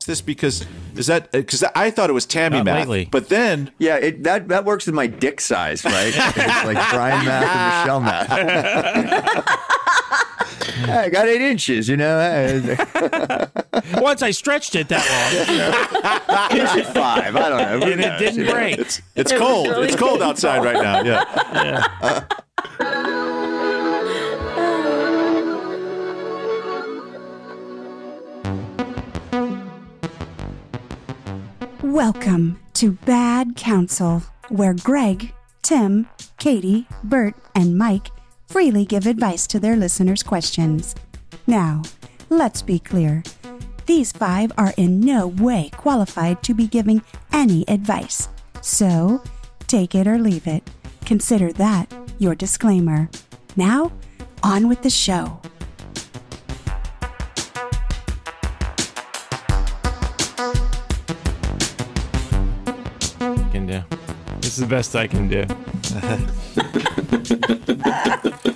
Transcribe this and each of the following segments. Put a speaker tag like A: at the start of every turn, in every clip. A: Is this because is that because I thought it was Tammy
B: Not
A: math,
B: lately.
A: but then
C: Yeah, it, that that works with my dick size, right? it's like Brian math and Michelle math. I got eight inches, you know.
B: Once I stretched it that long,
C: Inch at five. I don't know. Who
B: and it
C: knows,
B: didn't
C: you know?
B: break.
A: it's it's
D: It was
A: cold.
D: really
A: it's cold outside right now. Yeah.
E: Welcome to Bad Counsel, where Greg, Tim, Katie, Bert, and Mike freely give advice to their listeners' questions. Now, let's be clear. These five are in no way qualified to be giving any advice. So, take it or leave it. Consider that your disclaimer. Now, on with the show.
B: can do. This is the best I can do.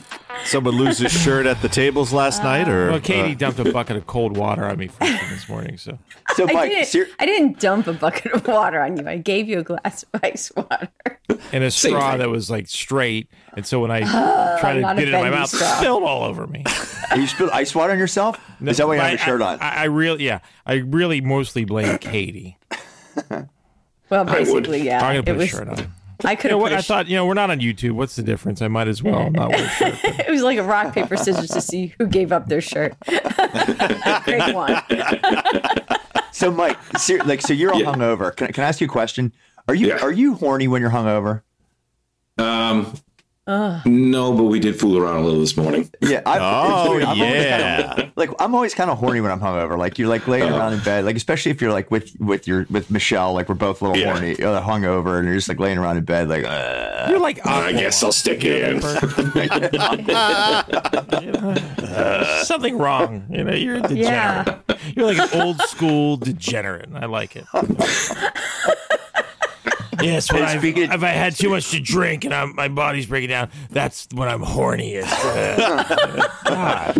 A: Someone lose his shirt at the tables last night, or
B: Well, Katie
A: uh,
B: dumped a bucket of cold water on me first thing this morning, so
C: So,
D: I
C: Mike,
D: didn't,
C: ser-
D: I didn't dump a bucket of water on you. I gave you a glass of ice water.
B: and a straw
F: thing.
B: that was like straight, and so when I tried to
D: Ah, not a
B: get it in my
D: bendy
B: mouth, it
D: straw.
B: spilled all over me.
C: you spilled ice water on yourself? Is that why you have
B: I-
C: your shirt
B: I-
C: on?
B: I, I really, yeah, I really mostly blame Katie.
D: Well,
F: would-
D: basically, yeah.
B: I'm gonna put
D: it was,
B: a shirt on.
D: I could
B: You know
D: have
B: what?
D: put a
B: I
D: sh-
B: thought, you know, we're not on YouTube. What's the difference? I might as well not wear a shirt.
D: It was like a rock, paper, scissors to see who gave up their shirt. Great one.
C: so, Mike, ser- like, so you're all hungover. Can, I- can I ask you a question? Are you
F: Yeah.
C: are you horny when you're hungover?
F: Um, No, but we did fool around a little this morning.
C: Yeah. I've, it's
A: oh
C: weird. I'm always kinda-
A: yeah,
C: like I'm always kind of horny when I'm hungover. Like you're like laying around in bed, like especially if you're like with with your with Michelle. Like we're both a little
F: Yeah.
C: horny, uh, hungover, and you're just like laying around in bed, like uh,
B: You're like,
F: I guess I'll stick in.
B: something wrong. You know, you're a
D: Yeah.
B: degenerate. You're like an old school degenerate. I like it. yes, when
C: Hey,
B: I've,
C: speaking of-
B: if I had too much to drink and I'm, my body's breaking down, that's when I'm horniest. Uh,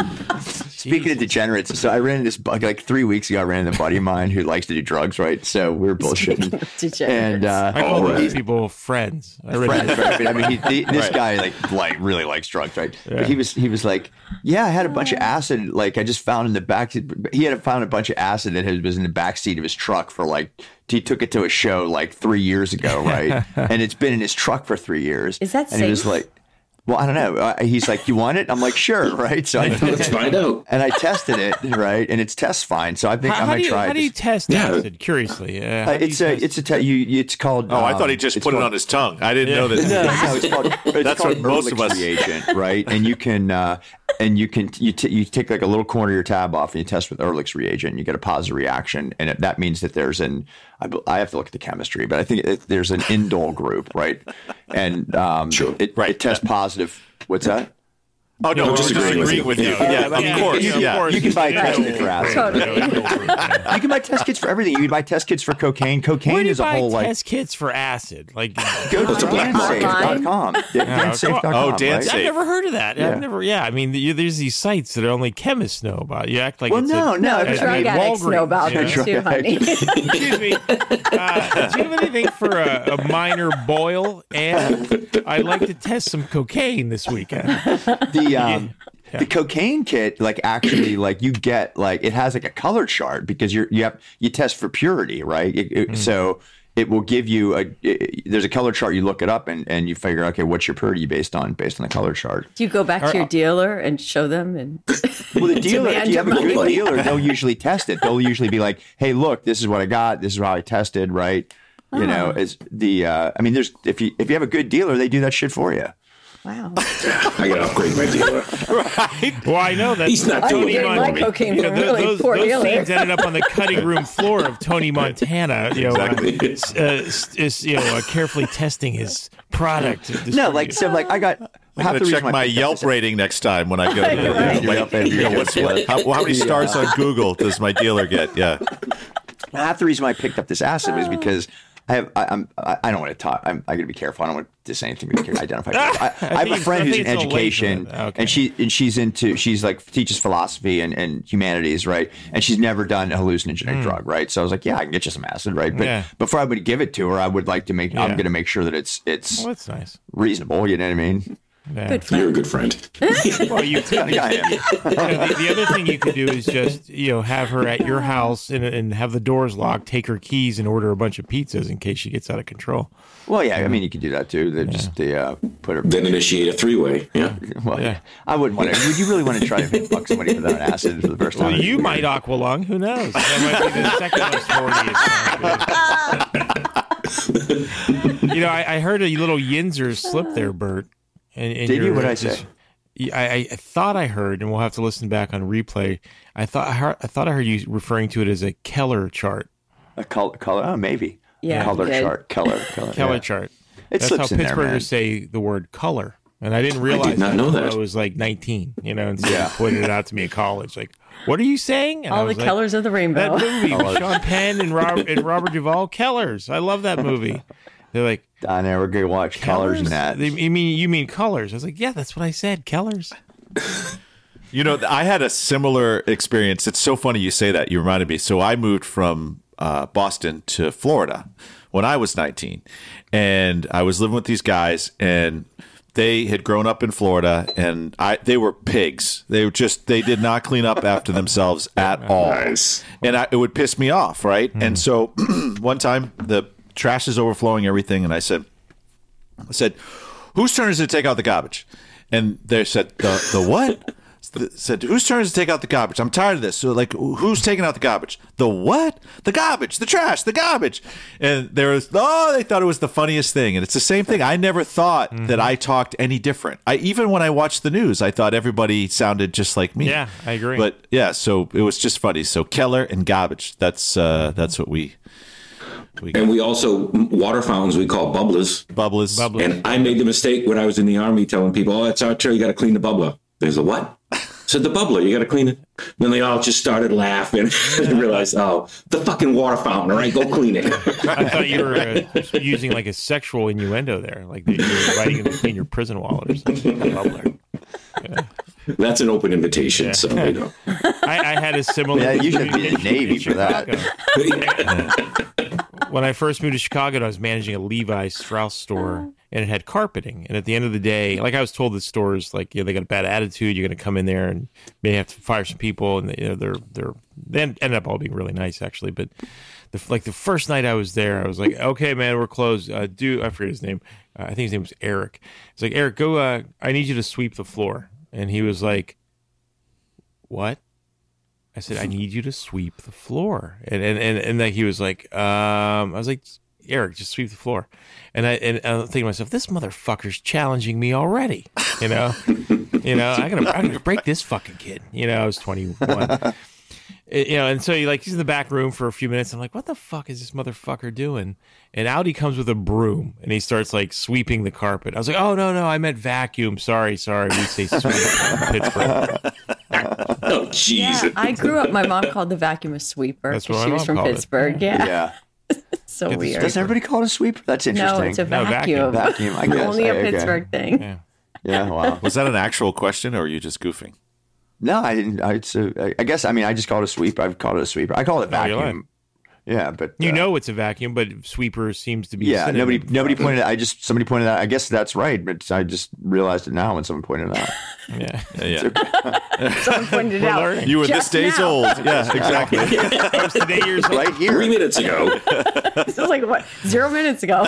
C: Speaking of degenerates, so I ran into this bu- like three weeks ago. I ran into a buddy of mine who likes to do drugs, right? So we were bullshitting, and
B: I
C: uh,
B: call
F: All
B: these
F: right.
B: people friends. I really-
C: friends, right? But I mean, he, the, this guy like like really likes drugs, right? But he was he was like, yeah, I had a bunch of acid. Like I just found in the back. He had found a bunch of acid that had, was in the back seat of his truck for like he took it to a show like three years ago, right? and it's been in his truck for three years.
D: Is that
C: And he was
D: safe?
C: like, well, I don't know. Uh, he's like, you want it? I'm like, sure, right? So I took
F: Let's find out.
C: and I tested it, right? And it's test fine. So I think
B: How,
C: I'm
B: how
C: gonna
B: do you,
C: try
B: how do you
C: this.
B: test
F: Yeah.
B: acid? Curiously, yeah.
C: Uh,
B: how do
C: it's
B: you
C: a
B: test-
C: it's a te- you it's called.
A: Oh, I thought he
C: um,
A: just
C: it's
A: put it
C: called-
A: on his tongue. I didn't know that.
C: No, no, it's called. It's
A: That's what
C: called
A: most of
C: Ehrlich's
A: us-
C: reagent, right? And you can uh, and you can you t- you take like a little corner of your tab off and you test with Ehrlich's reagent. And you get a positive reaction, and it, that means that there's an I, be- I have to look at the chemistry, but I think it, there's an indole group, right? And um,
F: Sure.
C: it,
A: Right.
C: it tests positive. What's that?
A: Oh no,
F: No,
A: we're
F: just
A: just agreeing
F: agreeing with
A: with you.
F: you.
A: Yeah, of course.
B: yeah,
A: yeah.
B: of course.
C: You can buy a
B: Yeah.
C: test kit for acid.
D: Totally.
C: You can buy test kits for everything. You can buy test kits for cocaine.
B: Where
C: Cocaine
B: do you
C: is a
B: buy
C: whole like
B: test kits for acid? Like,
C: Go to
F: a black market.
C: dansafe.com. Dansafe.com.
A: Oh,
C: right?
A: Dansafe.
B: I've never heard of that.
C: Yeah.
B: I've never. Yeah, I mean, you, there's these sites that only chemists know about. You act like
C: Well,
B: it's
C: no,
B: a,
C: no.
D: No,
C: I mean,
B: That's right.
D: drug addicts
B: Walgreens,
D: know about
B: yeah.
D: them too, honey.
B: Excuse me. Uh, do you have anything for a, a minor boil? And I'd like to test some cocaine this weekend.
C: the um, the cocaine kit, like actually, like you get like it has like a color chart because you're you have you test for purity, right? It- it-
A: Mm.
C: So it will give you a it- there's a color chart. You look it up and and you figure okay, what's your purity based on based on the color chart.
D: Do you go back to your dealer and show them? And
C: Well, the dealer, if
D: demand
C: you have a
D: your
C: good
F: money.
C: dealer, they'll usually test it. They'll usually be like, "Hey, look, this is what I got. This is how I tested." Right? You know, is the uh, I mean, there's if you if you have a good dealer, they do that shit for you.
D: wow,
F: I gotta upgrade my dealer.
B: Well, I know that
F: He's not doing
B: Tony
F: it
D: getting
F: for
D: my
B: Mon-
F: me.
D: cocaine
B: you
D: from
B: know,
D: a
B: tho-
D: really
B: those,
D: poor
B: those
D: dealer.
B: things ended up on the cutting room floor of Tony Montana. You know, uh, s- uh, s- is, you know, uh, carefully testing his product. to
C: No, like
B: distribute.
C: so, like I got.
A: I'm
C: half
A: gonna
C: the reason
A: check
C: why I
A: my
C: picked up
A: Yelp
C: this-
A: rating next time when I go. To
C: Right.
A: Google.
C: Yelp and
A: Like, you know,
C: Google.
A: what's what? How, how many
C: Yeah.
A: stars on Google does my dealer get? Yeah,
B: Oh.
C: half the reason why I picked up this acid was because I have. I, I'm. I I don't want to talk. I'm. I gotta be careful. I don't want to diss anything. We can identify. I, I have
B: think
C: a
B: it's- I
C: friend who's in
B: think it's a late for
C: education,
B: that. Okay.
C: and she and she's into. She's like teaches philosophy and, and humanities, right? And she's never done a hallucinogenic drug, right? So I was like, yeah, I can get you some acid, right? But
B: Hmm. Yeah.
C: before I would give it to her, I would like to make.
B: Yeah.
C: I'm gonna make sure that it's it's
B: Well, that's nice.
C: reasonable. You know what I mean?
B: Yeah.
D: Good
F: You're a
D: friend.
F: good friend.
B: Well, you
C: I think I
B: You
C: am.
B: know, the, the other thing you could do is just you know have her at your house and, and have the doors locked, take her keys, and order a bunch of pizzas in case she gets out of control.
C: Well, yeah. I mean, you could do that too. They just they uh, put her.
F: Then initiate a three way. Yeah.
C: Well,
B: Yeah.
C: I wouldn't want to. Would you really want to try to fuck somebody without acid for the first time?
B: Well, you
C: Weird.
B: might aqualung. Who knows? That might be the second most horniest. time, too. you know, I, I heard a little yinzer slip there, Bert. And, and
C: Did you?
B: you're
C: What'd I
B: just-
C: say?
B: Yeah, I, I- I thought I heard, and we'll have to listen back on replay. I thought I, heard, I thought I heard you referring to it as a Keller chart.
C: A color, color, oh, maybe.
D: Yeah,
C: color
D: good.
C: chart, color, color.
B: Keller
C: yeah.
B: chart.
C: It
B: That's how
C: slips in there,
B: Pittsburghers
C: man.
B: say the word color. And I didn't realize
F: not know
B: until
F: that.
B: I was like 19, you know, and so
C: Yeah.
B: yeah. pointed it out to me in college. Like, what are you saying? And I
D: All the
B: was like,
D: colors of the
B: That
D: rainbow.
B: movie,
C: I love
B: with
C: it.
B: Sean Penn and, Rob, and Robert Duvall, Kellers. I love that movie. They're like,
C: I never could watch colors and that.
B: They, you mean you mean colors? I was like, yeah, that's what I said, Kellers.
A: You know, I had a similar experience. It's so funny you say that. You reminded me. So I moved from uh, Boston to Florida when I was 19, and I was living with these guys, and they had grown up in Florida, and I they were pigs. They were just they did not clean up after themselves at all
F: Nice.
A: and I, it would piss me off, right? And so one time the trash is overflowing everything, and I said, I said, whose turn is it to take out the garbage? And they said, the the what? Th- said, whose turn is to take out the garbage? I'm tired of this. So like, wh- who's taking out the garbage? The what? The garbage, the trash, the garbage. And there was oh, they thought it was the funniest thing, and it's the same thing. I never thought that I talked any different. I even when I watched the news, I thought everybody sounded just like me.
B: Yeah, I agree.
A: But yeah, so it was just funny. So Keller and garbage. That's uh that's what we
F: And we also water fountains we call bubblers.
A: bubblers.
B: Bubble-
F: And I made the mistake when I was in the army telling people, "Oh, it's our turn. You got to clean the bubbler." There's a what? So the bubbler, you got to clean it. Then they all just started laughing and realized, "Oh, the fucking water fountain. All right, go clean it."
B: I thought you were uh, using like a sexual innuendo there, like that you were inviting them to clean your prison wallet or something. A bubbler.
F: That's an open invitation. So you know.
B: I, I had a similar.
C: Yeah, you should be in the Navy for that.
B: when I first moved to Chicago, I was managing a Levi Strauss store, and it had carpeting. And at the end of the day, like I was told, the stores like you know, they got a bad attitude. You're going to come in there and may have to fire some people, and you know, they're they're they end- ended up all being really nice actually. But the, like the first night I was there, I was like, okay, man, we're closed. Uh, do I forget his name? Uh, I think his name was Eric. It's like Eric, go. Uh, I need you to sweep the floor. And he was like, what? I said, I need you to sweep the floor. And and and, and like he was like, um, I was like, Eric, just sweep the floor. And I and I'm thinking to myself, this motherfucker's challenging me already. You know, you know, I'm gonna I'm gonna break this fucking kid. You know, I was 21. It- you know, and so he like he's in the back room for a few minutes. I'm like, what the fuck is this motherfucker doing? And out he comes with a broom and he starts like sweeping the carpet. I was like, oh no no, I meant vacuum. Sorry sorry, we say sweep in Pittsburgh.
F: Oh, jeez.
D: Yeah, I grew up. My mom called the vacuum a sweeper.
B: That's
D: 'cause
B: what
D: she
B: my
D: was
B: mom
D: from
B: called it.
D: Pittsburgh. Yeah,
C: Yeah.
D: it's so
B: It's a
D: weird.
C: Does everybody call it a sweep? That's
D: No,
C: interesting.
D: it's a
B: No,
D: vacuum.
B: vacuum.
C: vacuum. I guess.
D: Only a
C: I- okay.
D: Pittsburgh thing.
B: Yeah.
C: Yeah. Wow.
A: Was that an actual question or are you just goofing?
C: No, I didn't. I, it's a, I guess. I mean, I just called it a sweep. I've called it a sweep. I call
B: you're
C: it vacuum. Yeah, but
B: You
C: uh,
B: know it's a vacuum, but sweeper seems to be. a
C: Yeah,
B: synonym.
C: nobody, nobody pointed. I just somebody pointed out. I guess that's right, but I just realized it now when someone pointed it out.
B: Yeah.
A: Yeah.
D: Someone pointed it out.
B: learning.
A: You were
D: Just
A: this day's
D: now.
A: old. Yeah, exactly.
B: I was today years old.
C: Right here.
F: Three minutes ago.
D: This is like what zero minutes ago.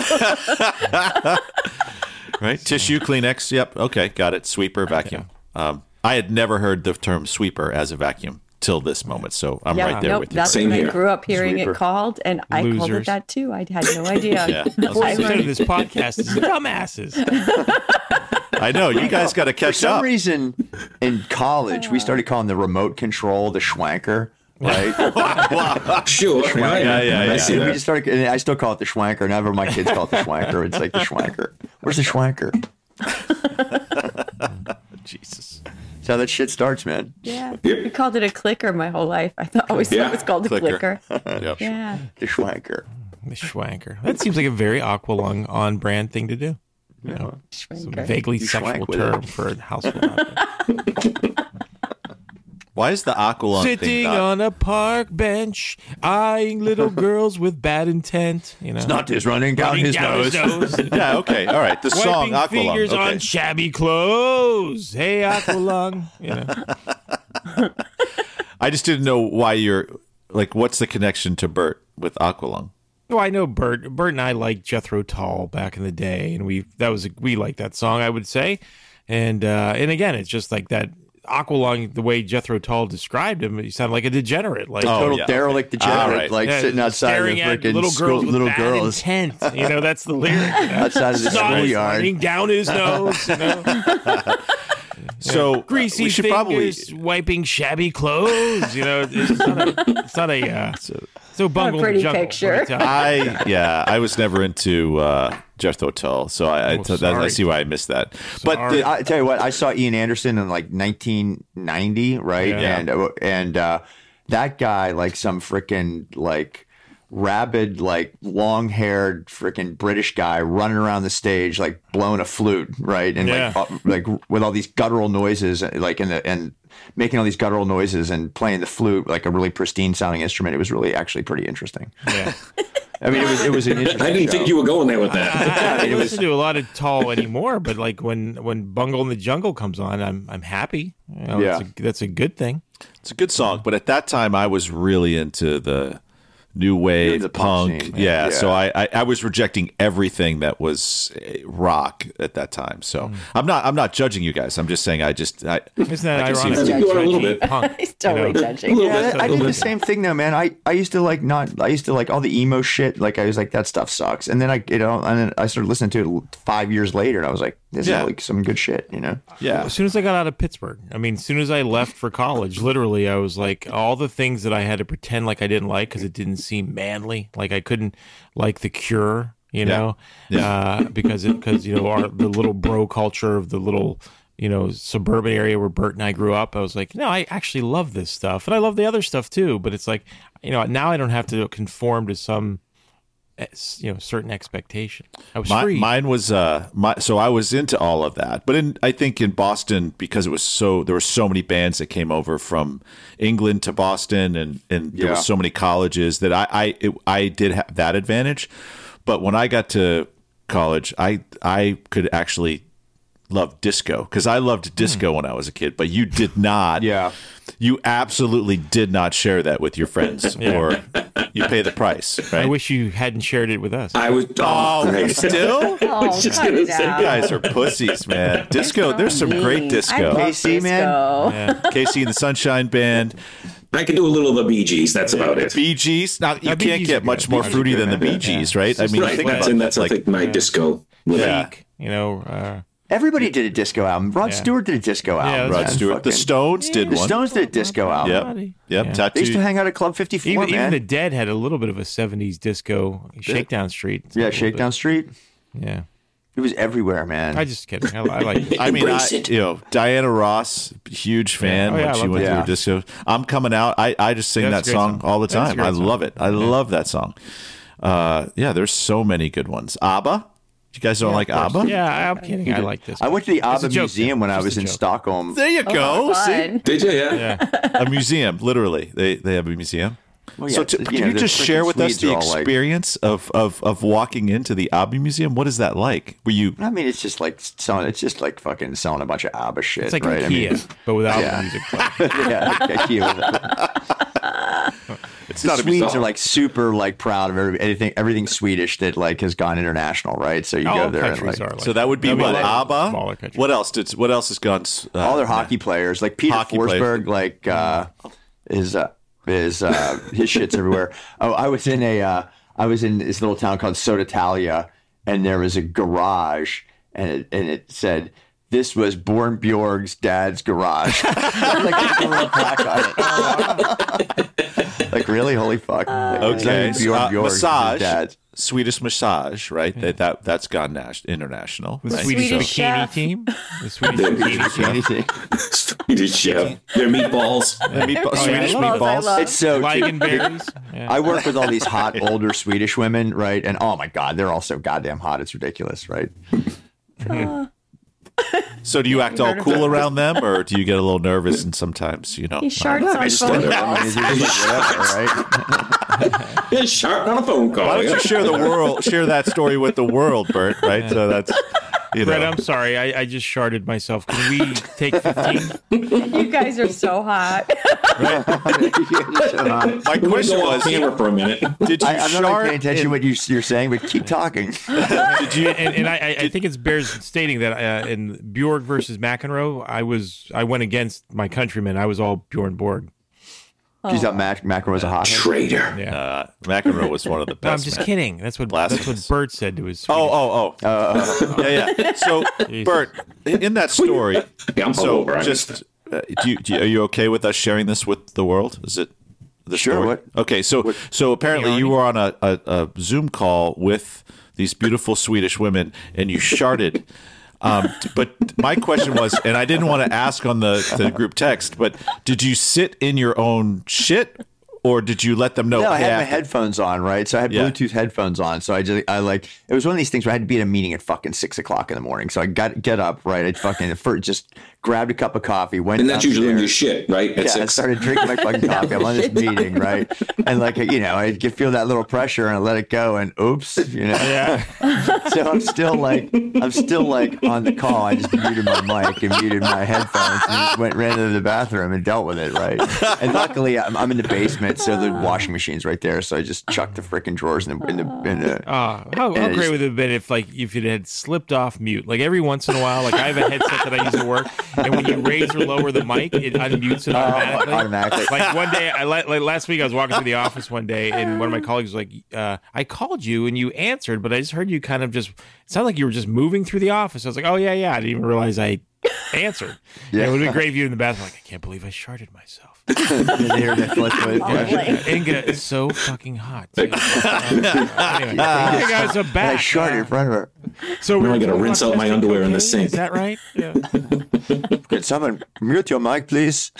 A: right? Tissue, Kleenex. Yep. Okay, got it. Sweeper, vacuum. Um, I had never heard the term sweeper as a vacuum till this moment, so I'm right there
D: nope,
A: with you.
D: that's
F: Same
D: what
F: here.
D: I grew up hearing
C: Sweeper.
D: it called, and I called
B: Losers.
D: it that too. I had no idea.
A: Yeah.
D: I
A: Losers.
B: Percent of
D: learned
B: this podcast is dumbasses.
A: I know you guys got to
C: For
A: catch
C: some
A: up.
C: reason, in college, we started calling the remote control the schwanker, right?
F: Sure. right.
A: Yeah, yeah, yeah.
F: I see
C: And we
F: that.
C: just started, and I still call it the schwanker. Now of my kids call it the schwanker. It's like the schwanker. Where's the schwanker?
A: Jesus.
C: That's how that shit starts, man.
D: Yeah.
F: Yep.
D: We called it a clicker my whole life. I thought always thought
F: Yeah,
D: it was called a
A: clicker.
D: clicker.
A: Yep.
D: Yeah.
C: The schwanker.
B: The schwanker. That seems like a very Aqualung on brand thing to do. You know, some
D: Schwanker.
B: vaguely
C: You
B: sexual
C: schwank with
B: term
C: it.
B: for a household. object.
A: Why is the Aqualung thing
B: Sitting
A: not,
B: on a park bench, eyeing little girls with bad intent. You know,
C: his running down
B: Running down his nose.
A: Yeah, okay, all right. The song
B: Wiping
A: Aqualung.
B: fingers
A: okay.
B: on shabby clothes. Hey, Aqualung. You know.
A: I just didn't know why you're like. What's the connection to Bert with Aqualung?
B: Well, I know Bert. Bert and I liked Jethro Tull back in the day, and we that was we liked that song. I would say, and uh, and again, it's just like that Aqualung. The way Jethro Tull described him, he sounded like a degenerate, like
A: Oh,
C: Total
A: yeah, okay.
C: derelict
A: All
C: degenerate,
A: right.
C: like
B: yeah,
C: sitting outside of
B: staring
C: the
B: at
C: freaking
B: little
C: school,
B: girls, with
C: little
B: bad
C: girls
B: intent. You know, that's the lyric. you know?
C: outside of the
B: Snot is
C: schoolyard.
B: running down his nose. You know?
A: So uh,
B: Greasy
A: we should probably.
B: fingers, wiping shabby clothes. You know, it's not a. It's not a. Uh, so bungle
D: pretty
B: jungle,
D: picture.
B: let me tell you.
A: I yeah, I was never into uh, Jethro Tull, so I I,
B: Oh,
A: so that- I
B: sorry.
A: see why I missed that. But
B: Sorry.
A: the,
C: I tell you what, I saw Ian Anderson in like 1990, right?
B: Yeah.
C: And and uh, that guy, like some freaking like rabid, like long haired freaking British guy running around the stage like blowing a flute, right? And
B: Yeah.
C: like uh, like with all these guttural noises, uh, like in the and making all these guttural noises and playing the flute like a really pristine sounding instrument. It was really actually pretty interesting.
B: Yeah.
C: I mean, it was it was an interesting.
F: I didn't think
C: show.
F: you were going there with that.
B: I, I don't listen to a lot of Tall anymore, but like when when Bungle in the Jungle comes on, I'm I'm happy. You know,
C: Yeah.
B: that's a, that's a good thing.
A: it's a good song, but at that time I was really into the new wave
C: into the punk
A: punk.
C: scene, man.
A: yeah, so
C: Yeah.
A: I, I I was rejecting everything that was eh, rock at that time. So I'm not I'm not judging you guys. I'm just saying I just I
B: Hmm. Isn't that
A: can see that.
B: ironic? It's
F: You are a little
B: judgy
F: bit.
B: punk,
D: He's totally
B: you know?
F: A
D: judging.
F: little
C: Yeah,
F: bit,
C: that- I
F: little
C: did the
F: bit.
C: same thing though, man. I, I used to like not. I used to like all the emo shit. Like I was like that stuff sucks, and then I you know, and then I started listening to it five years later, and I was like, this
A: Yeah.
C: is like some good shit, you know.
A: yeah.
B: As soon as I got out of Pittsburgh, I mean, as soon as I left for college, literally, I was like, all the things that I had to pretend like I didn't like because it didn't seem manly. Like I couldn't like The Cure, you know, Uh, because it because you know our the little bro culture of the little you know suburban area where Bert and I grew up. I was like, no, I actually love this stuff, and I love the other stuff too. But it's like, you know, now I don't have to conform to some eh, s- you know certain expectation. I was
A: My,
B: free.
A: mine was uh my so I was into all of that. But in I think in Boston because it was so there were so many bands that came over from England to Boston and and there
C: Yeah.
A: were so many colleges that I I it, I did have that advantage. But when I got to college, I I could actually love disco cuz I loved disco when I was a kid, but you did not.
C: Hmm. Yeah.
A: You absolutely did not share that with your friends or you pay the price, right?
B: I wish you hadn't shared it with us.
F: I was.
A: oh,
F: I
A: still?
D: Oh,
F: just
D: cut
F: gonna
D: it
F: say-
D: out.
A: You guys are pussies, man. Disco, there's some great
D: Jeez,
A: disco.
D: I love
C: KC, man.
D: disco.
A: Casey and the Sunshine Band,
F: I could do a little of the Bee Gees. That's about it.
A: Bee Gees. Now you
B: Bee
A: can't
B: Gees are
A: get
B: good.
A: much more
C: Bee Gees are
A: fruity
C: good,
A: than the
C: man.
A: Bee
C: Yeah.
A: Gees, right? I mean,
F: right.
A: think
F: That's,
A: about
F: and
A: it.
F: that's I
A: Like,
F: think my disco. living.
A: Yeah.
B: you know. Uh,
C: Everybody did a disco album. Rod Stewart did a disco album.
B: that's
A: Rod
C: man.
A: Stewart. The
C: Fucking-
A: Stones did
C: The
A: one.
C: Stones did a disco album.
A: Yep. Yep.
B: Yeah.
C: They used to
A: Tattoo.
C: hang out at Club 54,
B: Even,
C: man.
B: even the Dead had a little bit of a '70s disco Shakedown Street. It's a
C: yeah,
B: little
C: Shakedown Street.
B: bit- Yeah,
C: It was everywhere, man.
B: I just kidding. I, I like. It.
A: I mean, I,
F: Embrace it.
A: you know, Diana Ross, huge fan
B: Oh, yeah, I
A: when she
B: love
A: went
C: that.
A: through disco. I'm coming out. I, I just sing
B: Yeah,
A: that
B: that's a great
A: song,
B: song.
A: all the
B: That's a
A: time.
B: great
A: I
B: song.
A: love it. I love that song. Uh, yeah, there's so many good ones. ABBA. You guys don't like ABBA?
B: yeah, I'm kidding. I like this.
C: I went to the ABBA
B: a joke,
C: Museum when I
B: just
C: was
B: a
C: in
B: joke.
C: Stockholm.
A: There
D: Oh,
A: you go. Oh, See,
D: Fun.
F: Did you? Yeah.
A: a museum, literally. They they have a museum.
C: Well,
A: so,
C: Oh, yeah,
A: to,
C: you
A: can you,
C: know, the
A: just share
C: freaking
A: with us
C: Swedes
A: the
C: are all like-
A: experience of, of of walking into the Abbey Museum? What is that like? Were you?
C: I mean, it's just like selling. It's just like fucking selling a bunch of ABBA shit,
B: It's like
C: right?
B: IKEA,
C: I mean,
B: but without
C: Yeah.
B: the music. playing.
C: yeah, IKEA with it.
A: It's
C: the
A: not a
C: Swedes
A: bizarre-
C: are like super like proud of every, anything everything Swedish that like has gone international, right? So you
B: All
C: go there and
B: countries
C: like
B: are like
A: So that would be what
B: like smaller
A: Abba.
B: countries.
A: What else did? What else has gone? s- Uh,
C: all their hockey players, like Peter
A: Hockey players. Mm-hmm.
C: Forsberg, like uh, is uh, is uh, his shits everywhere. Oh, I was in a uh, I was in this little town called Sodatalia, and there was a garage, and it, and it said. This was Born Bjorg's dad's garage. like, a little plaque on it. Like, really? Holy fuck. Like,
A: Okay,
C: Bjorn
A: so, uh,
C: Bjorg's
A: massage.
C: dad's.
A: Swedish massage, right? That, that that's gone nas- international.
B: The
A: right?
B: Swedish,
D: Swedish
B: bikini
D: chef.
B: team. The Swedish bikini team.
C: Anything.
F: Swedish chef. Their meatballs.
A: The meatball-
B: yeah, I
A: Swedish
B: love-
D: I
A: meatballs.
D: love-
C: It's so cute.
B: Ligonberries. Yeah.
C: I work with all these hot older Swedish women, right? And oh my god, they're all so goddamn hot. It's ridiculous, right?
A: So do you act all cool around them, or do you get a little nervous and sometimes you know?
D: He sharts
C: I
D: on
C: just
D: phone
C: wonder. I
D: calls.
C: mean, it's just like whatever, right?
F: Yeah, sharp on a phone call.
B: Oh,
A: Why don't you
F: Yeah.
A: share the world? Share that story with the world, Bert. Right? So that's you know.
B: Brett, I'm sorry. I, I just sharded myself. Can we take 15?
D: You guys are so hot.
A: My
F: We're gonna
A: question
F: go off
A: was:
F: camera for a minute.
A: Did you
C: I, I'm not really
A: shart?
C: paying attention to
A: in-
C: what you, you're saying, but keep talking.
A: did you?
B: and, and I, I- I think it's bears stating that uh, in Bjorg versus McEnroe, I was I went against my countrymen. I was all Bjorn Borg.
C: She's up. Mac Macaron's a hot.
F: Traitor.
B: Yeah,
A: Uh, McEnroe was one of the
B: no, I'm
A: best.
B: just
A: men.
B: kidding. That's what that's
A: Blasphemous.
B: what Bert said to his.
A: Oh, oh, oh.
C: Uh,
A: yeah, yeah. So, Bert, in that story,
F: Yeah, I'm
A: so
F: hungover, I
A: just uh, do you, do you, are you okay with us sharing this with the world? Is it the
C: Sure,
A: story?
C: what-
A: okay, so so apparently you were on a, a, a Zoom call with these beautiful Swedish women, and you sharted. Um, t- but my question was, and I didn't want to ask on the, the group text, but did you sit in your own shit, or did you let them know?
C: No, I had
A: "Hey,
C: my
A: after-
C: headphones on, right? So I had
A: Yeah.
C: Bluetooth headphones on. So I just, I like, it was one of these things where I had to be at a meeting at fucking six o'clock in the morning. So I got get up, right? I fucking first just grabbed a cup of coffee, went.
F: And that's usually when you
C: downstairs.
F: shit, right? At
C: Yeah, I
F: six.
C: started drinking my fucking coffee. I'm on this meeting, right? And like, you know, I could feel that little pressure and I let it go and oops, you know.
B: Yeah.
C: So I'm still like, I'm still like on the call. I just muted my mic and muted my headphones and just went ran into the bathroom and dealt with it, right? And luckily, I'm, I'm in the basement, so the washing machine's right there. So I just chucked the freaking drawers in the in the. In the
B: Ah, how, how
C: It is.
B: great would it have been if like if it had slipped off mute? Like every once in a while, like I have a headset that I use to work, and when you raise or lower the mic, it unmutes
A: Oh,
B: it
C: uh,
B: automatically.
C: automatically.
B: Like one day, I la- like last week, I was walking through the office one day, and one of my colleagues was like, uh, "I called you and you answered, but I just heard you kind of just it sounded like you were just moving through the office." I was like, "Oh yeah, yeah," I didn't even realize I answered. Yeah, it would have been great if you were in the bathroom. Like I can't believe I sharded myself.
C: in there, that flip, flip, flip.
D: Like-
B: Inga is so fucking hot. anyway, I guys are
C: And I
B: back.
C: shot
B: Uh,
C: in front of her.
B: so
F: Now
B: we're
F: I gotta
B: talking
F: rinse
B: about
F: out my
B: testing
F: underwear in the
B: cocaine?
F: sink.
B: Is that right? Yeah.
C: Could someone mute your mic, please?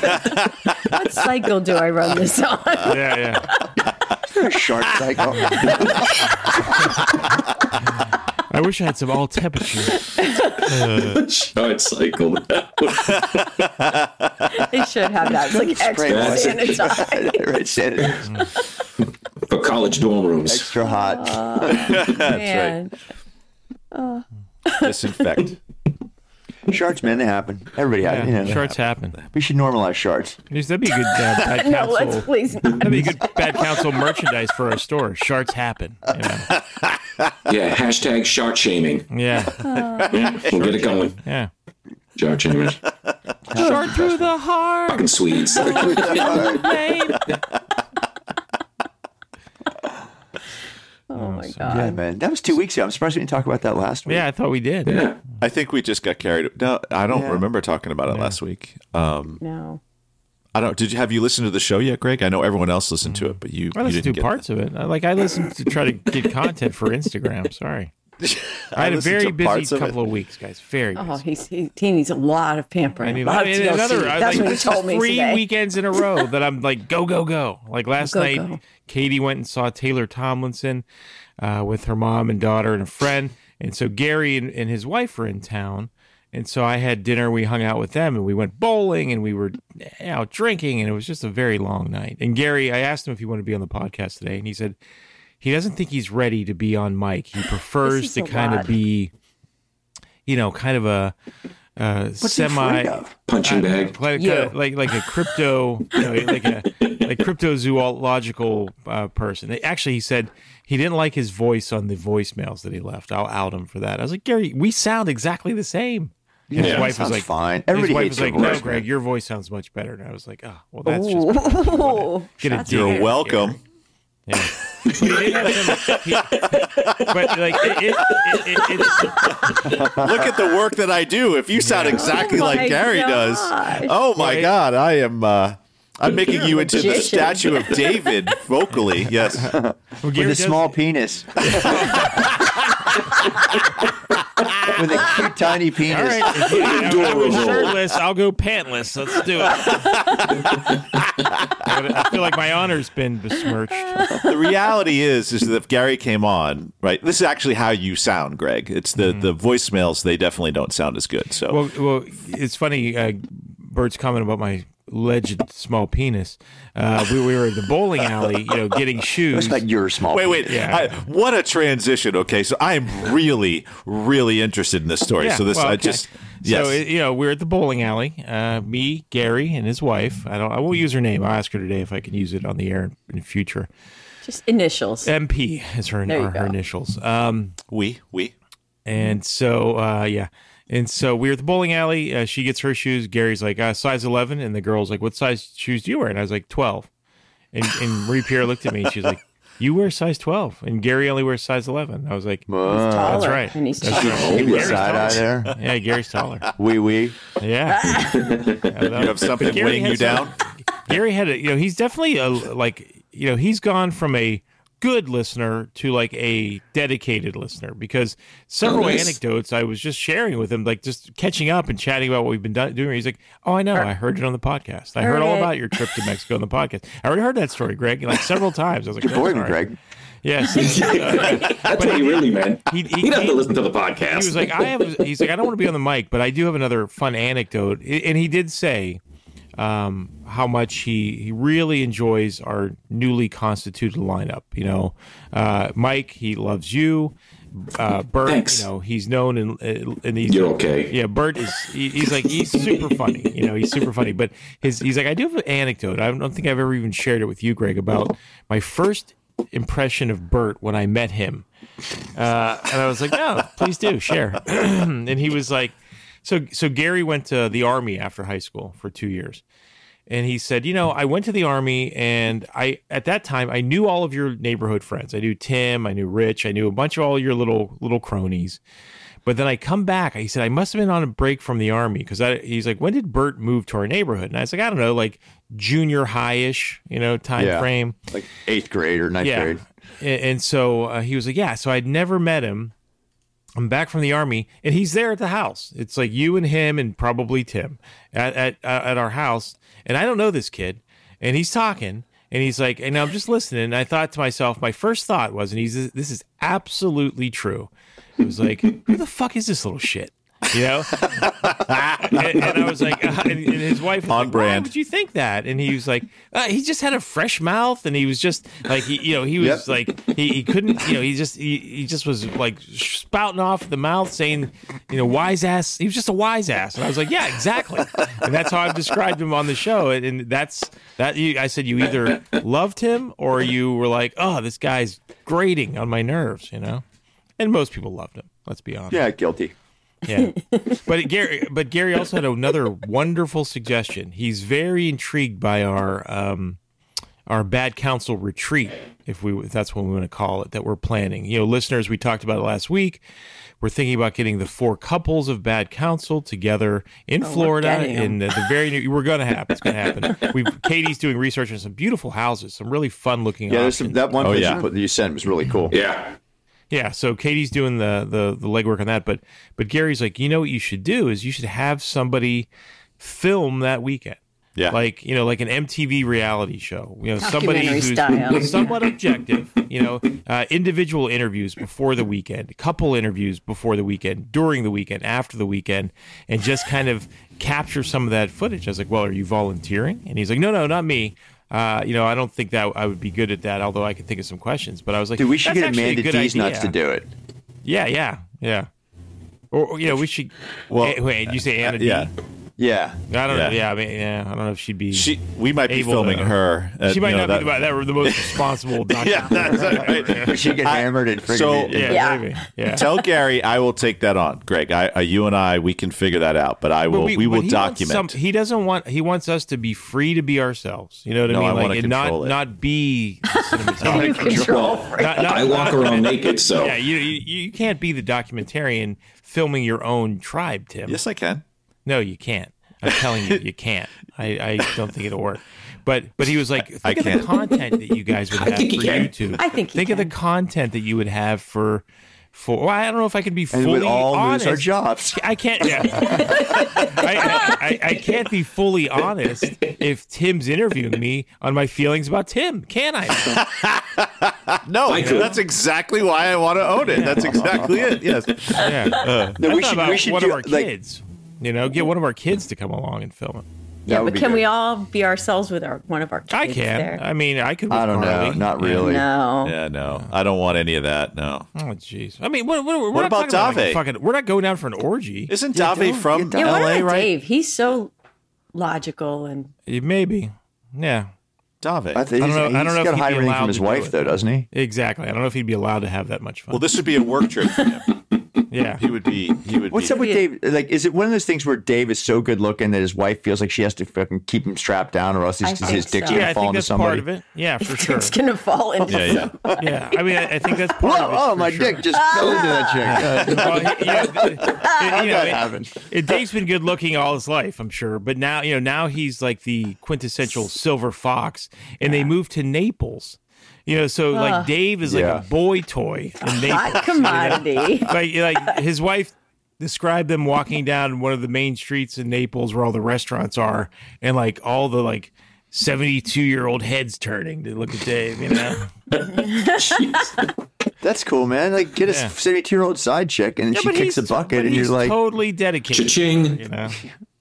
D: What cycle do I run this on?
B: yeah, yeah.
C: Shark cycle.
B: I wish I had some all temperature.
F: Short cycle.
D: They should have that. It's like extra
C: water.
D: sanitizer.
C: right, said it.
F: For college dorm rooms.
C: Extra hot.
D: Man.
A: disinfect.
C: Sharks, man, they happen. Everybody,
B: Yeah,
C: had, you know,
B: Shards happen.
C: we should normalize sharks.
B: Yes, That'd be a good uh, bad
D: No,
B: council.
D: let's please not.
B: That'd be good bad council merchandise for our store. Shards happen. you know.
F: Yeah, hashtag short shaming.
B: Yeah,
F: Yeah, we'll get it going.
B: yeah.
F: Short shaming.
B: Shard through the heart.
F: Fucking Swedes.
B: babe.
D: Oh my
C: Yeah,
D: god.
C: man, that was two weeks ago. I'm surprised we didn't talk about that last week.
B: Yeah, I thought we did.
F: Yeah.
A: I think we just got carried. No, I don't
C: Yeah.
A: remember talking about it last week. Um,
D: No.
A: I don't. Did you have you listened to the show yet, Greg? I know everyone else listened to it, but you.
B: I
A: you
B: listened
A: didn't get
B: to parts of it. I- Like I listened to try to get content for Instagram. Sorry, I had a
A: listened
B: very
A: to parts
B: busy
A: of it.
B: couple of weeks, guys. Very busy.
D: Oh, he's, he, he needs a lot of pampering.
B: I mean,
D: a lot
B: I
D: of
B: mean,
D: TLC.
B: another. I was
D: That's
B: like,
D: what he
B: this is
D: told me
B: three
D: today.
B: weekends in a row that I'm like, go, go, go. Like last
D: Go,
B: night,
D: go.
B: Katie went and saw Taylor Tomlinson uh, with her mom and daughter and a friend, and so Gary and, and his wife were in town, and so I had dinner. We hung out with them, and we went bowling, and we were eh, out drinking, and it was just a very long night. And Gary, I asked him if he wanted to be on the podcast today, and he said he doesn't think he's ready to be on mic. He prefers
D: is
B: to
D: a
B: kind
D: lot.
B: of be, you know, kind of a. Uh, semi
F: Punching bag.
B: like,
D: You.
B: uh, like like a crypto, you know, like a like cryptozoological uh, person. Actually, he said he didn't like his voice on the voicemails that he left. I'll out him for that. I was like, Gary, we sound exactly the same. And his
F: Yeah,
B: wife was
C: sounds
B: like,
C: fine.
B: his
C: Everybody
B: wife
C: hates
B: was like,
C: their
B: no,
C: voice,
B: Greg,
C: man."
B: your voice sounds much better. And I was like, oh, well, that's just
D: Ooh.
B: get a
A: it. You're
B: dig.
A: welcome.
B: Yeah. but, he did have some, he, but like it, it, it, it, it's
A: Look at the work that I do. If you sound exactly
D: Oh
A: like
D: my
A: Gary does,
D: gosh.
A: oh my
B: Right.
A: god, I am. Uh, I'm making you into the
D: magician.
A: statue of David vocally. Yes.
B: Well, Gary
C: with a
B: does-
C: small penis. with a cute, tiny
B: All
C: penis.
B: right, if you- I- I
F: Adorable.
B: was shirtless. I'll go pantless. Let's do it. I would- I feel like my honor's been besmirched.
A: the reality is is that if Gary came on, right? This is actually how you sound, Greg. It's
B: Mm-hmm.
A: the the voicemails they definitely don't sound as good. So
B: Well, well, it's funny. Uh, Bert's comment about my alleged small penis. Uh, we, we were at the bowling alley, you know, getting shoes.
C: It's like your small.
A: wait, wait.
B: Yeah.
A: I, what a transition. Okay, so I'm really really interested in this story.
B: Yeah,
A: so this
B: well,
A: I
B: okay.
A: just yes.
B: So you know, we're at the bowling alley. Uh, me, Gary, and his wife. I don't. I won't use her name. I'll ask her today if I can use it on the air in the future.
D: Just initials.
B: Uh, MP is her
D: There you
B: are her
D: go.
B: initials. Um,
A: we we
D: Mm-hmm.
B: and so uh, yeah, and so we're at the bowling alley. Uh, she gets her shoes. Gary's like uh, size eleven, and the girl's like, "What size shoes do you wear?" And I was like, 12. And and Marie Pierre looked at me. and She's like, "You wear size twelve, and Gary only wears size 11. I was like,
C: Uh,
B: "That's
D: Taller.
B: right."
D: And he's
B: That's
D: taller.
B: right. Gary's
C: side eye
B: taller.
C: there.
B: Yeah, Gary's taller.
C: Wee wee.
B: Yeah.
A: you have something
B: Gary
A: weighing you
B: has
A: down.
B: Gary had a, you know, he's definitely a, like, you know, he's gone from a good listener to like a dedicated listener because several
F: Oh, nice.
B: anecdotes I was just sharing with him, like just catching up and chatting about what we've been do- doing. He's like, Oh, I know. I heard it on the podcast. I heard
D: Heard
B: all
D: it."
B: about your trip to Mexico on the podcast. I already heard that story, Greg, like several times. I was like,
C: Good
B: "Oh,
C: boy,
B: sorry."
C: Greg.
B: Yes.
F: That's what he really meant.
B: He-
F: He,
B: he
F: would have to
B: came-
F: listen to the podcast.
B: he was like, I have. a- He's like, I don't want to be on the mic, but I do have another fun anecdote, I- and he did say um, how much he he really enjoys our newly constituted lineup. You know, uh, Mike, he loves you. Uh, Bert,
F: Thanks.
B: you know, he's known and and he's
F: You're okay.
B: yeah, Bert is he, he's like he's super funny. You know, he's super funny. But his he's like I do have an anecdote. I don't think I've ever even shared it with you, Greg, about my first impression of Bert when I met him. Uh, and I was like, no, please do share. and he was like, so so Gary went to the army after high school for two years. And he said, you know, I went to the army and I at that time I knew all of your neighborhood friends. I knew Tim, I knew Rich, I knew a bunch of all your little little cronies. But then I come back. He said I must have been on a break from the army because he's like, when did Bert move to our neighborhood? And I was like, I don't know, like junior high ish, you know, time
C: Yeah.
B: frame.
C: Like eighth grade or ninth
B: Yeah.
C: grade.
B: And, and so uh, he was like, yeah. So I'd never met him. I'm back from the army, and he's there at the house. It's like you and him, and probably Tim, at at uh, at our house. And I don't know this kid, and he's talking, and he's like, and I'm just listening. And I thought to myself, my first thought was, and he's this is absolutely true. It was like, who the fuck is this little shit? You know, and, and I was like, uh, and, and his wife was
A: On
B: like, Why
A: brand.
B: would you think that? And he was like, uh, he just had a fresh mouth, and he was just like, he, you know, he was
C: Yep.
B: like, he, he couldn't, you know, he just he, he just was like spouting off the mouth, saying, you know, wise ass. He was just a wise ass, and I was like, yeah, exactly. and that's how I've described him on the show, and, and that's that. You, I said you either loved him or you were like, oh, this guy's grating on my nerves, you know. And most people loved him. Let's be honest.
C: Yeah, guilty.
B: Yeah. but Gary but Gary also had another wonderful suggestion. He's very intrigued by our um our bad counsel retreat, if we if that's what we want to call it, that we're planning. You know, listeners, we talked about it last week. We're thinking about getting the four couples of bad counsel together in Florida
D: getting 'em.
B: in the, the very new. We're going to happen. It's going to happen. We Katie's doing research on some beautiful houses, some really fun looking.
C: Yeah, there's some, that one
A: Oh,
C: picture
A: yeah.
C: you, put, you sent was really cool.
F: yeah.
B: Yeah, so Katie's doing the the the legwork on that, but but Gary's like, you know what you should do is you should have somebody film that weekend.
A: Yeah.
B: Like, you know, like an MTV reality show. You know, somebody
D: Documentary
B: who's
D: style.
B: somewhat objective, you know, uh, individual interviews before the weekend, couple interviews before the weekend, during the weekend, after the weekend, and just kind of capture some of that footage. I was like, well, are you volunteering? And he's like, no, no, not me. Uh, you know, I don't think that I would be good at that, although I could think of some questions. But I was like,
C: Dude, we should
B: "That's
C: get
B: actually a
C: Amanda
B: good
C: D's
B: idea."
C: nuts to do it.
B: Yeah, yeah, yeah. Or, or, you know, we should.
A: Well, uh,
B: Eh, wait, you say Anna D?
A: yeah.
C: Yeah.
B: I don't
A: Yeah.
B: know. Yeah, I mean, yeah, I don't know if she'd be.
A: She we might be
B: Able
A: filming
B: to-
A: her. uh,
B: she might
A: you know,
B: not be the, that, the most responsible doctor.
A: Yeah, that's right.
C: We should get
A: I-
C: hammered and friggin'
A: so-
C: eat it.
B: yeah,
D: Yeah.
B: maybe. Yeah.
A: Tell Gary I will take that on, Greg. I, uh, you and I we can figure that out, but I
B: But
A: will we,
B: but
A: will
B: he wants
A: document.
B: some- he doesn't want. He wants us to be free to be ourselves. You know what
A: No,
B: I mean?
A: I wanna
B: like and not
A: control it.
B: not be. the cinematographer.
F: Well,
B: Not- not-
F: I walk
B: not-
F: around naked, so
B: yeah, you, you you can't be the documentarian filming your own tribe, Tim.
A: yes, I can.
B: No, you can't. I'm telling you, you can't. I, I don't think it'll work. But but he was like, think of
A: can't.
B: the content that you guys would have
F: think he
B: for
F: can.
B: YouTube.
D: I think he
B: think of the
D: can.
B: content that you would have for for. Well, I don't know if I could be
C: and
B: fully
C: we all
B: honest.
C: lose our jobs.
B: I can't. I, I, I, I can't be fully honest if Tim's interviewing me on my feelings about Tim. Can I?
A: No,
F: I could.
A: that's exactly why I want to own it. That's exactly it. Yes.
B: Yeah.
C: No,
B: I
C: Uh. we
B: thought
C: should-
B: about
C: we should
B: one
C: do-
B: of our
C: like-
B: kids. You know, get one of our kids to come along and film it.
D: Yeah,
C: That would
D: but
C: be
D: can
C: good.
D: we all be ourselves with our one of our kids?
B: I can.
D: There?
B: I mean, I could. With
C: I don't know.
B: Carly.
C: Not
B: Yeah.
C: really.
D: no.
A: Yeah, no. I don't want any of that. No.
B: Oh, jeez. I mean, what, what, we're
A: What
B: not
A: about
B: talking about, like,
A: Dave?
B: fucking, we're not going down for an orgy.
A: Isn't Dave from
C: you
D: Yeah,
A: LA,
D: what about
A: right?
D: Dave? He's so logical and
B: Eh, Maybe. Yeah.
A: Dave.
C: I, think
B: I don't know-
C: he's-
B: I don't know
C: he's
B: if
C: got
B: he'd
C: high
B: be
C: rating
B: allowed
C: from his
B: to do
C: wife,
B: it.
C: though, doesn't he?
B: Exactly. I don't know if he'd be allowed to have that much fun.
A: well, this would be a work trip for him.
B: yeah.
A: He would be he would
C: What's
A: be
C: up with
D: Yeah.
C: Dave? Like, is it one of those things where Dave is so good looking that his wife feels like she has to fucking keep him strapped down, or else
D: I
C: his, his
D: think
C: dick's
D: so.
C: gonna
B: yeah, I
C: fall
B: think
C: into
B: that's part
C: somebody?
B: of it. Yeah, for sure.
D: it's gonna fall into
A: Yeah, yeah.
B: Yeah. I mean, I, I think that's part
C: Whoa,
B: of it.
C: oh,
B: for
C: my
B: sure.
C: dick just fell into that chick.
B: Well, he- yeah, th- it- you know,
C: Ah, that
B: it-
C: happened.
B: it- Dave's been good looking all his life, I'm sure. But now, you know, now he's like the quintessential silver fox, and they moved to Naples. You know, so like Dave is like
C: Yeah.
B: a boy toy in Naples.
D: hot commodity.
B: like like his wife described them walking down one of the main streets in Naples where all the restaurants are and like all the like 72 year old heads turning to look at Dave, you know?
C: That's cool, man. Like, get a
B: Yeah.
C: 72 year old side chick, and then she kicks a bucket,
B: but
C: and you're
B: he's
C: like,
B: totally dedicated.
F: Cha-ching.
B: You know?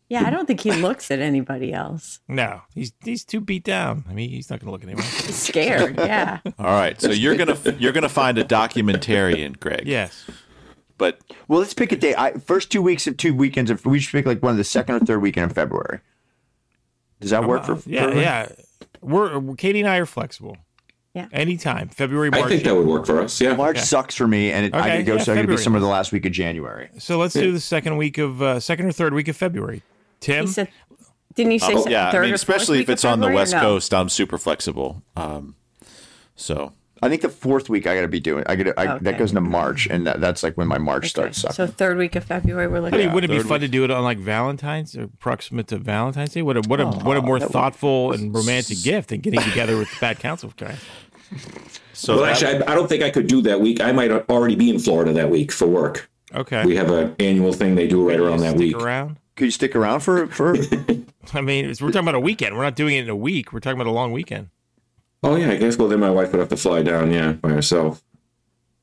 D: yeah, I don't think he looks at anybody else.
B: No, he's he's too beat down. I mean, he's not gonna look at anyone.
D: He's scared. Yeah.
A: All right. So you're going to you're going to find a documentarian, Greg.
B: Yes,
A: But
C: well, let's pick a day. I, first two weeks of two weekends, of, we should pick like one of the second or third weekend in February. Does that work for
B: yeah,
C: for-
B: yeah. We're Katie and I are flexible.
D: Yeah.
B: Anytime, February,
F: I
B: March.
F: think that would work for us. Yeah.
C: March sucks for me, and it, I
B: Okay,
C: could go,
B: yeah,
C: so I could do
B: February.
C: some of the last week of January.
B: so let's do the second week of uh, second or third week of February. Tim,
D: He said didn't you say
A: oh, yeah, I
D: third
A: mean
D: or fourth
A: especially if
D: week of
A: it's on the
D: February or
A: West
D: no?
A: Coast, I'm super flexible. Um so
C: I think the fourth week I got to be doing. I got I that
D: Okay.
C: goes into March, and that, that's like when my March
D: Okay.
C: starts sucking.
D: So third week of February we're
B: I
D: looking
B: mean,
D: at
B: wouldn't it be
A: third
B: fun to do it on like Valentine's or proximate to Valentine's Day? What a what a what a more thoughtful and romantic gift than getting together with the bad council guy.
A: so
F: Well,
A: that-
F: actually, I, I don't think I could do that week. I might already be in Florida that week for work.
B: Okay.
F: We have an annual thing they do right around that
B: Stick
F: week.
B: around.
C: Could you stick around for for?
B: I mean, it's, we're talking about a weekend. We're not doing it in a week. We're talking about a long weekend.
F: Oh yeah, I guess. Well, then my wife would have to fly down. Yeah, by herself.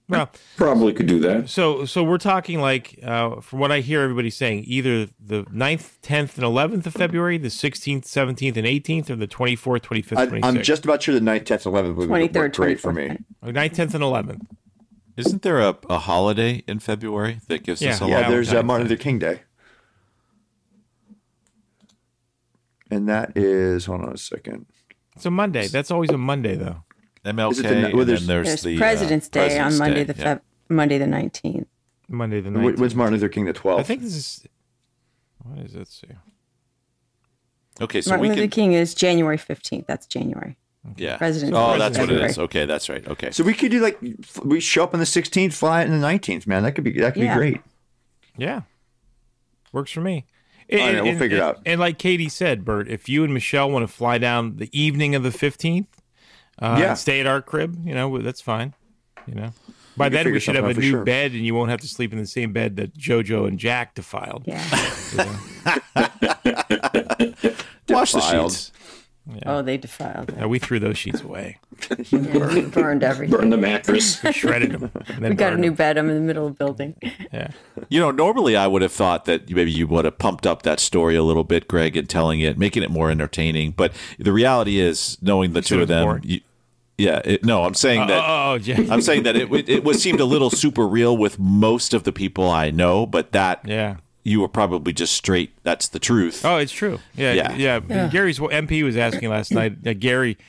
B: Well,
F: Probably could do that.
B: so so we're talking like uh, from what I hear everybody saying, either the 9th, tenth, and eleventh of February, the sixteenth, seventeenth, and eighteenth, or the twenty fourth, twenty fifth,
C: I,
B: twenty
C: I'm
B: sixth.
C: just about sure the 9th, tenth, eleventh would work
D: 23rd,
C: great for me.
D: 24th.
B: 9th, Oh, tenth, and eleventh.
A: isn't there a, a holiday in February that gives
B: Yeah.
A: us a
B: Yeah,
A: lot
C: Yeah,
A: of
C: there's uh,
A: time?
C: Martin Luther King Day, and that is hold on a second.
B: It's a Monday. That's always a Monday though.
A: MLK
C: Is it the- well,
A: and
C: there's-
A: then there's,
D: There's
A: the uh,
D: President's Day
A: President's
D: on Monday
A: Day,
D: the
A: yeah.
D: Feb- Monday the nineteenth.
B: Monday the
C: Wh-
B: 9th.
C: When's Martin Luther King the
B: I
C: twelfth?
B: think this is what is it? Let's see.
A: Okay, so
D: Martin
A: we
D: Luther
A: can
D: King is January fifteenth. That's January.
A: yeah.
D: President's
A: Oh,
D: Day.
A: that's what it
D: February.
A: is. Okay, that's right. Okay.
C: so. We could do like f- we show up on the sixteenth, fly out on the nineteenth. Man, that could be that could
D: Yeah.
C: be great.
B: Yeah. Works for me.
C: right, we'll figure it out.
B: And like Katie said, Bert, if you and Michelle want to fly down the evening of the 15th, uh,
C: Yeah.
B: and stay at our crib, you know, that's fine. You know, by then
C: figure
B: we should
C: something
B: have a
C: out for
B: new
C: sure.
B: bed and you won't have to sleep in the same bed that JoJo and Jack defiled.
D: Yeah.
A: Wash the
C: Defiled.
A: sheets.
D: Oh, they defiled it.
B: Now, we threw those sheets away,
D: Yeah. Burned everything.
F: Burn the mattress.
B: shredded them. And then
D: We got a
B: burned
D: new
B: them.
D: bed. I'm in the middle of building.
B: Yeah.
A: You know, normally I would have thought that maybe you would have pumped up that story a little bit, Greg, and telling it, making it more entertaining. But the reality is, knowing the
B: it
A: two
B: was
A: of them,
B: boring.
A: you, yeah, it, no, I'm saying that
B: Oh, oh, Jack.
A: I'm saying that it it, it was seemed a little super real with most of the people I know, but that
B: Yeah.
A: you were probably just straight. That's the truth.
B: Oh, it's true. Yeah,
A: Yeah.
B: yeah. Gary's MP was asking last night. That Gary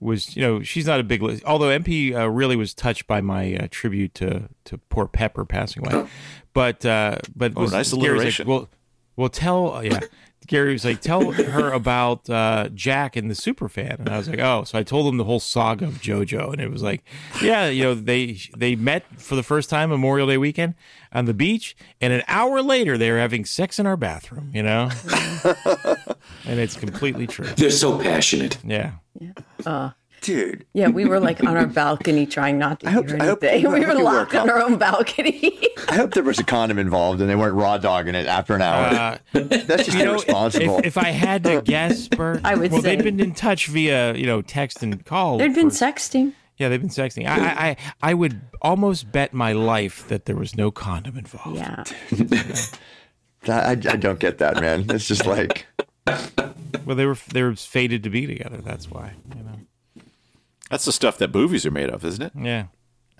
B: was, you know, she's not a big. Li- although MP uh, really was touched by my uh, tribute to to poor Pepper passing away, but uh, but was,
A: Oh, nice
B: Gary's like,
A: alliteration.
B: well, well, tell yeah. Gary was like, "Tell her about uh, Jack and the Superfan," and I was like, "Oh." So I told him the whole saga of JoJo, and it was like, "Yeah, you know, they they met for the first time Memorial Day weekend on the beach, and an hour later they were having sex in our bathroom." You know, and it's completely true.
F: They're so passionate.
B: Yeah,
C: dude.
D: Yeah, we were like on our balcony trying not to
C: hope-
D: hear
C: I hope-
D: anything.
C: I
D: we
C: hope
D: were
C: you were
D: locked on our own balcony.
C: I hope there was a condom involved and they weren't raw dogging it after an hour.
B: uh,
C: That's just
B: you know,
C: irresponsible.
B: if, if I had to guess, Bert,
D: I would
B: well,
D: say-
B: they'd been in touch via you know text and call.
D: There'd been
B: for-
D: sexting.
B: yeah, they've been sexting. I, I I I would almost bet my life that there was no condom involved.
D: Yeah.
C: That- I, I don't get that, man. It's just like
B: Well, they were they were fated to be together. That's why. You know.
A: That's the stuff that movies are made of, isn't it?
B: Yeah.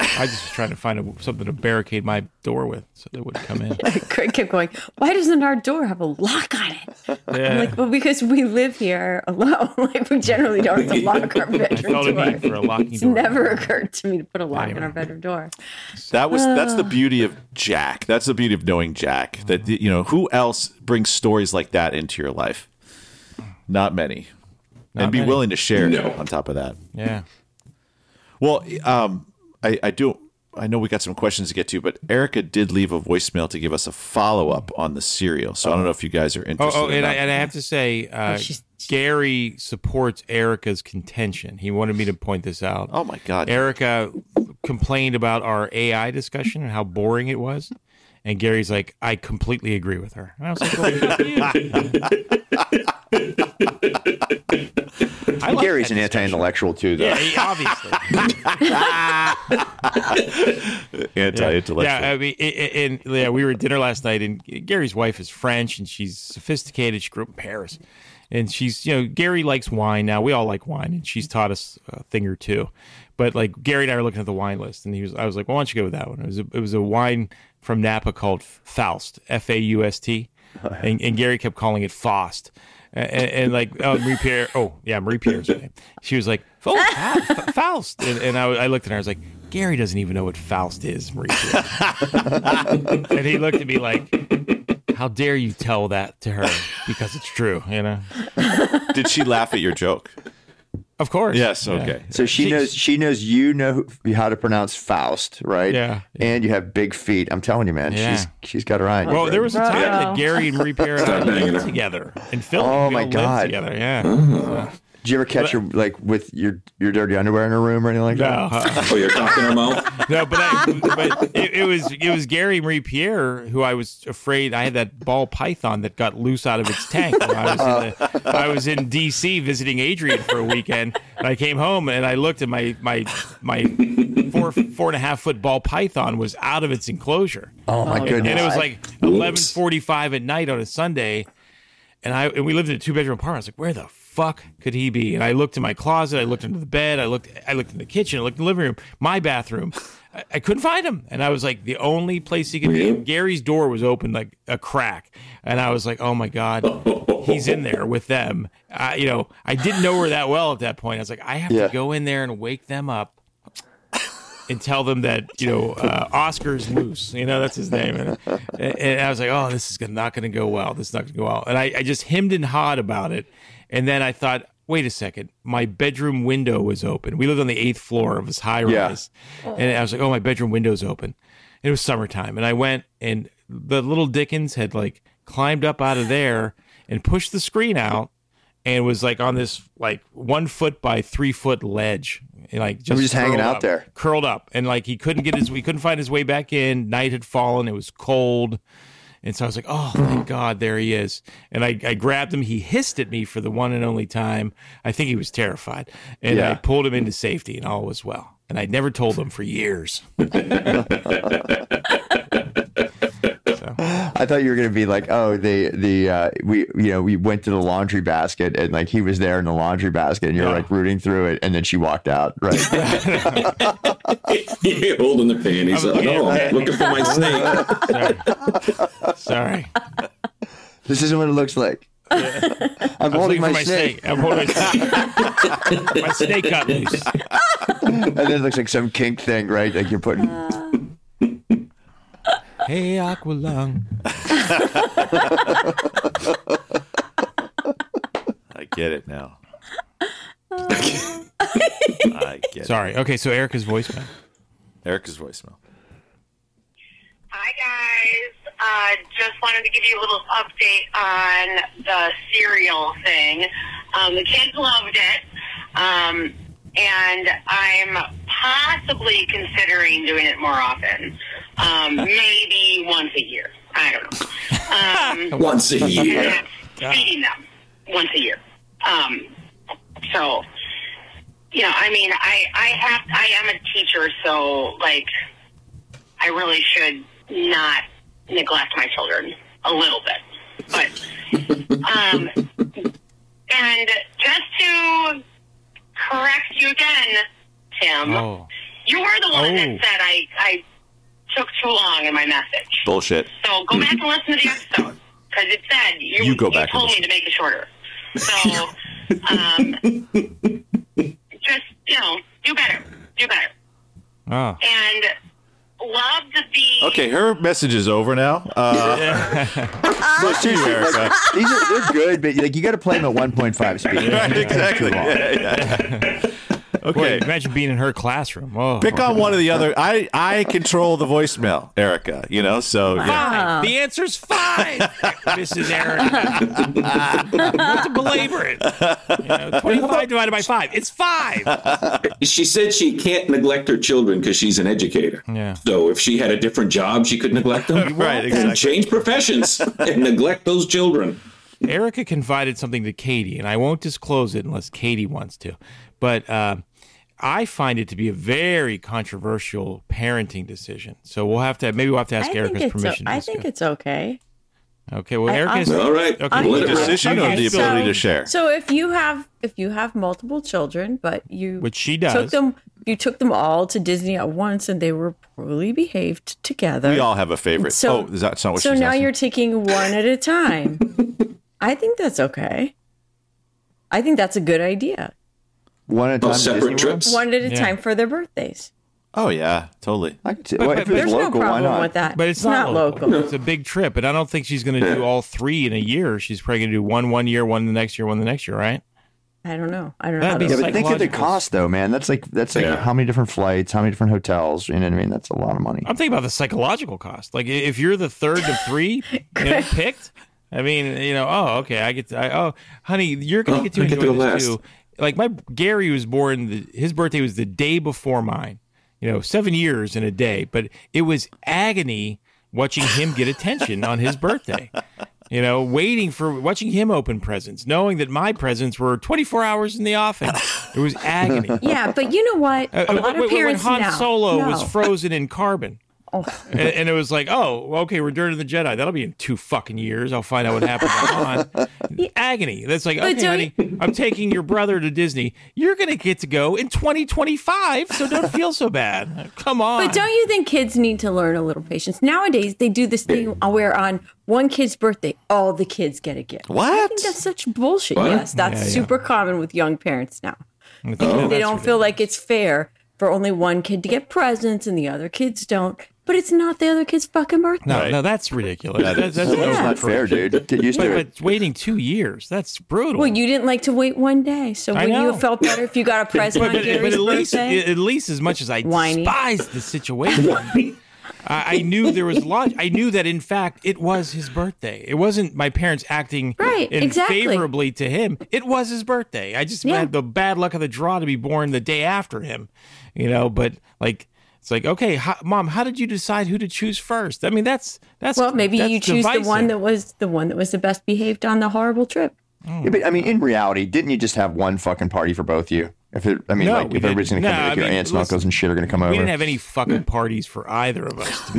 B: I just was trying to find a, something to barricade my door with so they wouldn't come in.
D: Craig kept going, Why doesn't our door have a lock on it? I'm like, Well, because we live here alone. like, we generally don't have to lock our bedroom
B: Felt a need for
D: door.
B: a locking
D: It's
B: door.
D: never occurred to me to put a lock on our
B: Anyway.
D: bedroom door.
A: That was that's the beauty of Jack. That's the beauty of knowing Jack. That you know, who else brings stories like that into your life? Not many. and be
B: many.
A: willing to share
F: No.
A: it on top of that.
B: Yeah.
A: Well, um, I, I do. I know we got some questions to get to, but Erica did leave a voicemail to give us a follow up on the cereal. So I don't know if you guys are
B: Oh,
A: interested.
B: oh and, I,
A: in
B: and I have to say, uh,
D: Oh, she's-
B: Gary supports Erica's contention. He wanted me to point this out.
A: oh my god,
B: Erica complained about our AI discussion and how boring it was. And Gary's like, I completely agree with her. And I was like, well, fuck you. I like
C: Gary's
B: that
C: an anti-intellectual too, though.
B: discussion. Obviously.
A: anti-intellectual.
B: Yeah, I mean, i- i- and yeah, we were at dinner last night, and Gary's wife is French, and she's sophisticated. She grew up in Paris, and she's you know Gary likes wine now. We all like wine, and she's taught us a thing or two. But like Gary and I were looking at the wine list, and he was I was like, well, why don't you go with that one? It was a, it was a wine from Napa called Faust, F A U S T, and, and Gary kept calling it Faust. And, and like oh, Marie Pierre, oh yeah, Marie Pierre's name. She was like, "Oh, Fa- Faust," and, and I, I looked at her. I was like, "Gary doesn't even know what Faust is." Marie Pierre. And he looked at me like, "How dare you tell that to her?" Because it's true, you know.
A: Did she laugh at your joke?
B: Of course.
A: Yes.
B: Yeah.
A: Okay.
C: So she
B: She-
C: knows she knows you know who- how to pronounce Faust, right?
B: Yeah.
C: And you have big feet. I'm telling you, man.
B: Yeah.
C: She's she's got her eye. on you,
B: Well,
C: bro.
B: there was a time
D: Wow.
B: that Gary and Marie Pierre and I
F: Stop banging
B: lived
F: her.
B: together in Philly.
C: Oh,
B: We
C: my
B: all lived
C: God.
B: Together, yeah.
C: Did you ever catch her like with your your dirty underwear in her room or anything like
B: No,
C: that?
B: uh,
F: Oh, you're talking about?
B: no, but, I, but it, it was it was Gary Marie Pierre who I was afraid I had that ball python that got loose out of its tank. When I, was in the, I was in D.C. visiting Adrian for a weekend. And I came home and I looked at my my my four four and a half foot ball python was out of its enclosure.
C: Oh my goodness.
B: and it was like eleven forty-five at night on a Sunday, and I and we lived in a two-bedroom apartment. I was like, where the fuck could he be? And I looked in my closet, I looked under the bed, I looked, I looked in the kitchen, I looked in the living room, my bathroom. I, I couldn't find him, and I was like, the only place he could be.
F: Really?
B: Gary's door was open like a crack, and I was like, oh my god, he's in there with them. I, you know, I didn't know her that well at that point. I was like, I have
C: Yeah.
B: to go in there and wake them up and tell them that you know uh, Oscar's loose. You know that's his name. And, and I was like, oh, this is gonna, not going to go well. This is not going to go well. And I, I just hemmed and hawed about it. And then I thought, wait a second, my bedroom window was open. We lived on the eighth floor of this high rise, and I was like, oh, my bedroom window's open. It was summertime, and I went, and the little Dickens had like climbed up out of there and pushed the screen out. And was like on this like one foot by three foot ledge, like just,
C: just hanging
B: curled
C: out
B: up
C: there.
B: curled up and like he couldn't get his we couldn't find his way back in night had fallen it was cold and so i was like oh
C: Hmm.
B: thank god there he is and i, I grabbed him he hissed at me for the one and only time i think he was terrified and i
C: Yeah.
B: pulled him into safety and all was well and i'd never told him for years
C: I thought you were gonna be like, oh, the the uh, we you know we went to the laundry basket and like he was there in the laundry basket and you're
B: Yeah.
C: like rooting through it and then she walked out, right?
F: You're holding the panties
B: I'm
F: up.
B: looking at
F: Oh,
B: that.
F: I'm looking for my
B: sorry,
F: snake.
B: sorry.
C: this isn't what it looks like. I'm holding my,
B: Looking for
C: snake,
B: i'm holding my snake my snake got loose
C: and then it looks like some kink thing, right? Like you're putting.
B: hey aqualung
A: get it now. I get it.
B: Sorry. Okay, so Erica's voicemail.
A: Erica's voicemail.
G: Hi guys. Uh, just wanted to give you a little update on the cereal thing. Um, the kids loved it, um, and I'm possibly considering doing it more often. Um, maybe once a year. I don't know. Um,
F: Once a
G: and
F: year.
G: that's feeding them once a year. Um, so, you know, I mean, I I have I am a teacher, so like, I really should not neglect my children a little bit, but um, and just to correct you again, Tim,
B: Oh.
G: you were the one that
B: Oh.
G: said I I took too long in my message.
A: Bullshit.
G: So go back and listen to the episode because it said you,
A: You go back
G: told
A: and
G: me to make it shorter. So um, just you know, do better, do better,
B: Oh.
G: and love to be
A: Okay, her message is over now. Uh,
C: No, seriously, like,
A: Erica.
C: these are they're good, but like you got to play them at 1.5 speed.
A: Right, exactly.
C: Too long.
A: Yeah, yeah.
B: Boy,
A: Okay.
B: imagine being in her classroom. Oh.
A: Pick on one or the other. I, I control the voicemail, Erica, you know, so yeah.
D: Uh-huh.
B: Five. The answer's five. Mrs. Erica. Not to belabor it. You know, 25 divided by five. It's five.
F: She said she can't neglect her children because she's an educator.
B: Yeah.
F: So if she had a different job, she could neglect them.
A: Right,
F: And
A: exactly.
F: change professions and neglect those children.
B: Erica confided something to Katie, and I won't disclose it unless Katie wants to. But uh, I find it to be a very controversial parenting decision. So we'll have to maybe we'll have to ask
D: I think
B: Erica's
D: it's o-
B: permission. to
D: I
B: discuss.
D: think it's okay.
B: okay. Well,
D: I-
B: Erica's
D: I'm-
F: All right.
B: Okay.
F: Let it
A: The
F: rip.
A: decision or
D: Okay,
A: the
D: so-
A: ability to share?
D: So if you have if you have multiple children, but you
B: which she
D: took
B: does.
D: them you took them all to Disney at once and they were poorly behaved together.
A: we all have a favorite.
D: So-
A: oh, is that that's not what
D: so
A: she's
D: now
A: asking?
D: you're taking one at a time. I think that's okay. I think that's a good idea.
C: One at a time.
F: Oh,
C: to Disney
F: separate
C: World?
F: trips.
D: One at a
B: Yeah.
D: time for their birthdays.
A: Oh, yeah, totally.
C: I could see. Well, if it was
D: There's
C: local,
D: no
C: why
D: problem
C: not?
D: with that.
B: but it's, not, local.
D: local.
B: It's a big trip, and I don't think she's going to do all three in a year. She's probably going to do one one year, one the next year, one the next year, right?
D: I don't know. I don't
B: That'd
D: know.
B: be
D: How
C: Yeah,
D: those-
C: but think of the
B: Psychological.
C: cost, though, man. That's like that's like
F: Yeah.
C: how many different flights, how many different hotels. You know what I mean? That's a lot of money.
B: I'm thinking about the psychological cost. Like i- if you're the third of three you know, picked, I mean, you know, oh, okay, I get to, I, oh, honey, you're gonna
F: Oh,
B: get to
F: I get
B: enjoy
F: to go
B: this
F: last.
B: too. Like my Gary was born, the, his birthday was the day before mine. You know, seven years in a day, but it was agony watching him get attention on his birthday. You know, waiting for watching him open presents, knowing that my presents were 24 hours in the office. It was agony.
D: yeah, but you know what?
B: Uh,
D: A lot
B: wait,
D: of
B: wait,
D: parents
B: when Han
D: now-
B: Solo was
D: No. Oh.
B: frozen in carbon. And, and it was like, oh, well, okay, Return of the Jedi. That'll be in two fucking years. I'll find out what happened to Han. Agony. That's like, okay,
D: don't
B: honey, I'm taking your brother to Disney. You're gonna get to go in 2025, so don't feel so bad. Come on.
D: But don't you think kids need to learn a little patience? Nowadays, they do this thing where on one kid's birthday, all the kids get a gift. I
A: What?
D: think that's such bullshit.
F: What?
D: Yes, that's
B: Yeah, yeah.
D: super common with young parents now.
B: you,
D: they don't feel like it's fair for only one kid to get presents and the other kids don't. But it's not the other kid's fucking birthday.
B: No,
A: Right.
B: no, that's ridiculous. That-
A: is-
B: that's
C: That's
D: Yeah.
C: not fair, dude. Get used
B: But,
C: to it.
B: but waiting two years, that's brutal.
D: Well, you didn't like to wait one day, so
B: I
D: when you
B: know.
D: felt better if you got a present
B: but,
D: on
B: but,
D: Gary's
B: but at least
D: birthday.
B: at least as much as I
D: Whiny.
B: despise the situation, I, I knew there was logic. I knew that in fact it was his birthday. It wasn't my parents acting
D: Right,
B: in
D: exactly.
B: favorably to him. It was his birthday. I just
D: Yeah.
B: had the bad luck of the draw to be born the day after him, you know. But like. It's like, okay, how, mom, how did you decide who to choose first? I mean, that's that's
D: well, maybe
B: that's
D: you choose
B: divisive.
D: the one that was the one that was the best behaved on the horrible trip.
C: Yeah, but I mean, in reality, didn't you just have one fucking party for both you? If it, I mean,
B: No,
C: like
B: we
C: if everybody's gonna
B: didn't.
C: come,
B: No,
C: over,
B: I
C: if your
B: mean,
C: aunts and
B: listen,
C: uncles and shit are gonna come
B: we
C: over.
B: didn't have any fucking parties for either of us. To be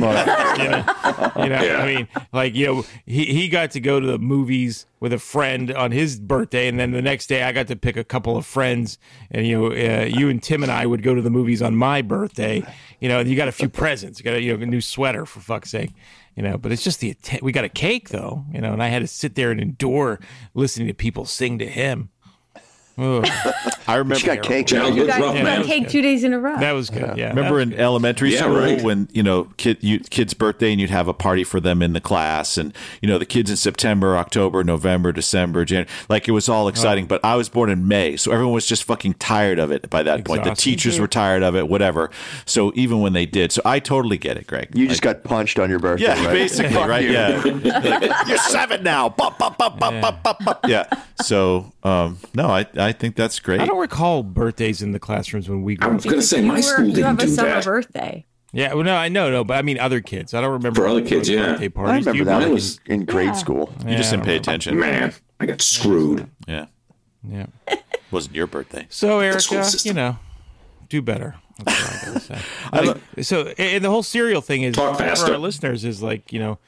C: Well,
B: you know, you know I mean, like you know, he he got to go to the movies with a friend on his birthday, and then the next day I got to pick a couple of friends, and you know, uh, you and Tim and I would go to the movies on my birthday. You know, and you got a few presents, you got a, you know, a new sweater for fuck's sake. You know, but it's just the atten- we got a cake though, you know, and I had to sit there and endure listening to people sing to him. Ugh.
A: I remember.
C: She got cake.
F: Childhood
D: You got
F: rough,
B: Yeah,
D: you got
B: that
F: man.
B: was
D: cake
B: good.
D: two days in a row.
B: That was good. Yeah.
A: Remember in elementary
F: Yeah,
A: school
F: right.
A: when you know kid you kids' birthday and you'd have a party for them in the class, and you know the kids in September, October, November, December, January, like it was all exciting. But I was born in May, so everyone was just fucking tired of it by that point. The
B: Exhausted.
A: teachers were tired of it, whatever. So even when they did, so I totally get it, Greg.
C: You just got punched on your birthday.
A: Yeah,
C: right?
A: basically,
C: Fuck
A: right?
C: you.
A: Yeah, Like, you're seven now. Bop, bop, bop, bop, bop, bop, bop. Yeah. So, um, no, I I think that's great.
B: I don't recall birthdays in the classrooms when we
F: I
B: grew up.
F: was gonna say
D: You
F: my
D: were-
F: school
D: You
F: didn't
D: have a
F: do
D: summer
F: that.
D: birthday.
B: Yeah, well, no, I know, no, but I mean other kids. I don't remember
F: For other kids,
B: like,
F: yeah.
B: birthday parties.
C: I remember
B: You-
C: that
F: mine
C: like,
F: was-
C: in, in grade school.
A: you just
B: Yeah,
A: didn't
B: I
A: pay
B: don't
A: attention.
F: Man, I got screwed.
A: Yeah,
B: Yeah.
A: wasn't your birthday.
B: So
F: school
B: Erica,
F: system.
B: you know, do better. That's all I gotta say.
A: I
B: Like,
A: don't-
B: so, and the whole cereal thing is
F: Talk
B: for
F: faster.
B: our listeners is like you know,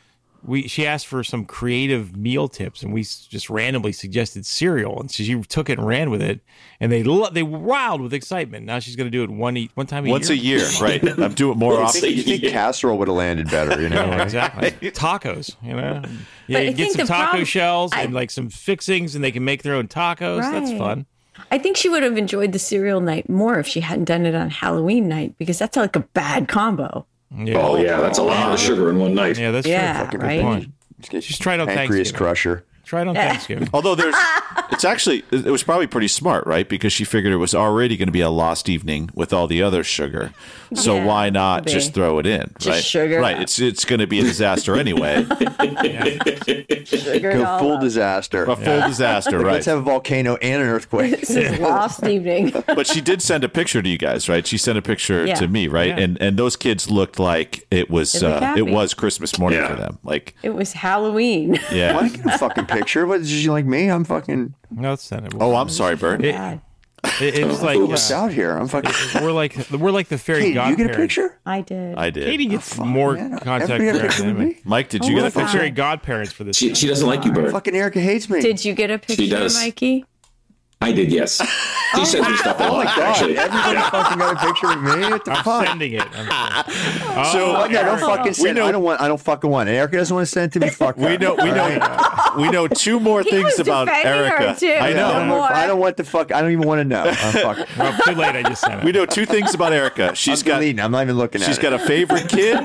B: we she asked for some creative meal tips, and we s- just randomly suggested cereal, and she, she took it and ran with it, and they lo- they were wild with excitement. Now she's gonna do it one e- one time a
A: Once a
B: year.
A: year, right? I'm doing it more
F: Once
A: often.
F: a
C: You think casserole would have landed better, you know?
B: Yeah, exactly. Tacos, you know. Yeah,
D: But I
B: you get
D: think
B: some
D: the
B: taco
D: problem-
B: shells
D: I-
B: and like some fixings, and they can make their own tacos. That's
D: Right.
B: fun.
D: I think she would have enjoyed the cereal night more if she hadn't done it on Halloween night because that's like a bad combo.
B: Yeah,
F: Oh yeah, that's a lot of sugar in one night.
B: yeah, that's
D: yeah,
B: true.
D: right.
B: Point. Just try it on
C: Pancreas
B: Thanksgiving.
C: crusher.
B: Try it on Thanksgiving.
A: Although there's, it's actually it was probably pretty smart, right? Because she figured it was already going to be a lost evening with all the other sugar, so
D: Yeah,
A: why not
D: maybe.
A: just throw it in,
D: Just
A: right?
D: sugar
A: right?
D: up.
A: It's it's going to be a disaster anyway,
D: Sugar it
C: Go
D: all
C: full
D: up.
C: disaster.
A: a full disaster,
C: Like,
A: right?
C: Let's have a volcano and an earthquake.
D: This is lost evening.
A: but she did send a picture to you guys, right? She sent a picture
D: Yeah.
A: to me, right?
B: Yeah.
A: And and those kids looked like it was
D: They look
A: uh, it
D: happy.
A: was Christmas morning
F: Yeah.
A: for them, like
D: It was Halloween.
A: yeah.
C: I get a fucking picture. What, did you like me? I'm fucking
B: No, it's not.
A: Oh, I'm sorry, Bert.
B: It, it- it's like
C: what's
B: uh,
C: out here. I'm fucking.
B: we're like we're like the fairy
C: Katie, you
B: godparents.
C: get a picture?
D: I did.
A: I did.
B: Katie gets more
C: Man,
B: contact
C: everybody got a
B: rare
C: picture
B: than
C: with me?
A: Mike, did
D: Oh,
A: you
D: we're
A: get a
B: The
D: fine.
A: picture?
B: fairy godparents for this.
F: She, she doesn't like you, Bird.
C: Fucking Erica hates me.
D: did you get a picture,
F: does.
D: Mikey?
F: I did, yes. She sends me stuff a
C: Oh my
F: lot,
C: god!
F: actually.
C: Everybody fucking got a picture of me. What the
B: I'm
C: fuck?
B: sending it. I'm sending it. Oh,
A: So-
C: Fuck yeah, don't
B: Erica.
C: fucking send.
A: know-
C: I don't want. I don't fucking want. it. Erica doesn't want to send it to me. Fuck.
A: We
C: her.
A: know, we
C: All right?
A: know, we know two more
D: He
A: things
D: was
A: about
D: defending her,
A: Erica.
D: too.
A: I
C: Yeah, I
A: know.
C: don't,
D: Come
C: want,
D: on.
C: I don't want the fuck. I don't even want to know. I'm fucking.
B: Well, too late. I just sent it.
A: We know two things about Erica.
C: I'm
A: She's got
C: deleting. I'm not even looking at
A: she's
C: it.
A: got a favorite kid.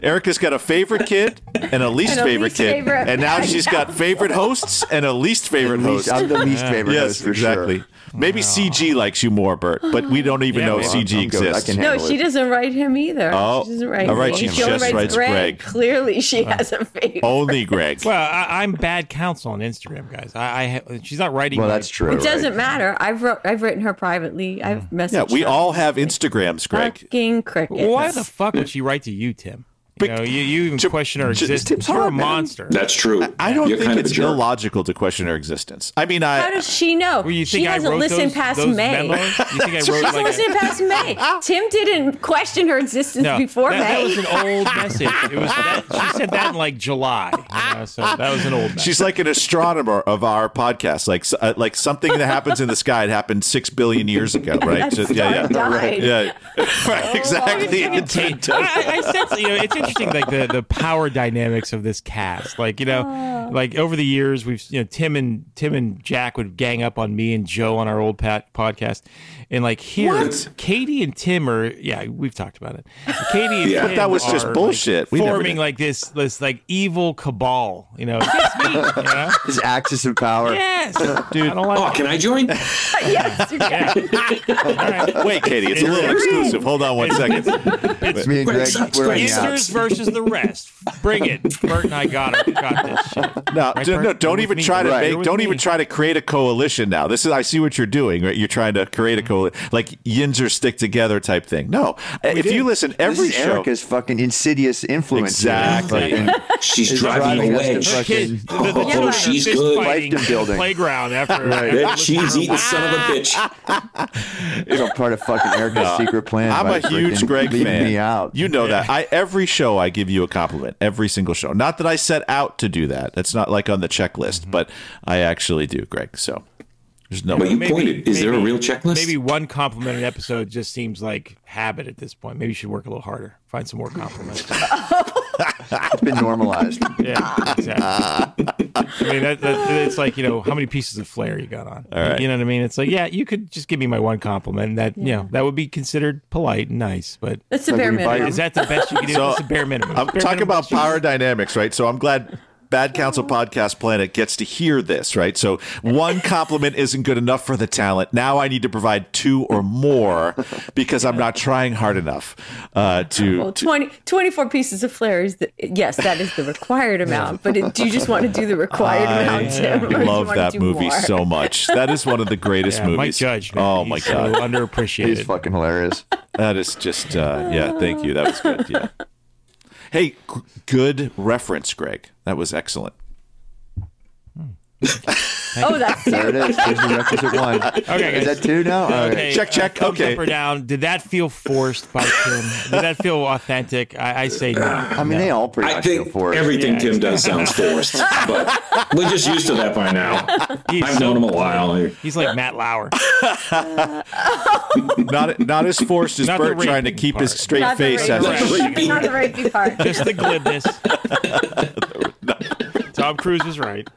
A: Erica's got a favorite kid and a least
D: And a
A: favorite
D: least
A: kid,
D: favorite.
A: and now she's got favorite hosts and a least favorite
C: least,
A: host.
C: I'm the least favorite.
A: Yes,
C: host for
A: exactly.
C: Sure.
A: Maybe CG likes you more, Bert, but we don't even
B: Yeah,
A: know
B: well,
A: CG
C: I'm good. I
A: exists.
C: can handle
D: No,
C: it.
D: she doesn't write him either.
A: Oh,
D: she doesn't write
A: all right,
D: me.
A: she
D: only
A: just writes Greg.
D: Clearly, she has a favorite.
A: Only Greg.
B: Well, I, I'm bad counsel on Instagram, guys. I, I ha- she's not writing.
C: Well,
B: my-
C: that's true.
D: it doesn't matter. I've wrote, I've written her privately. I've
B: Mm.
D: messaged.
A: yeah, we
D: her.
A: all have Instagrams, Greg.
D: Fucking crickets.
B: Why the fuck would she write to you, Tim? You, know, you, you even question her
A: Tim's
B: existence. You're a
C: hard, man.
B: monster.
F: That's true.
A: I don't
F: You're
A: think
F: kind of a
A: it's
F: jerk.
A: illogical to question her existence. I mean, I
D: How does she know?
B: Well, you think
D: she
B: I
D: hasn't
B: wrote
D: listened
B: those,
D: past
B: those
D: May.
B: Memos? You think I
D: She
B: wrote
D: hasn't
B: like a-
D: listened past May. Tim didn't question her existence before
B: that, that
D: May.
B: was an old message. It was that, she said that in like July. you know, so that was an old message.
A: She's like an astronomer of our podcast, like s- uh, like something that happens in the sky. It happened six billion years ago, right? So- yeah,
D: Star
A: yeah,
D: died.
A: yeah, right, exactly. It's been
B: I,
A: done.
B: I I sense you know it's interesting like the the power dynamics of this cast like you know like over the years we've you know Tim and Tim and Jack would gang up on me and Joe on our old pat podcast and like here
A: What?
B: Katie and Tim are yeah we've talked about it Katie and
F: Yeah. But
B: Tim
A: that was just
B: are, like,
A: bullshit. We never
B: forming
A: did.
B: like this this like evil cabal you know against me you know?
C: His axis of power.
B: yes dude I don't
F: Oh,
B: like
F: can I join?
D: yes, you did.
A: Wait, Katie, it's a little exclusive. Hold on one second.
C: It's me and
F: Greg
C: Greg.
F: sucks,
C: we're
F: Greg
C: hanging out.
B: Easters versus the rest. Bring it. Bert and I got it. Got this shit.
A: No,
B: Right,
A: d-
B: Bert?
A: no, don't
B: You're
A: even
B: with
A: try
B: me.
A: to
B: Right. You're
A: make.
B: with
A: Don't
B: me.
A: even try to create a coalition now. This is. I see what you're doing. Right, you're trying to create a coalition, like yins are stick together type thing. No, if you listen
C: This
A: every
C: is
A: show,
C: Erica's fucking insidious influence. here.
A: Exactly.
C: Fucking-
F: She's
C: He's
F: driving
C: driving
F: a
C: us to
F: wedge.
C: fuck-
B: Kid,
F: Oh,
B: the- the two are
F: she's
B: fist
F: good.
B: fighting
C: Wife to
B: on the
C: building.
B: playground after.
F: That cheese-eating son of a bitch.
C: It's all part of fucking Erica's secret plan.
A: I'm
C: by
A: a huge
C: freaking
A: Greg
C: leaving
A: fan.
C: Me out.
A: You know that. I every show I give you a compliment. Every single show. Not that I set out to do that. That's not like on the checklist, but I actually do, Greg. So there's no.
F: But you
B: Maybe-
F: pointed. Is there a
B: maybe-
F: real checklist?
B: Maybe one compliment an episode just seems like habit at this point. Maybe you should work a little harder. Find some more compliments.
C: It's been normalized.
B: yeah, exactly. I mean, that, that, it's like you know how many pieces of flair you got on.
A: right.
B: You know what I mean? It's like yeah, you could just give me my one compliment. and That you know that would be considered polite and nice. But
D: That's the bare
C: we buy-
D: minimum.
B: is that the best you can do?
A: So,
B: That's the bare minimum.
A: I'm
B: Bare
A: talking
B: minimum
A: about
B: that you-
A: power dynamics, right? So I'm glad Bad Counsel Podcast Planet gets to hear this, right? So one compliment isn't good enough for the talent. Now I need to provide two or more because I'm not trying hard enough uh, to.
D: Well, 20, 24 pieces of flair is the, yes, that is the required amount. But it, do you just want to do the required amount, Tim? or do
A: I
D: you
A: love
D: wanna
A: that
D: do
A: movie
D: more?
A: so much. That is one of the greatest
B: Yeah,
A: movies.
B: Mike Judge. man.
A: Oh my
B: He's
A: god,
B: so underappreciated.
C: He's fucking hilarious.
A: that is just uh, yeah. Thank you. That was good. Yeah. Hey, g- good reference, Greg. That was excellent.
D: Oh, that's
C: There it is. There's the requisite one.
B: Okay,
C: Is
B: guys.
C: that two now? All right.
B: Okay,
A: Check, check.
B: uh, thumbs
A: Okay.
B: Up or down? Did that feel forced by Tim? Did that feel authentic? I, I say no.
C: I mean, they all pretty
F: I
C: much feel
F: think
C: for it.
F: everything Tim does sounds forced, but we're just used to that by now.
B: He's
F: I've
B: so
F: known him a while.
B: He's like Matt Lauer.
A: Not not as forced as
B: Not the
A: Bert trying to
B: raping
A: keep his
B: part.
A: straight
D: Not the
A: face.
D: raping
A: as
B: Right.
D: not the right big part.
B: Just the glibness. Tom Cruise was right.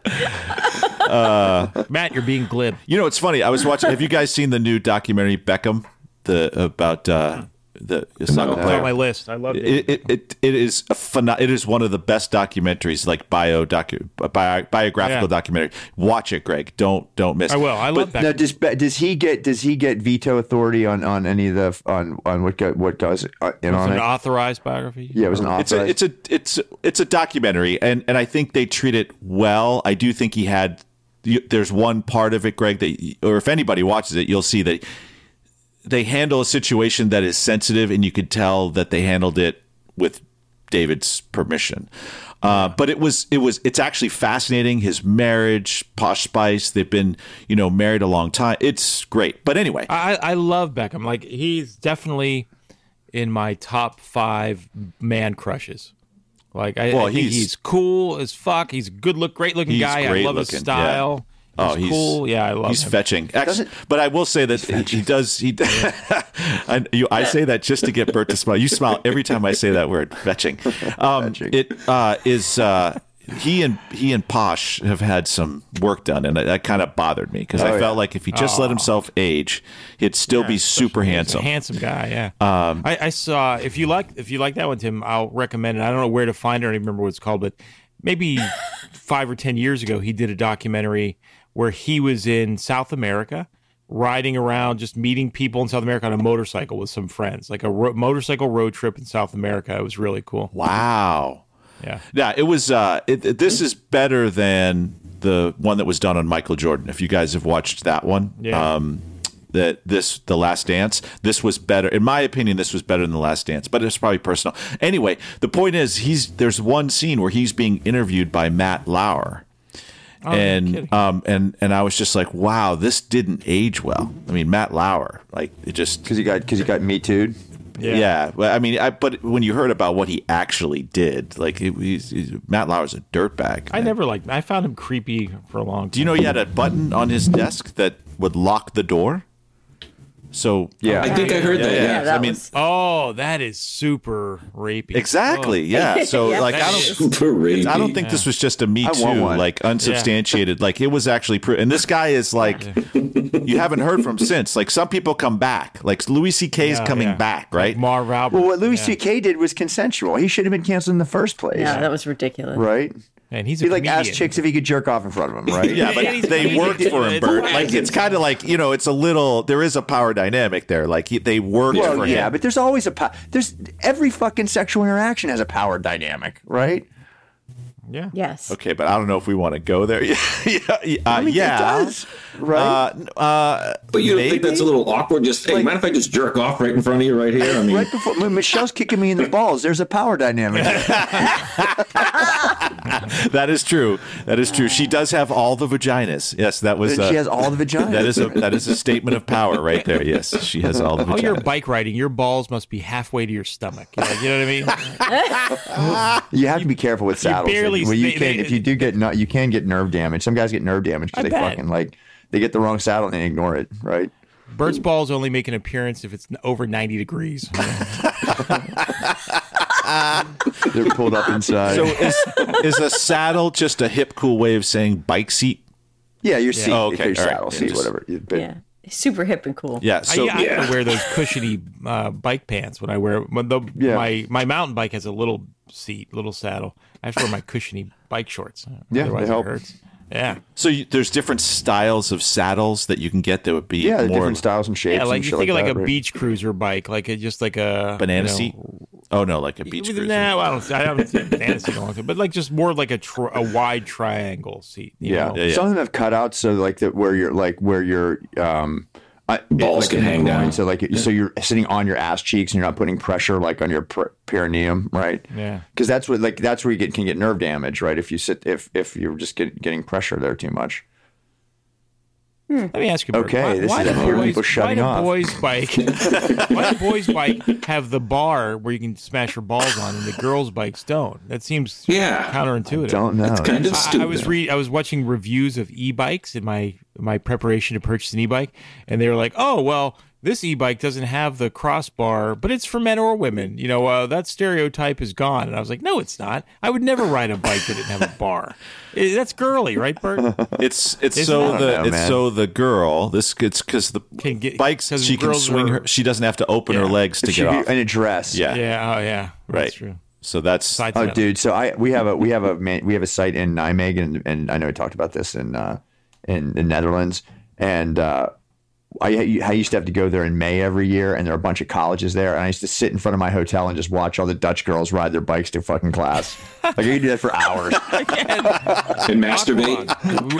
B: Matt, you're being glib.
A: You know, it's funny. I was watching. Have you guys seen the new documentary Beckham? The about uh, the soccer
B: It's on
A: player.
B: my list. I love it.
A: It, it, it, it is a pheno- it is one of the best documentaries like bio docu- bio, biographical
B: Yeah.
A: documentary. Watch it, Greg. Don't don't miss.
B: I will. I
A: But
B: love that.
C: Now, does Be- does he get does he get veto authority on, on any of the on on what go, what goes uh, in on
B: An
C: it?
B: authorized biography.
C: yeah, it was an
A: It's a
C: authorized.
A: it's a it's it's a documentary, and and I think they treat it well. I do think he had. you- There's one part of it, Greg, that or if anybody watches it, you'll see that they handle a situation that is sensitive, and you could tell that they handled it with David's permission. Uh, but it was it was it's actually fascinating. His marriage, Posh Spice, they've been you know married a long time. It's great. But anyway,
B: I, I love Beckham. Like he's definitely in my top five man crushes. Like I,
A: Well,
B: I think
A: he's-
B: he's, cool as fuck. He's a good look, great looking
A: He's
B: guy.
A: great
B: I love
A: looking,
B: his style.
A: Oh,
B: he's,
A: he's
B: cool. Yeah, I love
A: He's
B: him.
A: fetching. Actually, but I will say that he, he does. He, I, you, I say that just to get Bert to smile. You smile every time I say that word, fetching. Um, It uh, is. Uh, he and he and Posh have had some work done, and that, that kind of bothered me because I felt like if he just let himself age, he'd still be super
B: He's a
A: handsome.
B: handsome guy. Yeah.
A: um,
B: I, I saw if you like if you like that one, Tim, I'll recommend it. I don't know where to find it. I don't even remember what it's called, but maybe five or ten years ago, he did a documentary where he was in South America. Riding around, just meeting people in South America on a motorcycle with some friends, like a ro- motorcycle road trip in South America. It was really cool.
A: Wow.
B: Yeah,
A: Yeah, it was. Uh, it, it- this is better than the one that was done on Michael Jordan. If you guys have watched that one,
B: Yeah.
A: um, that this the Last Dance. This was better, in my opinion. This was better than the Last Dance, but it's probably personal. Anyway, the point is, he's there's one scene where he's being interviewed by Matt Lauer.
B: Oh, kidding.
A: and um and and I was just like, wow, this didn't age well. I mean, Matt Lauer, like it just
C: because he got because he got me too.
A: yeah. Well, I mean, I, but when you heard about what he actually did, like he, he's, he's, Matt Lauer's a dirtbag.
B: I never liked. I found him creepy for a long time.
A: Do you know he had a button on his desk that would lock the door? So um,
C: Yeah,
F: I think I heard that.
D: Yeah,
F: Yeah.
D: that
A: I mean,
D: was,
B: Oh, that is super rapey.
A: exactly. Yeah. So
D: Yeah.
A: like, I don't.
F: Super rapey.
A: I don't think this was just a me
C: I want
A: too,
C: one.
A: like unsubstantiated. Like it was actually, pro- and this guy is like, you haven't heard from since. Like some people come back, like Louis C.K. is
B: Yeah,
A: coming
B: Oh, yeah.
A: back,
B: Like
A: right?
B: Marv Albert.
C: Well, what Louis C.K. did was consensual. He should have been canceled in the first place,
D: yeah, that was ridiculous.
C: right?
B: and he's a
C: He like asked
B: comedian.
C: chicks if he could jerk off in front of him, right?
A: Yeah, but
B: Yeah, he's
A: they
B: amazing.
A: worked for him,
B: It's
A: Bert.
B: amazing.
A: Like it's kind of like you know, it's a little. There is a power dynamic there. Like he, they worked
C: Well,
A: for
C: yeah,
A: him.
C: but there's always a power. There's every fucking sexual interaction has a power dynamic, right?
B: Yeah.
D: Yes.
A: okay, but I don't know if we want to go there. yeah, yeah, uh, yeah.
C: it does, right?
A: Uh, n- uh,
F: But you don't
A: maybe?
F: think that's a little awkward? Just hey, mind if I just jerk off right in front of you right here? I mean,
C: right before when Michelle's kicking me in the balls, there's a power dynamic.
A: that is true. That is true. She does have all the vaginas. Yes, that was.
C: and
A: Uh,
C: she has all the vagina.
A: that is a that is a statement of power right there. Yes, she has all the
B: Oh, you're
A: vaginas.
B: bike riding. Your balls must be halfway to your stomach. You're like, you know what I mean?
C: you have to be careful with saddles.
B: barely-
C: well, you
B: they-
C: can
B: they-
C: if you do get ner- you can get nerve damage. Some guys get nerve damage
B: I
C: because they
B: bet.
C: fucking like they get the wrong saddle and they ignore it, right?
B: Bert's balls only make an appearance if it's n- over 90 degrees.
C: They're pulled up inside.
A: So is is a saddle just a hip cool way of saying bike seat?
C: yeah, your seat,
A: Oh, okay,
C: your
A: all right.
C: saddle
A: Yeah,
C: seat,
A: just-
C: whatever. You've been-
D: Yeah. Super hip and cool.
A: Yeah. So
B: I, yeah, I gotta wear those cushiony uh, bike pants when I wear when the,
C: Yeah.
B: my my mountain bike has a little seat, little saddle. I have to wear my cushiony bike shorts.
C: they
B: Otherwise
C: help.
B: it hurts. Yeah,
A: so you, there's different styles of saddles that you can get that would be
C: Yeah, they're
A: more
C: different styles and shapes.
B: yeah. Like
C: and
B: you
C: shit
B: think of like
C: that,
B: a
C: right?
B: beach cruiser bike, like a, just like a
A: banana
B: you know,
A: seat. Oh no, like a beach
B: Nah,
A: cruiser.
B: well, I don't. I haven't seen banana seat in a long time, but like just more of like a tri- a wide triangle seat. you
C: Yeah.
B: know?
A: yeah.
C: Some of them have cutouts so like that where you're like where your um I,
F: Balls can
C: in the
F: hang
C: groin,
F: down.
C: So like so you're sitting on your ass cheeks and you're not putting pressure like on your per- perineum, right?
B: Yeah.
C: Because that's what like that's where you get, can get nerve damage, right? If you sit if if you're just get, getting pressure there too much.
B: Let me ask you. Bert,
C: Okay, this is
B: do
C: about people
B: why
C: shutting
B: do
C: off.
B: boys' bike? why do boys' bike have the bar where you can smash your balls on, and the girls' bikes don't? That seems
F: Yeah.
B: counterintuitive.
C: Don't know.
F: It's kind of
B: I,
F: stupid.
B: I was re- I was watching reviews of e-bikes in my my preparation to purchase an e-bike, and they were like, "Oh well, this e-bike doesn't have the crossbar, but it's for men or women. You know, uh, that stereotype is gone." And I was like, "No, it's not. I would never ride a bike that didn't have a bar. Eh, that's girly, right, Bert?
A: It's it's
B: Isn't
A: so
B: it?
A: the
C: I don't know,
A: it's
C: man.
A: so the girl this it's because the
B: Can get-
A: bikes
B: 'cause
A: she can
B: girls
A: swing
B: are-
A: her she doesn't have to open her
B: Yeah.
A: legs to
C: If you
A: get off.
C: in a dress.
A: yeah,
B: yeah, oh yeah,
A: right.
B: That's true.
A: So that's
B: Side
C: Oh,
B: saddle.
C: dude. So I we have a we have a man, we have a site in Nijmegen, and, and I know we talked about this in uh, in the Netherlands. And uh, I I used to have to go there in May every year, and there are a bunch of colleges there. And I used to sit in front of my hotel and just watch all the Dutch girls ride their bikes to fucking class. like I could do that for hours.
F: and masturbate.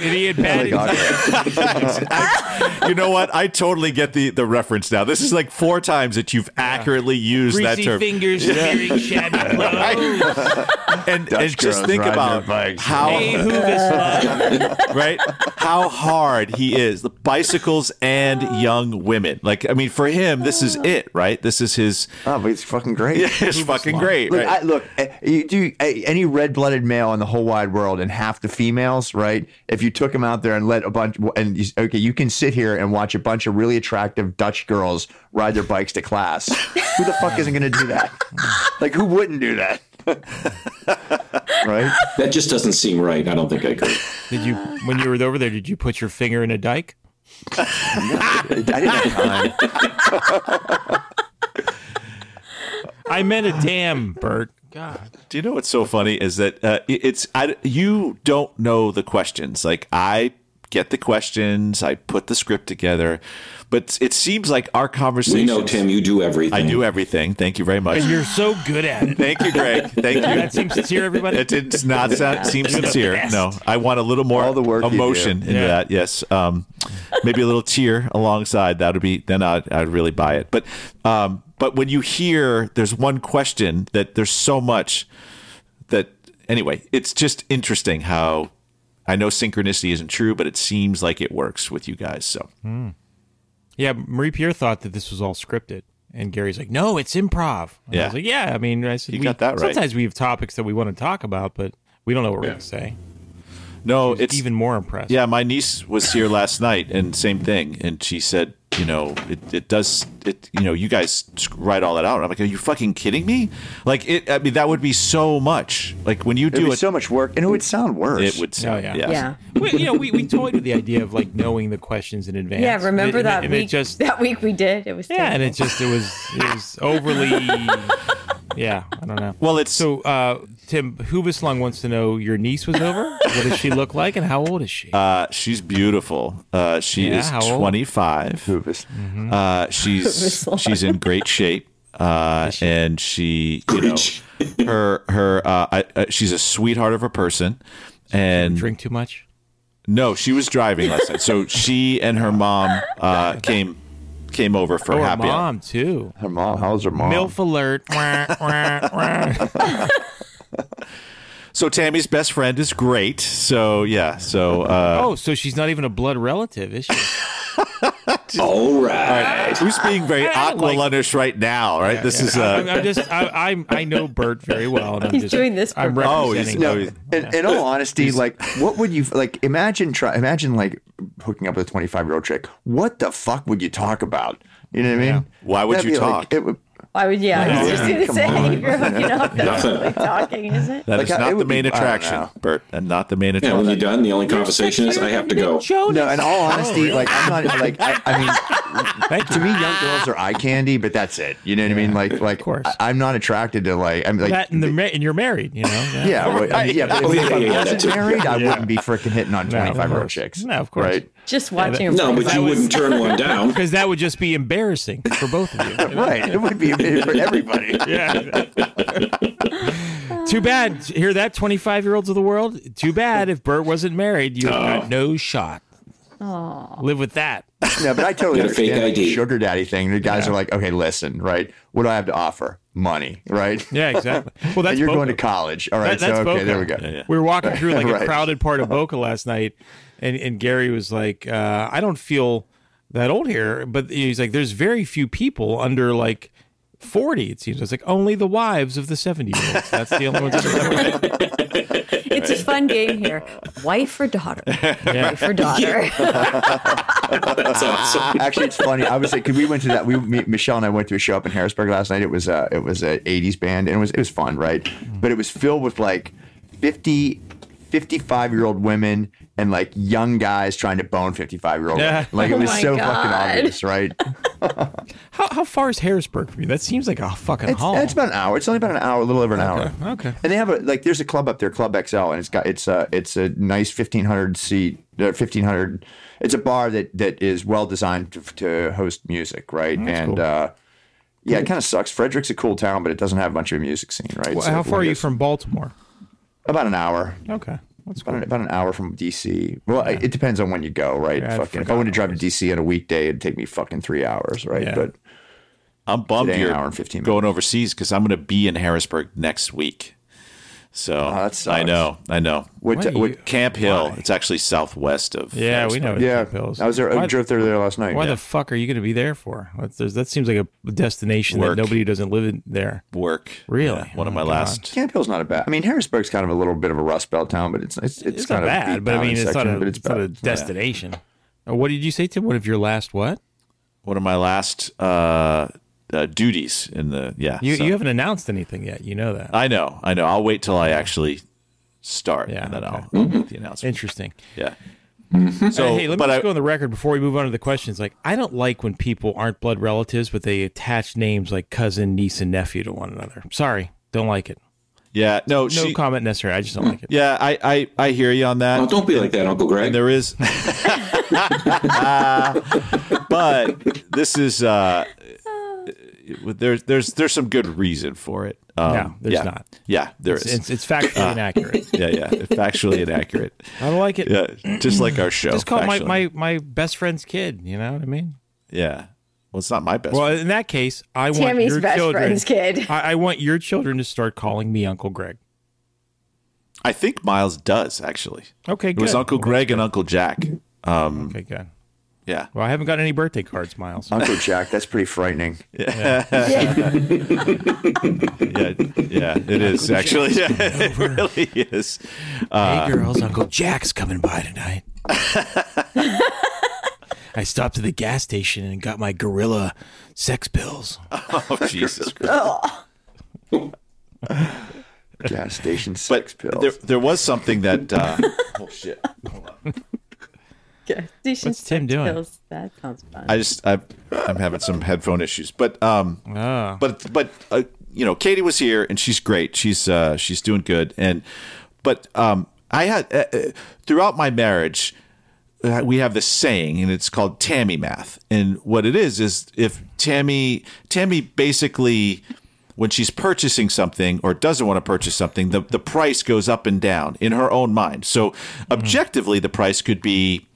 B: Idiot Patty.
C: God,
A: you know what? I totally get the the reference now. This is like four times that you've accurately used that
B: Greasy
A: term.
B: fingers, smearing shabby clothes.
A: And,
C: Dutch
A: and just
C: girls
A: think
C: riding their
A: about
C: bikes.
A: how
B: Hey, who this love?
A: right? How hard he is. The bicycles and young women. Like, I mean, for him, this is it, right? This is his.
C: oh, but it's fucking great.
A: It's fucking great,
C: Look,
A: right?
C: I, look, eh, you do eh, any red-blooded male in the whole wide world, and half the females, right? If you took them out there and let a bunch, and you, okay, you can sit here and watch a bunch of really attractive Dutch girls ride their bikes to class. who the fuck isn't going to do that? Like, who wouldn't do that? right?
F: That just doesn't seem right. I don't think I could.
B: Did you when you were over there? Did you put your finger in a dike?
C: I didn't have time.
B: I meant a dam, Bert. God,
A: Do you know what's so funny is that uh, it- it's I, you don't know the questions. Like I get the questions, I put the script together, but it seems like our
F: We
A: conversation.
F: know, Tim, you do everything.
A: I do everything. Thank you very much.
B: and you're so good at it.
A: Thank you, Greg. Thank you.
B: That seems sincere, everybody.
A: It did not sound, seem sincere. No, I want a little more
C: All the work you do.
A: emotion into
B: Yeah.
A: that. Yes, um, maybe a little tear alongside. That would be then I'd, I'd really buy it. But um, but when you hear there's one question that there's so much that anyway, it's just interesting how I know synchronicity isn't true, but it seems like it works with you guys. So
B: Yeah, Marie Pierre thought that this was all scripted, and Gary's like, "No, it's improv." And I
A: Yeah.
B: was like, "Yeah, I mean, I said
A: You
B: we-
A: got that right.
B: Sometimes we have topics that we want to talk about, but we don't know what we're going to say."
A: no,
B: It's
A: it's
B: even more impressive.
A: Yeah, my niece was here last night, and same thing. And she said, you know, it, it does it. You know, you guys write all that out. And I'm like, are you fucking kidding me? Like it. I mean, that would be so much. Like when you
C: It'd
A: do
C: be
A: it,
C: so much work, and it would sound worse.
A: it would. Sound,
B: Oh, yeah.
A: yeah.
D: Yeah.
B: we, you know, we, we toyed with the idea of like knowing the questions in advance.
D: Yeah,
B: And
D: remember
B: it-
D: that
B: and it-
D: week?
B: and it just
D: that week we did. It was
B: yeah, and it just it was it was overly. Yeah, I don't know.
A: Well, it's
B: So, uh, Tim Huvislung wants to know your niece was over. What does she look like, and how old is she?
A: uh, she's beautiful. Uh, she
B: Yeah,
A: is
B: how old?
A: 25.
C: Rufus.
A: Uh, she's she's in great shape. Uh, and she, you know,
F: shape.
A: her her uh, I, uh, she's a sweetheart of a person, and
B: Drink too much.
A: No, she was driving last night. So she and her mom uh, came came over
C: Oh,
A: for
B: Or
A: happy hour.
B: mom too.
C: Her mom, how's her mom?
B: Milf alert. Wah, wah,
A: Uh,
B: wah.
A: So Tammy's best friend is great. So yeah, so uh,
B: oh, so she's not even a blood relative, is she?
F: All right.
A: who's being very
B: I like-
A: aqualunish right now? Right, this is
B: I'm,
A: uh,
B: I'm just I, I'm I know Bert very well. And I'm
D: He's
B: just,
D: doing this
B: I'm
D: for-
A: oh,
B: representing.
A: he's- no,
B: him.
A: he's-
C: in, in all honesty, like, what would you like? Imagine try, imagine like hooking up with a twenty five year old chick. What the fuck would you talk about? You know what I mean?
A: Why would
C: That'd
A: you
C: be like-
A: talk?
C: it would,
D: I would, yeah, I
C: Yeah.
D: was just going to
C: Come
D: say,
C: on.
D: you're hooking up. That's
F: Nothing.
D: really talking, is it?
A: That
C: Like,
A: is
C: I- it
A: not the
C: would be-
A: main
C: I don't
A: attraction,
C: know.
A: Bert. And not the main
F: Yeah,
A: attraction.
F: when you're done, the only conversation is I have to go.
C: No, in all honesty, like I'm not like I, I mean,
B: Thank
C: to me, young girls are eye candy, but that's it. You know what I mean? Like, like
B: course.
C: I, am not attracted to like I'm like
B: that and, the, ma- and you're married, you know?
C: yeah, well, I mean, yeah. But
F: Oh, yeah,
C: if,
F: yeah, yeah,
C: I
F: that
C: wasn't
F: too.
C: married, I
B: Yeah.
C: wouldn't be freaking hitting on
B: No, of
C: 25 year old
B: course.
C: chicks.
B: No, of course.
C: Right?
D: Just watching him.
F: No,
D: play
F: but you
D: with
F: wouldn't turn one down.
B: Because that would just be embarrassing for both of you. you know?
C: Right. It would be a bit for everybody.
B: Yeah. Too bad. Hear that, 25 year olds of the world? Too bad if Bert wasn't married, you
C: Oh.
B: got no shot. Live with that.
C: No, but I totally
F: Get a fake
C: understand the
F: ID.
C: sugar daddy thing. The guys are like, okay, listen, right? What do I have to offer? Money, right?
B: Yeah, exactly. Well, that's
C: and you're
B: Boca.
C: going to college. All
B: That-
C: right.
B: that's
C: so, okay,
B: Boca.
C: there we go.
B: We were walking through like a
C: Right.
B: crowded part of Boca last night, and, and Gary was like, uh, I don't feel that old here, but he's like, there's very few people under like 40, it seems. It's like only the wives of the 70 year olds. That's the only ones. that are-
D: it. It's a fun game here. Wife or daughter?
B: Yeah.
D: Wife or daughter?
F: That's awesome.
C: Actually, it's funny. I was like, 'cause we went to that. We me, Michelle and I went to a show up in Harrisburg last night. It was a it was a '80s band, and it was it was fun, right? But it was filled with like 50, 55 year old women and like young guys trying to bone 55 year old.
B: Yeah.
C: Like it
D: Oh
C: was
D: my
C: so fucking
D: God.
C: obvious, right?
B: How, how far is Harrisburg from you? That seems like a fucking
C: It's,
B: haul.
C: it's about an hour. It's only about an hour, a little over an hour.
B: okay.
C: And they have a like. There's a club up there, Club XL, and it's got it's a it's a nice 1500 seat, uh, 1500. It's a bar that that is well designed to, to host music, right? and uh, yeah, it kind of sucks. Frederick's a cool town, but it doesn't have much of a music scene, right?
B: Well,
C: So
B: how far are you
C: it's
B: from Baltimore?
C: About an hour.
B: Okay. That's
C: About an, about an hour from DC. Well, it depends on when you go, right?
B: Yeah, I'd
C: fucking, if I went to
B: forgotten
C: drive to DC on a weekday, it'd take me fucking three hours, right?
B: Yeah.
C: But
A: I'm bummed
C: Today, an
A: you're
C: hour and 15 minutes.
A: going overseas because I'm going to be in Harrisburg next week. So
C: Oh, that sucks.
A: I know, I know.
C: what
B: Why do
C: what
B: you-
A: Camp Hill? It's actually southwest of.
B: Yeah,
A: Harrisburg.
B: we know.
C: Yeah,
B: Bills.
C: I was there.
B: Why,
C: I drove there there last night.
B: why
C: Yeah.
B: the fuck are you going to be there for? That's, there's- that seems like a destination
A: Work.
B: that nobody who doesn't live in there.
A: Work
B: Really?
A: Yeah, one of
B: Oh,
A: my
B: God.
A: last.
C: Camp Hill's not a bad. I mean, Harrisburg's kind of a little bit of a rust belt town, but it's it's it's,
B: It's,
C: kind
B: not
C: of a
B: bad,
C: beat
B: but I
C: down
B: mean, it's not
C: section,
B: a,
C: but
B: it's not a
C: bad.
B: destination. Uh, What did you say, Tim? What if your last what?
A: One of my last uh, uh, duties in the yeah.
B: You,
A: so-
B: you haven't announced anything yet. You know that.
A: I know, I know. I'll wait till I actually start,
B: Yeah,
A: and then
B: okay.
A: I'll, I'll make the announcement.
B: Interesting.
A: Yeah.
B: Uh,
A: So,
B: hey, let me
A: but
B: just
A: I,
B: go on the record before we move on to the questions. Like, I don't like when people aren't blood relatives, but they attach names like cousin, niece, and nephew to one another. Sorry, don't like it.
A: yeah, no,
B: No
A: she,
B: comment necessary. I just don't like it.
A: yeah, I, I, I hear you on that.
F: Oh, don't be like that, Uncle Greg.
A: and there is but this is uh there's there's there's some good reason for it um,
B: No, there's
A: yeah.
B: not.
A: yeah there is.
B: It's, it's, it's factually inaccurate.
A: yeah yeah factually inaccurate
B: I don't like it.
A: yeah just like our show
B: Just call it my,
A: factually.
B: my, my best friend's kid. You know what I mean?
A: yeah well it's not my best
B: Well,
A: friend.
B: in that case, I want
D: Tammy's
B: your
D: best
B: children.
D: friend's kid.
B: I, I want your children to start calling me Uncle Greg.
A: i think miles does actually
B: Okay,
A: it
B: good.
A: was uncle greg and uncle jack
B: Okay, good.
A: yeah
B: Well, I haven't got any birthday cards, Miles.
C: Uncle Jack, that's pretty frightening.
A: yeah yeah it is actually yeah it really is
B: hey, girls, Uncle Jack's coming by tonight. I stopped at the gas station and got my gorilla sex pills.
A: oh jesus christ
C: Gas station sex
A: but
C: pills.
A: there, there was something that uh,
D: What's
B: Tim doing?
D: That sounds fun.
A: I just I, I'm having some headphone issues, but um, but but uh, you know, Katie was here and she's great. She's uh, she's doing good, and but um, I had uh, uh, throughout my marriage, uh, we have this saying, and it's called Tammy math. And what it is is if Tammy Tammy basically when she's purchasing something or doesn't want to purchase something, the, the price goes up and down in her own mind. So
B: Mm-hmm.
A: objectively, the price could be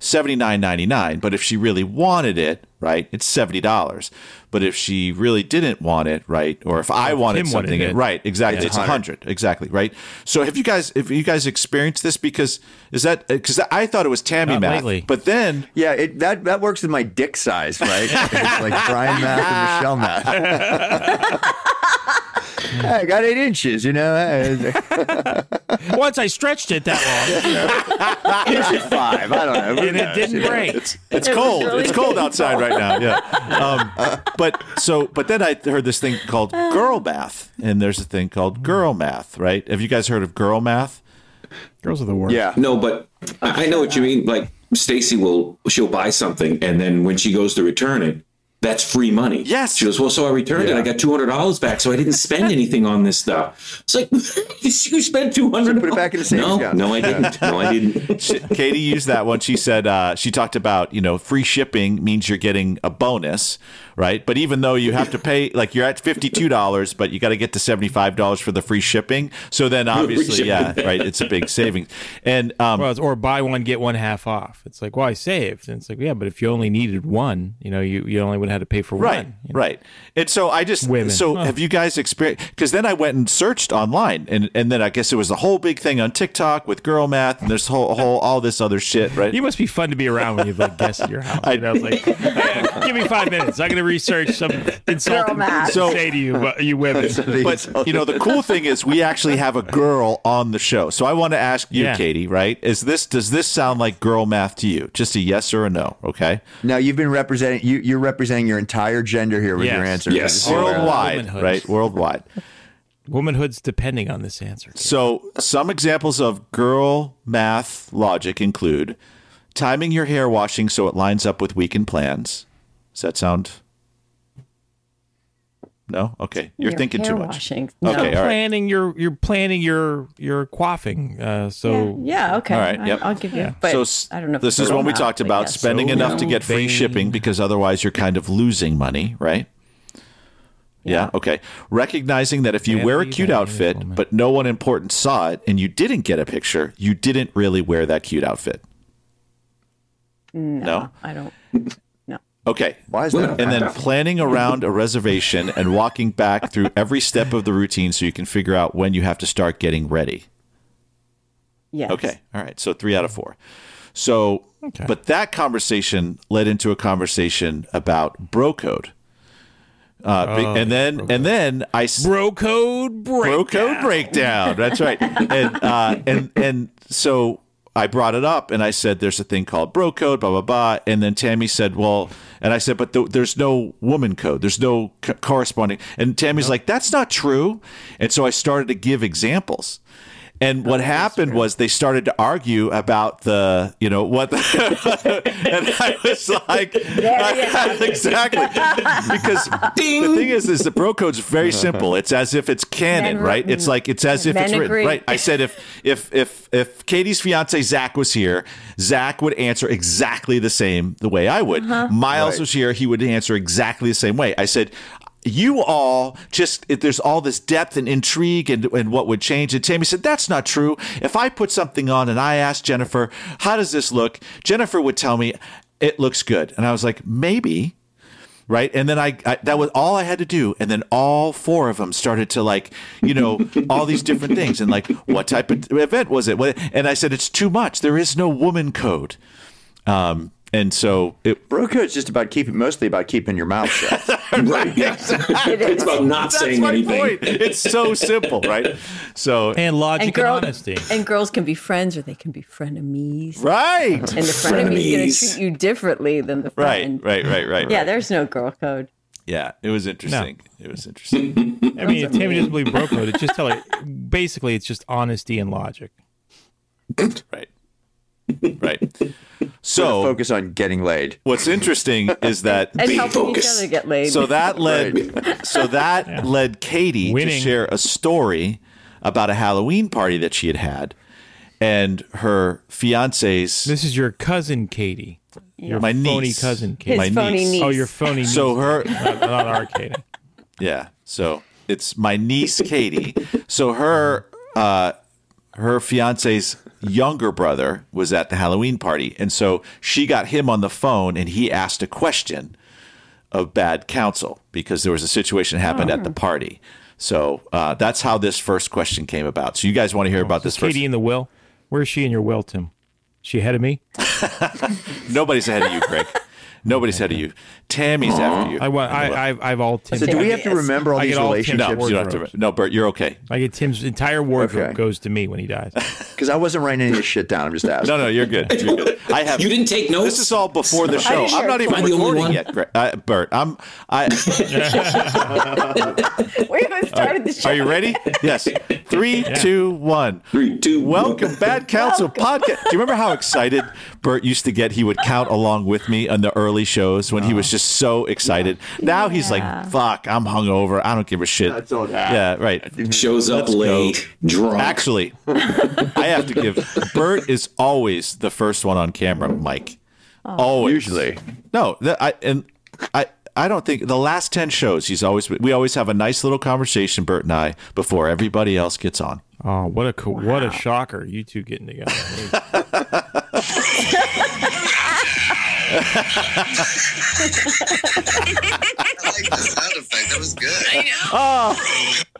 A: seventy nine ninety nine. But if she really wanted it, right, it's seventy dollars. But if she really didn't want it, right, or if I wanted
B: Tim wanted
A: something,
B: it.
A: right, exactly, it's a
C: 100.
A: hundred, exactly, right. So have you guys, have you guys experienced this? Because is that because I thought it was Tammy
B: Not
A: math,
B: lately.
A: but then
C: yeah, it, that that works with my dick size, right? it's like Brian math and Michelle math. I got eight inches, you know. I-
B: Once I stretched it that long,
C: Inch at five. I don't know. Who
B: and it
C: knows?
B: didn't break.
A: It's
D: It was
A: cold.
D: really
A: it's cold outside right now. Yeah. Um, but so, but then I heard this thing called girl math, and there's a thing called girl math, right? Have you guys heard of girl math?
B: Girls are the worst.
C: Yeah.
F: No, but I, I know what you mean. Like Stacy will, she'll buy something, and then when she goes to return it, that's free money.
A: Yes.
F: She goes, well, so I returned it. I got two hundred dollars back, so I didn't spend anything on this stuff. It's like you spent two hundred.
C: Put it back in the savings
F: No,
C: account.
F: no, I didn't. No, I didn't.
A: She- Katie used that one. She said uh, she talked about you know free shipping means you're getting a bonus, right? But even though you have to pay, like you're at fifty two dollars, but you got to get to seventy five dollars for the free shipping. So then obviously, yeah, right, it's a big savings. And um,
B: Well, it's, or buy one get one half off. It's like, well, I saved, and it's like, yeah, but if you only needed one, you know, you, you only would have had to pay for
A: Right,
B: one. you know?
A: right. And so I just
B: Women.
A: so
B: Huh.
A: have you guys experienced? Because then I went and searched online, and and then I guess it was the whole big thing on TikTok with girl math and there's whole whole all this other shit, right?
B: You must be fun to be around when you've like guests at your house. I, I was like, "Yeah, give me five minutes. I'm gonna research some insulting things
D: math.
B: to say to you, but you women.
A: but you know the cool thing is we actually have a girl on the show. So I want to ask you,
B: Yeah.
A: Katie. Right? Is this does this sound like girl math to you? Just a yes or a no? Okay.
C: Now you've been representing you. You're representing your entire gender here with your
B: Yes.
C: answer.
F: Yes.
C: Just so we're-
A: Worldwide,
B: Womanhood.
A: right? Worldwide.
B: Womanhood's depending on this answer.
A: So, some examples of girl math logic include timing your hair washing so it lines up with weekend plans. Does that sound? No? Okay. You're
D: Your
A: thinking
D: hair
A: too much.
D: Washing.
A: Okay. All right.
B: planning your you're planning your your quaffing. Uh, so
D: Yeah. Okay.
A: All right, yep.
D: I, will give you. But
A: so, s-
D: I don't know. if
A: this
D: it's
A: is when we
D: girl
A: talked
D: math, I
A: about
D: guess.
A: spending
B: So
A: enough to
B: no.
A: get free
B: Bing.
A: shipping because otherwise you're kind of losing money, right? Yeah. Okay. Recognizing that if you wear a
B: Vanity,
A: cute
B: vanity,
A: outfit,
B: woman.
A: but no one important saw it and you didn't get a picture, you didn't really wear that cute outfit. no?
D: I don't.
A: Okay.
C: Why is that?
A: And then planning around a reservation and walking back through every step of the routine so you can figure out when you have to start getting ready.
D: Yes.
A: Okay. All right. So three out of four. So,
B: Okay.
A: but that conversation led into a conversation about bro code. Uh, be- and then, and then I s-
B: bro code break.
A: bro code breakdown. That's right. And uh, and and so I brought it up and I said, "There's a thing called bro code, blah blah blah." And then Tammy said, "Well," and I said, "But th- there's no woman code. There's no co- corresponding." And Tammy's like, "That's not true." And so I started to give examples. And what happened was they started to argue about the, you know, what, the, and I was like, exactly, because the thing is, is the bro code's very simple. It's as if it's canon,
D: Men-
A: right? It's like it's as if it's
D: mm-hmm. Men
A: written,
D: agree.
A: right? I said if if if if Katie's fiance Zach was here, Zach would answer exactly the same the way I would.
D: Uh-huh.
A: Miles was here, he would answer exactly the same way. I said. You all just if there's all this depth and intrigue and, and what would change. And Tammy said, That's not true. If I put something on and I asked Jennifer, How does this look? Jennifer would tell me, It looks good. And I was like, Maybe right and then I, I that was all i had to do and then all four of them started to like you know all these different things and like what type of event was it What- and i said it's too much there is no woman code um and so it
C: Bro code's just about keeping mostly about keeping your mouth shut.
F: right. Yes. it's about not saying anything.
A: it's so simple right so
B: and logic
D: And
B: and,
D: girl,
B: honesty.
D: and girls can be friends or they can be frenemies.
A: right
D: And the frenemy's going to
F: Frenemies.
D: treat you differently than the
A: right
D: friend.
A: right right right
D: Yeah,
A: right.
D: there's no girl code.
A: yeah it was interesting it was interesting
B: I mean, if Tammy doesn't believe bro code, it's just tell her. Basically, it's just honesty and logic.
A: right right so
C: Focus on getting laid.
A: what's interesting is that
D: And
F: Be
D: helping each
F: focused.
D: other get laid.
A: So that led so that led Katie to
B: Winning.
A: share a story about a Halloween party that she had had and her fiance's
B: This is your cousin Katie, your
A: my
B: phony
A: niece.
B: cousin Katie.
D: his
A: my
D: phony
A: niece.
D: niece.
B: Oh, your phony. niece.
A: So her
B: not, not our Katie.
A: yeah. So it's my niece Katie. So her uh her fiance's younger brother was at the Halloween party and so she got him on the phone and he asked a question of bad counsel because there was a situation happened at the party. So uh, that's how this first question came about. So you guys want to hear about this first?
B: Katie in the will. Where's she in your will, Tim? She ahead of me.
A: Nobody's ahead of you, Greg. Nobody's ahead of you. Tammy's after you.
B: I, wa- I, I, I've all Tim's.
C: So do we have to
D: Yes.
C: remember all
B: I
C: these
B: get all ten
A: no,
C: relationships?
B: hours.
A: you don't have to. No, Bert, you're okay.
B: I get Tim's entire wardrobe
C: Okay.
B: goes to me when he dies.
C: Because I wasn't writing any of this shit down. I'm just asking.
A: No, no, you're good. You're good. I have.
F: You didn't take notes?
A: This is all before the show.
D: I'm sure.
A: I'm not even
F: Am I the only
A: recording
F: one?
A: yet, Gre- uh, Bert. I'm. I.
D: We haven't started the show.
A: Are you ready? Yes. Three, two, one.
F: Three, two, one.
A: Welcome, Bad Counsel Podcast. Do you remember how excited Bert used to get? He would count along with me on the early shows when he was just so excited. Now he's like, "Fuck, I'm hungover. I don't give a shit."
C: That's all that.
A: Yeah, right.
F: Shows up late, drunk.
A: Actually, I have to give Bert is always the first one on camera, Mike.
B: Oh.
A: Always.
C: Usually.
A: No, that I and I I don't think the last 10 shows he's always we always have a nice little conversation Bert and I before everybody else gets on.
B: Oh, what a co- what a shocker! You two getting together.
H: I like the sound effect. That was good. I know.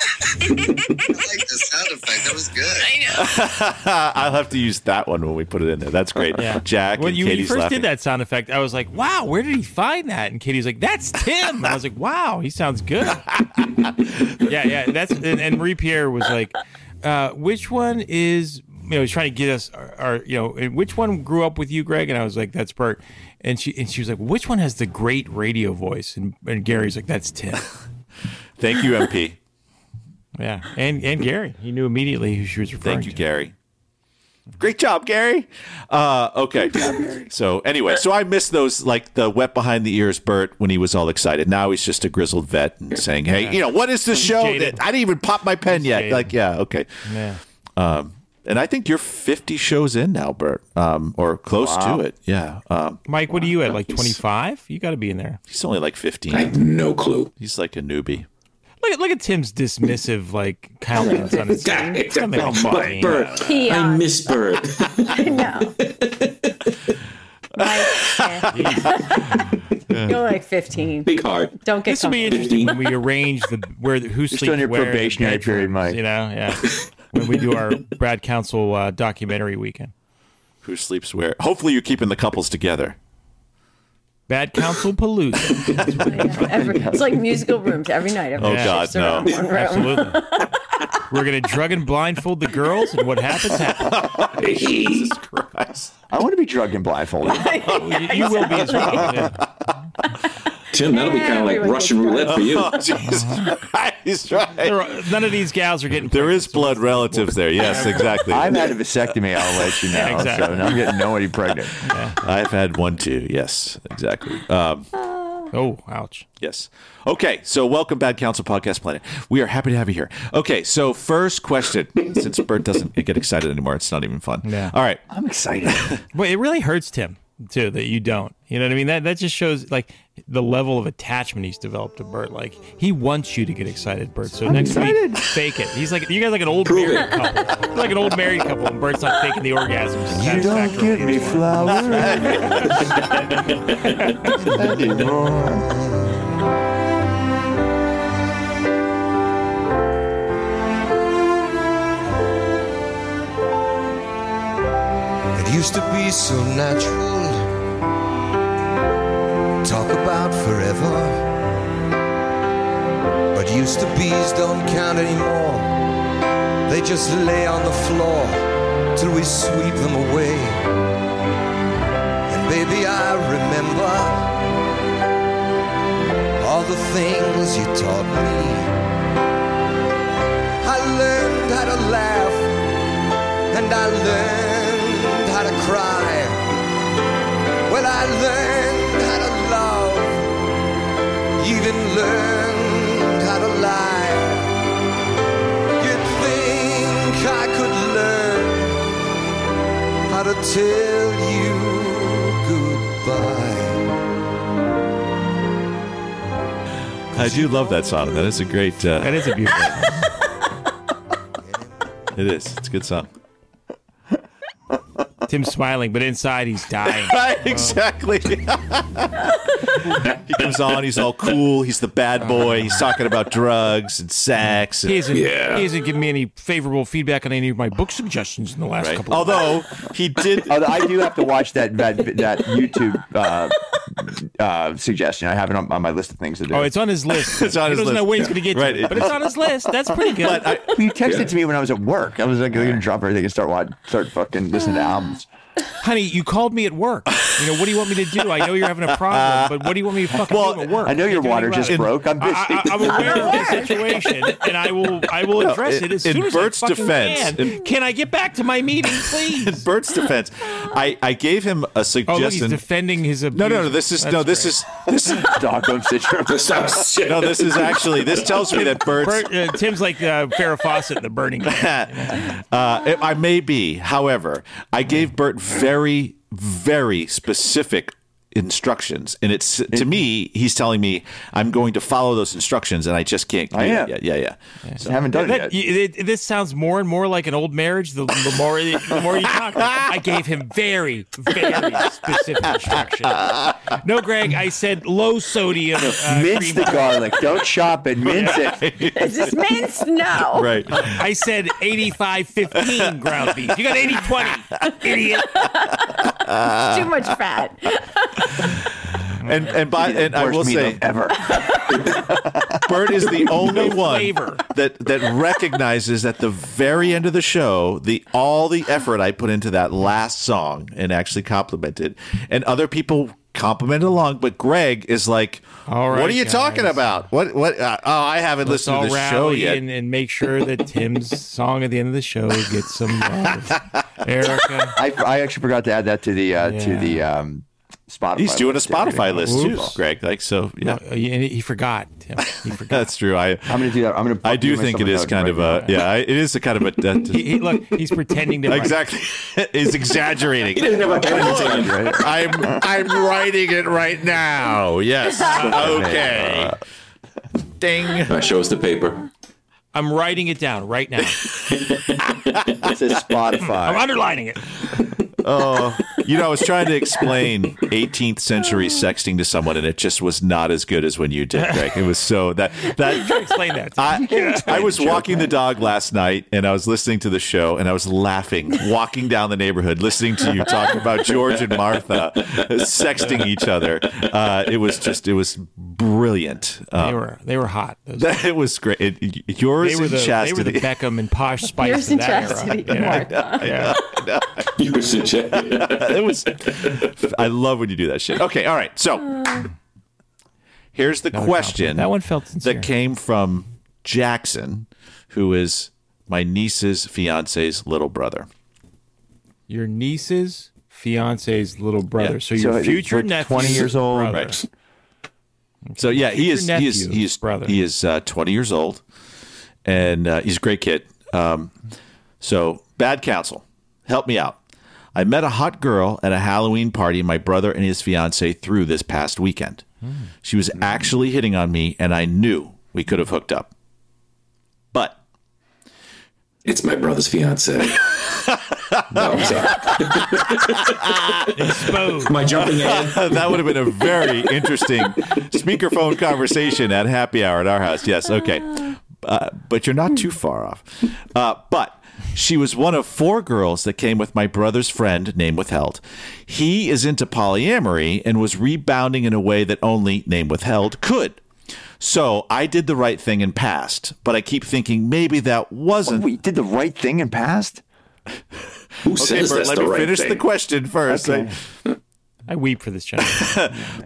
H: I like the sound effect. That was good. I know.
A: I'll have to use that one when we put it in there. That's great. Jack
B: when
A: and
B: you, when you
A: Katie's
B: first
A: laughing.
B: did that sound effect, I was like, "Wow, where did he find that?" And Katie's like, "That's Tim." And I was like, "Wow, he sounds good." yeah, yeah. That's and, and Marie Pierre was like, uh, "Which one is?" You know, he's trying to get us our, our, you know, and which one grew up with you, Greg? And I was like, "That's Bert." And she and she was like, "Which one has the great radio voice?" And, and Gary's like, "That's Tim."
A: Thank you MP.
B: Yeah, and and Gary, he knew immediately who she was referring
A: Thank you
B: to.
A: Gary. Great job, Gary. Uh, okay. So anyway, so I miss those like the wet behind the ears Bert when he was all excited. Now he's just a grizzled vet and saying, "Hey, you know what is the show
B: jaded.
A: that I didn't even pop my pen yet?"
B: jaded.
A: Like, yeah, okay.
B: Yeah.
A: And I think you're 50 shows in now, Bert, um, or close to it. Yeah, um,
B: Mike, what are you at? Like twenty five? You got to be in there.
A: he's only like 15.
F: I have no clue.
A: He's like a newbie.
B: Look at look at Tim's dismissive like countenance on his
F: God,
B: It's not making fun of
F: but
B: me.
F: Bert,
D: He, uh,
F: I miss Bert.
D: No. Mike, eh. You're like 15.
F: Big heart.
D: Don't get
B: This will be
D: comfortable.
B: interesting when we arrange the where the, who sleeps
C: on your
B: where,
C: probationary
B: the bedrooms,
C: period, Mike.
B: You know, yeah. when we do our Brad Council uh, documentary weekend,
A: Who sleeps where? Hopefully, you're keeping the couples together.
B: Bad Council Palooza.
D: Yeah, every- it's like musical rooms every night. Every
A: Oh
B: Yeah.
A: God,
D: shifts
A: no!
D: around one room.
B: Absolutely. We're gonna drug and blindfold the girls, and what happens happens.
A: Jesus Christ!
C: I want to be drugged and blindfolded.
B: You, you will be as well. Yeah.
F: Tim, that'll be kind of like
D: Everyone
F: Russian
D: gets
F: roulette for you.
A: Oh, Jesus Christ! Right.
B: There are- none of these gals are getting.
A: There is blood relatives there. Yes, exactly.
C: I've had a vasectomy. I'll let you know.
B: Yeah, exactly.
C: So now I'm getting nobody pregnant.
A: I've had one too. Yes, exactly. Um,
B: Oh, ouch.
A: yes. Okay. So, welcome, Bad Counsel Podcast Planet. We are happy to have you here. Okay. So, first question. Since Bert doesn't get excited anymore, it's not even fun.
B: Yeah.
A: All right.
C: I'm excited.
B: Well, it really hurts Tim too that you don't. You know what I mean? That that just shows like the level of attachment he's developed to Bert. Like he wants you to get excited, Bert. So next week, fake it. He's like you guys are like an old
F: Prove
B: married
F: it.
B: couple, You're like an old married couple, and Bert's not faking the orgasm.
C: You don't give me flowers anymore.
I: It used to be so natural. Talk about forever. But used to be's don't count anymore. They just lay on the floor till we sweep them away. And baby, I remember all the things you taught me. I learned how to laugh and I learned how to cry. Well, I learned how to love, even learned how to lie. You'd think I could learn how to tell you goodbye.
A: I do love that song. That is a great. Uh,
B: That is a beautiful.
A: It is. It's a good song.
B: Tim's smiling, but inside he's dying.
A: Right, exactly. he comes on, he's all cool, he's the bad boy, he's talking about drugs and sex.
B: He
A: And,
B: hasn't,
F: Yeah.
B: he hasn't given me any favorable feedback on any of my book suggestions in the last
A: right?
B: couple. of
A: Although he did
C: Although I do have to watch that that that YouTube uh, uh, suggestion. I have it on, on my list of things to do.
B: Oh, it's on his list.
A: It's on
B: he
A: his
B: doesn't know
A: list.
B: when he's going to get
A: Right,
B: to it,
A: it-
B: but it's on his list. That's pretty good.
A: but I,
C: he texted it to me when I was at work. I was like, "I'm gonna drop everything and start watch, start fucking listening to albums."
B: Honey, you called me at work. You know, what do you want me to do? I know you're having a problem, but what do you want me to fucking
A: Well,
B: do at work?
C: I know your
B: Can't do
C: water
B: anything
C: just
B: about it.
C: broke. I'm busy.
B: I, I, I'm aware of the situation, and I will I will address it
A: in-
B: as soon
A: in
B: as I
A: Bert's
B: fucking
A: defense-
B: can.
A: in-
B: can I get back to my meeting, please?
A: Bert's defense. I, I gave him a
B: Oh, look, he's
A: suggestion.
B: defending his abuse.
A: no, no, no. This is no. This is this is
C: Stockholm syndrome.
F: Stop shit.
A: no. This is actually. This tells me that Bert's.
B: Bert, uh, Tim's like uh, Farrah Fawcett in the Burning Man.
A: uh, it- I may be. However, I gave Bert very, very specific instructions, and it's to me. He's telling me I'm going to follow those instructions, and I just can't. do
C: I am.
A: it yet. Yeah, yeah, yeah.
C: I haven't done
B: That,
C: it yet.
B: y it, this sounds more and more like an old marriage. The, the more the more you talk, I gave him very very specific instructions. No, Greg, I said low sodium. Uh,
C: Mince
B: cream
C: the
B: pie.
C: garlic. Don't chop it. Mince it.
D: Is this mince? No.
A: Right.
B: I said 85 15 ground beef. You got 80 20, idiot.
D: Too much fat.
A: And and by and I
C: Worst
A: will
C: meal
A: say,
C: ever.
A: Bert is the only one
B: flavor.
A: that that recognizes at the very end of the show the all the effort I put into that last song and actually complimented, and other people complimented along. But Greg is like,
B: All right,
A: "What are you
B: guys.
A: talking about? What what? Uh, oh, I haven't
B: Let's
A: listened
B: all
A: to the show
B: rally
A: yet."
B: and, and make sure that Tim's song at the end of the show gets some love. Erica.
C: I, I actually forgot to add that to the uh, to
B: Yeah.
C: the um, Spotify.
A: He's doing a
C: list and
A: Spotify
C: everything.
A: list too,
B: Oops.
A: Greg. Like so, yeah,
B: Uh, He, he forgot. Tim. He forgot.
A: that's true. I
C: I'm gonna do that. I'm gonna.
A: I do
C: give
A: think it
C: myself a
A: is
C: note
A: kind
C: right
A: of a yeah, I- it is a kind of a.
B: He, he- look, he's pretending to. write.
A: Exactly, is exaggerating.
F: He doesn't have a pen in his hand.
A: I'm Oh, I'm writing it right now. Yes. Okay. Ding.
F: All right, show us the paper.
B: I'm writing it down right now.
C: now. It says
B: I'm
C: Spotify.
B: underlining it.
A: You know, I was trying to explain 18th century sexting to someone, and it just was not as good as when you did, Greg. It was so that that.
B: Explain that.
A: I, I was walking the dog last night and I was listening to the show and I was laughing, walking down the neighborhood, listening to you talk about George and Martha sexting each other. Uh, it was just, it was brilliant.
B: they
A: Uh,
B: were they were hot. Those-
A: that, it was great. It, y- yours
B: they were
A: and
B: the they were
A: chastity.
B: the Beckham and Posh Spice.
D: Yours
B: of
D: and
B: that
D: chastity.
B: Era. Yeah. Yeah.
F: You should check. it.
A: it was I love when you do that shit. Okay, all right. So here's the
B: Another
A: question
B: compliment. That one felt sincere.
A: that came from Jackson, who is my niece's fiance's little brother.
B: Your niece's fiance's little brother.
A: Yeah.
B: So your
C: So
B: future
C: we're
B: nephew,
C: 20 years old.
B: brother.
A: Right. So yeah, he is he is
B: nephew's
A: he is
B: brother.
A: he is uh, 20 years old and uh, he's a great kid. Um, so bad counsel. Help me out. I met a hot girl at a Halloween party my brother and his fiance threw this past weekend. She was actually hitting on me and I knew we could have hooked up. But
F: It's my brother's fiance. No, I'm sorry.
B: Exposed.
F: Am I jumping ahead?
A: that would have been a very interesting speakerphone conversation at happy hour at our house. Yes, okay. Uh, but you're not too far off. Uh, but she was one of four girls that came with my brother's friend, name withheld. He is into polyamory and was rebounding in a way that only name withheld could. So I did the right thing and passed, but I keep thinking maybe that wasn't.
C: We did the right thing and passed.
F: Who
A: Okay,
F: says
A: Bert,
F: that's
A: let
F: the
A: me
F: right
A: finish
F: thing?
A: the question first. I-
B: I weep for this child.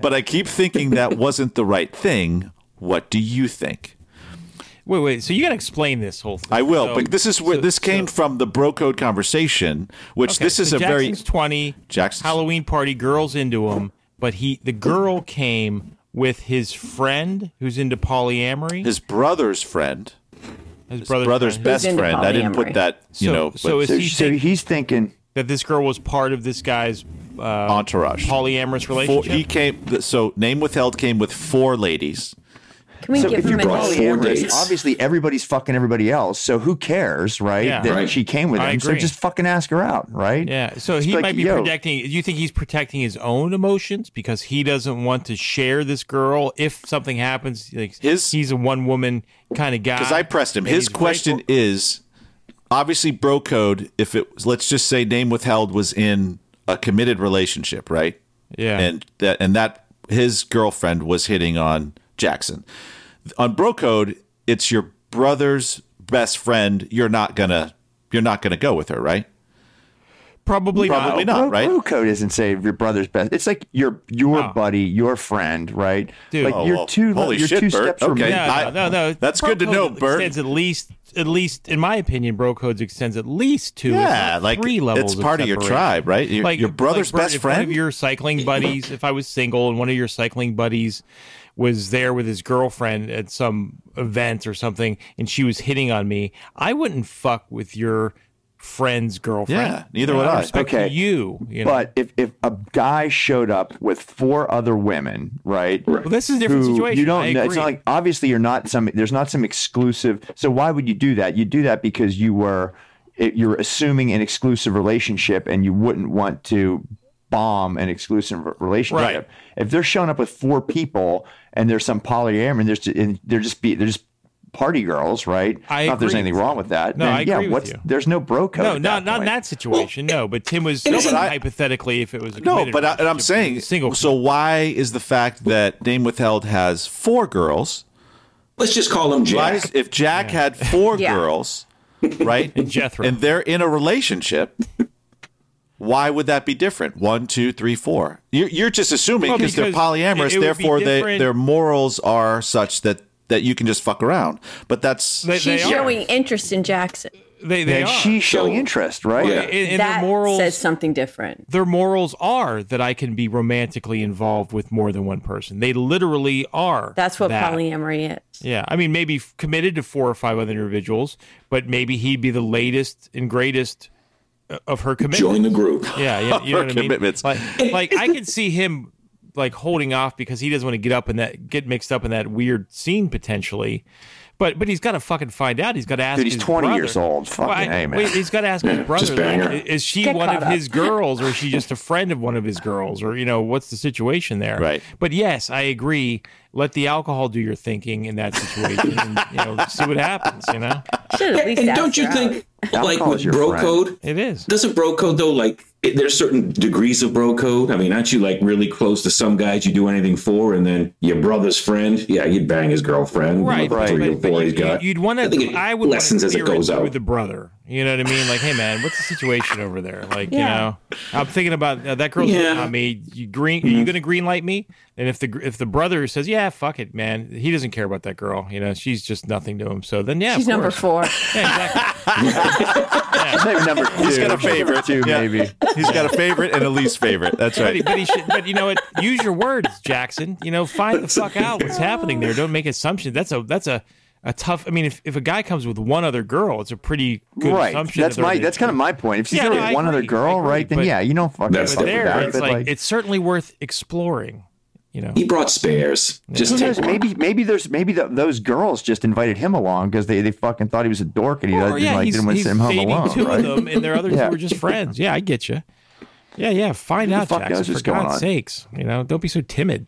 A: But I keep thinking that wasn't the right thing. What do you think?
B: Wait, wait. So you got to explain this whole thing.
A: I will,
B: So-
A: but this is where
B: so-
A: this came from the bro code conversation, which
B: okay,
A: this is
B: so
A: a very
B: Jackson's twenty
A: Jackson's-
B: Halloween party. Girls into him, but he the girl came with his friend who's into polyamory.
A: his brother's friend,
B: his
A: brother's
B: friend.
A: best
D: into
A: friend. I didn't put
D: polyamory.
A: that, you
B: So-
A: know,
B: so
A: but
B: is
C: So,
B: he
C: so
B: think-
C: he's thinking.
B: that this girl was part of this guy's uh,
A: entourage.
B: polyamorous
A: Four,
B: relationship.
A: he came. So name withheld came with four ladies.
D: Can we
C: so
D: give
C: if you're
D: him
F: brought
D: a
F: four
D: name?
C: polyamorous,
F: dates.
C: obviously everybody's fucking everybody else. So who cares, right?
B: Yeah.
C: that
F: Right.
C: she came with
B: I
C: him. So
B: agree.
C: just fucking ask her out, right?
B: Yeah. So
C: It's
B: he
C: like,
B: might be
C: yo.
B: protecting. Do you think he's protecting his own emotions because he doesn't want to share this girl if something happens? Like
A: His-
B: he's a one woman kind of guy.
A: Because I pressed him.
B: and
A: His
B: he's
A: question
B: grateful-
A: is obviously bro code. If it was, let's just say name withheld was in a committed relationship, right?
B: Yeah.
A: And that and that his girlfriend was hitting on Jackson. On bro code, it's your brother's best friend. You're not gonna you're not gonna go with her, right?
B: probably,
A: Probably
B: not.
A: not, right?
C: Bro code isn't say your brother's best. It's like your your
B: No.
C: buddy, your friend, right?
B: Dude.
C: like
B: Oh,
C: you're
A: well,
C: two,
A: holy
C: you're
A: shit,
C: two
A: Bert.
C: steps
A: Okay.
C: removed.
A: Yeah.
B: No,
A: I-
B: no, no.
A: that's
B: Bro
A: good to know,
B: code
A: Bert.
B: Extends at least, at least, in my opinion, bro codes extends at least two. if
A: Yeah,
B: not
A: like
B: three levels.
A: it's part of your
B: separation.
A: tribe, right? Your, your brother's
B: Bert,
A: best
B: if one of
A: friend.
B: your cycling buddies. If I was single and one of your cycling buddies was there with his girlfriend at some event or something, and she was hitting on me, I wouldn't fuck with your friend's girlfriend.
A: Yeah, neither
B: You know,
A: would
B: out of
A: I.
B: Respect
C: Okay.
B: to you, you know?
C: But if if a guy showed up with four other women, right?
B: well, this is a different
C: who
B: situation.
C: You don't.
B: I
C: know- It's
B: agree.
C: not like obviously you're not some. There's not some exclusive. So why would you do that? You do that because you were it- you're assuming an exclusive relationship, and you wouldn't want to bomb an exclusive re- relationship.
A: Right.
C: If they're showing up with four people and there's some polyamory, and there's and they're just be they're just party girls, right?
B: I
C: not that there's
B: agree
C: anything
B: with
C: wrong
B: you.
C: with that.
B: No,
C: then,
B: I
C: yeah,
B: agree with
C: what's
B: you.
C: there's no bro code.
B: No,
C: at
B: not
C: that
B: not in
C: point.
B: that situation. no, but Tim was
A: but I-
B: hypothetically if it was a
A: No,
B: committed
A: but I, and I'm
B: relationship,
A: saying
B: single.
A: So why is the fact that Name Withheld has four girls?
F: Let's just call him
A: Why
F: Jack.
A: is, if Jack had four
D: Yeah.
A: girls, right, and
B: Jethro.
A: and they're in a relationship, why would that be different? One, two, three, four. You're, you're just assuming
B: Well,
A: because they're
B: because
A: polyamorous,
B: it- it would be
A: therefore they,
B: different-
A: their morals are such that that you can just fuck around. But that's
B: They-
D: She's
B: they are.
D: showing interest in Jackson.
B: they, they
C: And
B: are.
C: she's showing
F: So-
C: interest, right?
F: Yeah.
B: and, and
D: that
B: their morals
D: says something different.
B: their morals are that I can be romantically involved with more than one person. They literally are.
D: That's what
B: that.
D: polyamory is.
B: Yeah, I mean, maybe f- committed to four or five other individuals, but maybe he'd be the latest and greatest uh, of her
F: Join
B: commitment.
F: the group.
B: Yeah, yeah, you know
A: Her
B: what
A: commitments.
B: I mean. Like, like I could see him like holding off because he doesn't want to get up in that get mixed up in that weird scene potentially. But but he's got to fucking find out. He's got to ask.
C: Dude, he's
B: his
C: 20
B: brother.
C: years old. Fucking
B: Well, I-
C: hey, man.
B: wait, he's got to ask his brother.
F: bang
B: like,
F: her.
B: is she
D: Get
B: one
D: caught
B: of
D: up.
B: his girls, or is she just a friend of one of his girls, or you know what's the situation there?
A: Right.
B: But yes, I agree. Let the alcohol do your thinking in that situation, and you know, see what happens. You know,
D: Should at least
F: And
D: ask
F: don't you
D: her out.
F: think, like
C: Alcohol
F: with
C: is your
F: bro
C: friend.
F: code,
B: it is.
F: doesn't bro code though? Like it- there's certain degrees of bro code. I mean, aren't you like really close to some guys you do anything for, and then your brother's friend? Yeah, you'd bang his girlfriend.
B: Right,
F: Three
B: right.
F: or
B: But, but
F: four he's
B: you,
F: got.
B: would want
F: I think it
B: to. I would want to
F: lessens as it goes out.
B: with the brother. You know what I mean? Like, hey man, what's the situation over there? Like, you know, I'm thinking about uh, that girl's
F: Yeah. Mm-hmm.
B: hitting on me. You green? Are you going to green light me? And if the gr- if the brother says, yeah, fuck it, man, he doesn't care about that girl. You know, she's just nothing to him. So then, yeah,
D: She's
B: of
D: number
B: course.
D: four.
B: Yeah, exactly.
C: Maybe number two.
A: He's got a favorite.
C: Number two,
A: Yeah.
C: maybe.
A: he's got a favorite and a least favorite. That's
B: But, he,
A: right.
B: but, he should, but you know what? Use your words, Jackson. You know, find the fuck out what's happening there. Don't make assumptions. That's a that's a a tough. I mean, if, if a guy comes with one other girl, it's a pretty good
C: Right.
B: assumption.
C: That's
B: that they're
C: my.
B: gonna-
C: That's kind of my point. If she's
B: Yeah,
C: there
B: no,
C: with
B: I
C: one other
B: agree, I
C: girl,
B: agree,
C: right? Then
B: but-
C: yeah, you don't fucking
F: That's
B: But
C: fuck with
F: different.
B: there,
C: that.
B: it's
C: But
B: like,
C: like,
B: it's certainly worth exploring. You know,
F: He brought spares. Just
C: who
F: take
C: knows?
F: one.
C: Maybe maybe there's maybe th those girls just invited him along because they, they fucking thought he was a dork and he
B: Or,
C: didn't, like, didn't want to send him home
B: dating
C: alone.
B: two
C: right?
B: of them, and their other
C: Yeah.
B: two were just friends. Yeah, I get you. Yeah, yeah. Find out,
C: fuck knows
B: Jackson.
C: what's
B: For
C: going
B: God's
C: on?
B: sakes, you know, don't be so timid.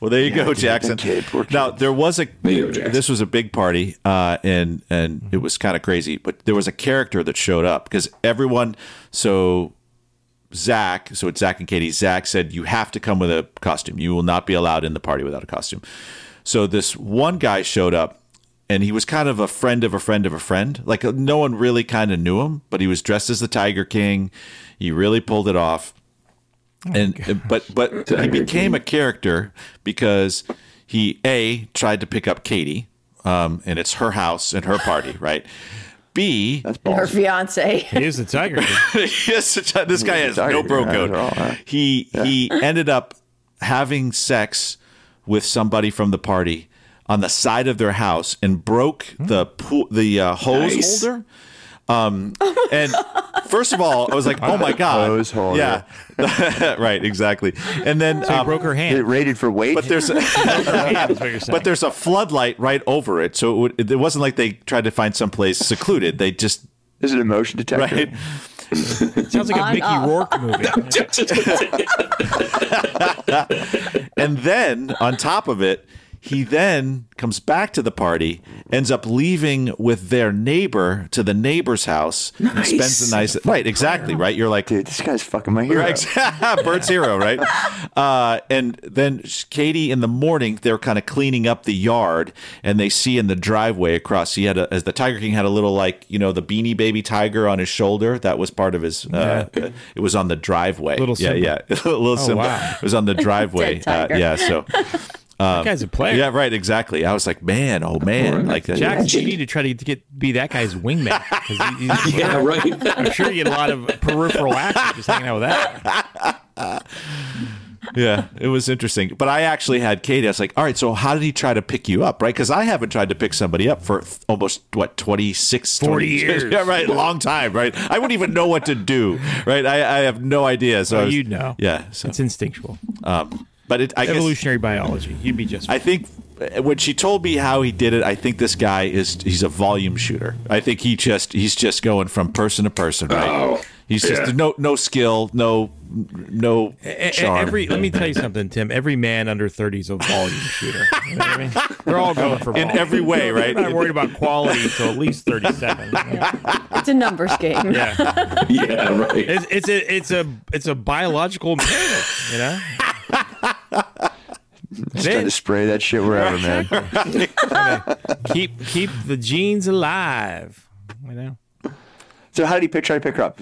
A: Well, there you go,
C: dude,
A: Jackson.
C: that kid, poor kid.
A: Now there was a
F: There you go, Jackson.
A: this was a big party, uh, and and it was kind of crazy. But there was a character that showed up because everyone. So Zach, so it's Zach and Katie. Zach said you have to come with a costume. You will not be allowed in the party without a costume. So this one guy showed up, and he was kind of a friend of a friend of a friend. Like no one really kind of knew him, but he was dressed as the Tiger King. He really pulled it off and uh, but but he became a character because he a tried to pick up Katie, um, and it's her house and her party, right? B,
D: And her fiance.
B: He is the tiger.
A: yes, this guy has
C: Sorry,
A: no bro
C: yeah, they're all, uh,
A: code. He he ended up having sex with somebody from the party on the side of their house and broke the pool, the uh, hose
F: Nice.
A: holder. Um, and first of all, I was like, oh my god,
C: Hose hole,
A: yeah, right, exactly. And then
B: So he
A: um,
B: broke her
C: Is it
B: hand.
C: rated for weight?
A: but there's
B: That's what you're saying.
A: but there's a floodlight right over it, so it, would, it wasn't like they tried to find someplace secluded. They just
C: is it a motion detector?
A: right.
B: sounds like a
D: On
B: Mickey
D: off.
B: Rourke movie.
A: And then on top of it, he then comes back to the party, ends up leaving with their neighbor to the neighbor's house, and spends the night. Right, exactly. Right, you're like,
C: Dude, this guy's fucking my hero.
A: Right. Bert's hero, right? Uh, and then Katie in the morning, they're kind of cleaning up the yard, and they see in the driveway across. He had a, as the Tiger King had a little like you know the Beanie Baby tiger on his shoulder. That was part of his. Uh, It was on the driveway.
B: Little
A: yeah,
B: Simba.
A: yeah, little Simba.
B: wow.
A: It was on the driveway.
D: Dead tiger.
A: Uh, yeah, so
B: that guy's a player.
A: yeah, right, exactly. I was like, man, oh man, like that.
B: Jack, you need to try to get be that guy's wingman. 'cause he- he's-
F: yeah, right.
B: I'm sure you get a lot of peripheral action just hanging out with that. guy.
A: yeah, it was interesting. But I actually had Katie. I was like, all right, so how did he try to pick you up, right? Because I haven't tried to pick somebody up for th- almost, what, 26,
B: 40 years.
A: yeah, right, a long time, right? I wouldn't even know what to do, right? I, I have no idea. So I
B: Well,
A: was-
B: you'd know.
A: Yeah. So,
B: It's instinctual.
A: um, but it, I guess,
B: Evolutionary biology. You'd be just.
A: I think eh, when she told me how he did it, I think this guy is, he's a volume shooter. I think he just, he's just going from person to person, right?
F: Oh,
A: he's just
F: yeah.
A: no, no skill, no, no
B: E- e-
A: charm.
B: Every let me tell you something, Tim. Every man under thirty is a volume shooter. You know what I mean? They're all going for
A: In
B: volume.
A: every way,
B: They're
A: right?
B: Not worried about quality until at least thirty-seven. you know?
D: It's a numbers game.
B: Yeah,
F: Yeah, right.
B: it's, it's a it's a it's a biological imperative, you know.
C: Just trying to spray that shit wherever, man.
B: keep keep the genes alive, you know.
C: So how did he pick, try to pick her up?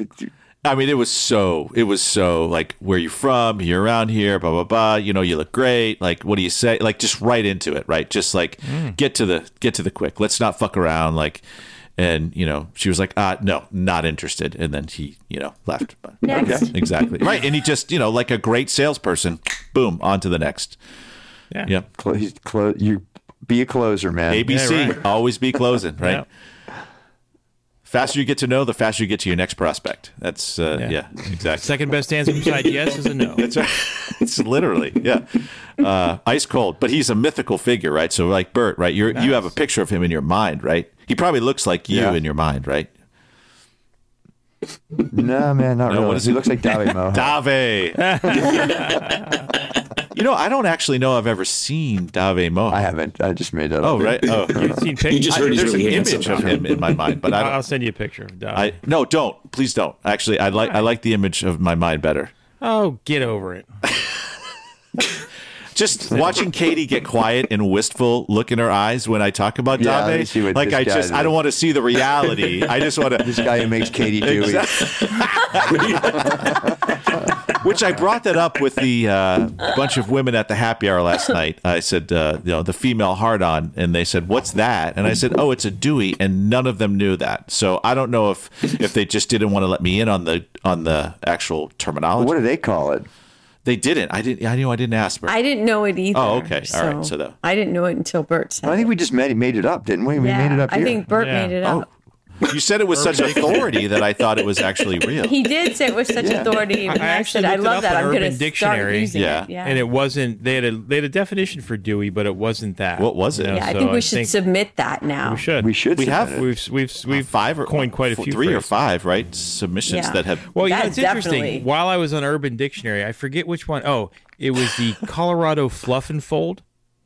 A: I mean, it was so, it was so like, where you from? You're around here, blah, blah, blah. You know, you look great. Like, what do you say? Like, just right into it, right? Just like,
B: Hmm.
A: get to the, get to the quick. Let's not fuck around. Like, and, you know, she was like, uh, no, not interested. And then he, you know, left. But,
D: Next.
A: exactly. Right. And he just, you know, like a great salesperson, boom, on to the next.
B: Yeah.
A: Yep.
C: Clo- he's clo- you be a closer, man.
A: ABC,
B: Yeah, right.
A: always be closing, right?
B: Yep.
A: Faster you get to know, the faster you get to your next prospect. That's, uh,
B: Yeah.
A: yeah, exactly.
B: Second best answer beside yes is a no.
A: That's right. it's literally, yeah. Uh, ice cold, but he's a mythical figure, right? So like Bert, right? You are you have a picture of him in your mind, right? He probably looks like you
C: Yeah.
A: in your mind, right?
C: No, man, not
A: what
C: really.
A: is
C: He
A: it?
C: looks like Davi Mo.
A: Dave. you know, I don't actually know I've ever seen Dave Mohan.
C: I haven't. I just made that
A: Oh
C: up.
A: right. Oh,
B: You've seen pictures.
F: You just heard he's
A: there's
F: really
A: an
F: handsome.
A: image of him in my mind, but I
B: I'll
A: don't.
B: send you a picture. of Doc.
A: I, no, don't. Please don't. Actually, I like I like the image of my mind better.
B: oh, get over it.
A: Just watching Katie get quiet and wistful look in her eyes when I talk about
C: Yeah, let me
A: Dave.
C: see what
A: like
C: this
A: I
C: guy
A: just I
C: did.
A: don't want to see the reality. I just want
C: This
A: to.
C: guy who makes Katie do it.
A: Which I brought that up with the uh, bunch of women at the happy hour last night. I said, uh, you know, the female hard on, and they said, "What's that?" And I said, "Oh, it's a Dewey," and none of them knew that. So I don't know if if they just didn't want to let me in on the on the actual terminology.
C: What do they call it?
A: They didn't. I didn't. I knew I didn't ask. Her.
D: I didn't know it either.
A: Oh, okay. All right. So the-
D: I didn't know it until Bert said.
C: I think we just made, made it up, didn't we? We made it up
D: I
C: here.
D: think Bert
B: Yeah. Oh,
D: made it up.
A: You said it with such authority that I thought it was actually real.
D: He did say it with such authority. and I,
B: actually
D: said, I
B: looked it
D: love
B: up
D: that.
B: on
D: I'm going
B: Urban
D: to start
B: Dictionary.
D: using
A: Yeah.
D: it. Yeah.
B: And it wasn't. They had a they had a definition for Dewey, but it wasn't that.
A: What was it?
D: yeah, I
B: so
D: think we should submit that now.
B: We should.
C: we should.
A: We Ah,
C: submit
A: have-
C: it.
B: We've we've we've
A: five or
B: coined quite a few.
A: three or
B: phrases.
A: five, right? Submissions
D: Yeah.
A: that have.
B: Well, yeah,
D: That
B: it's interesting.
D: definitely-
B: While I was on Urban Dictionary, I forget which one. Oh, it was the Colorado fluff and fold.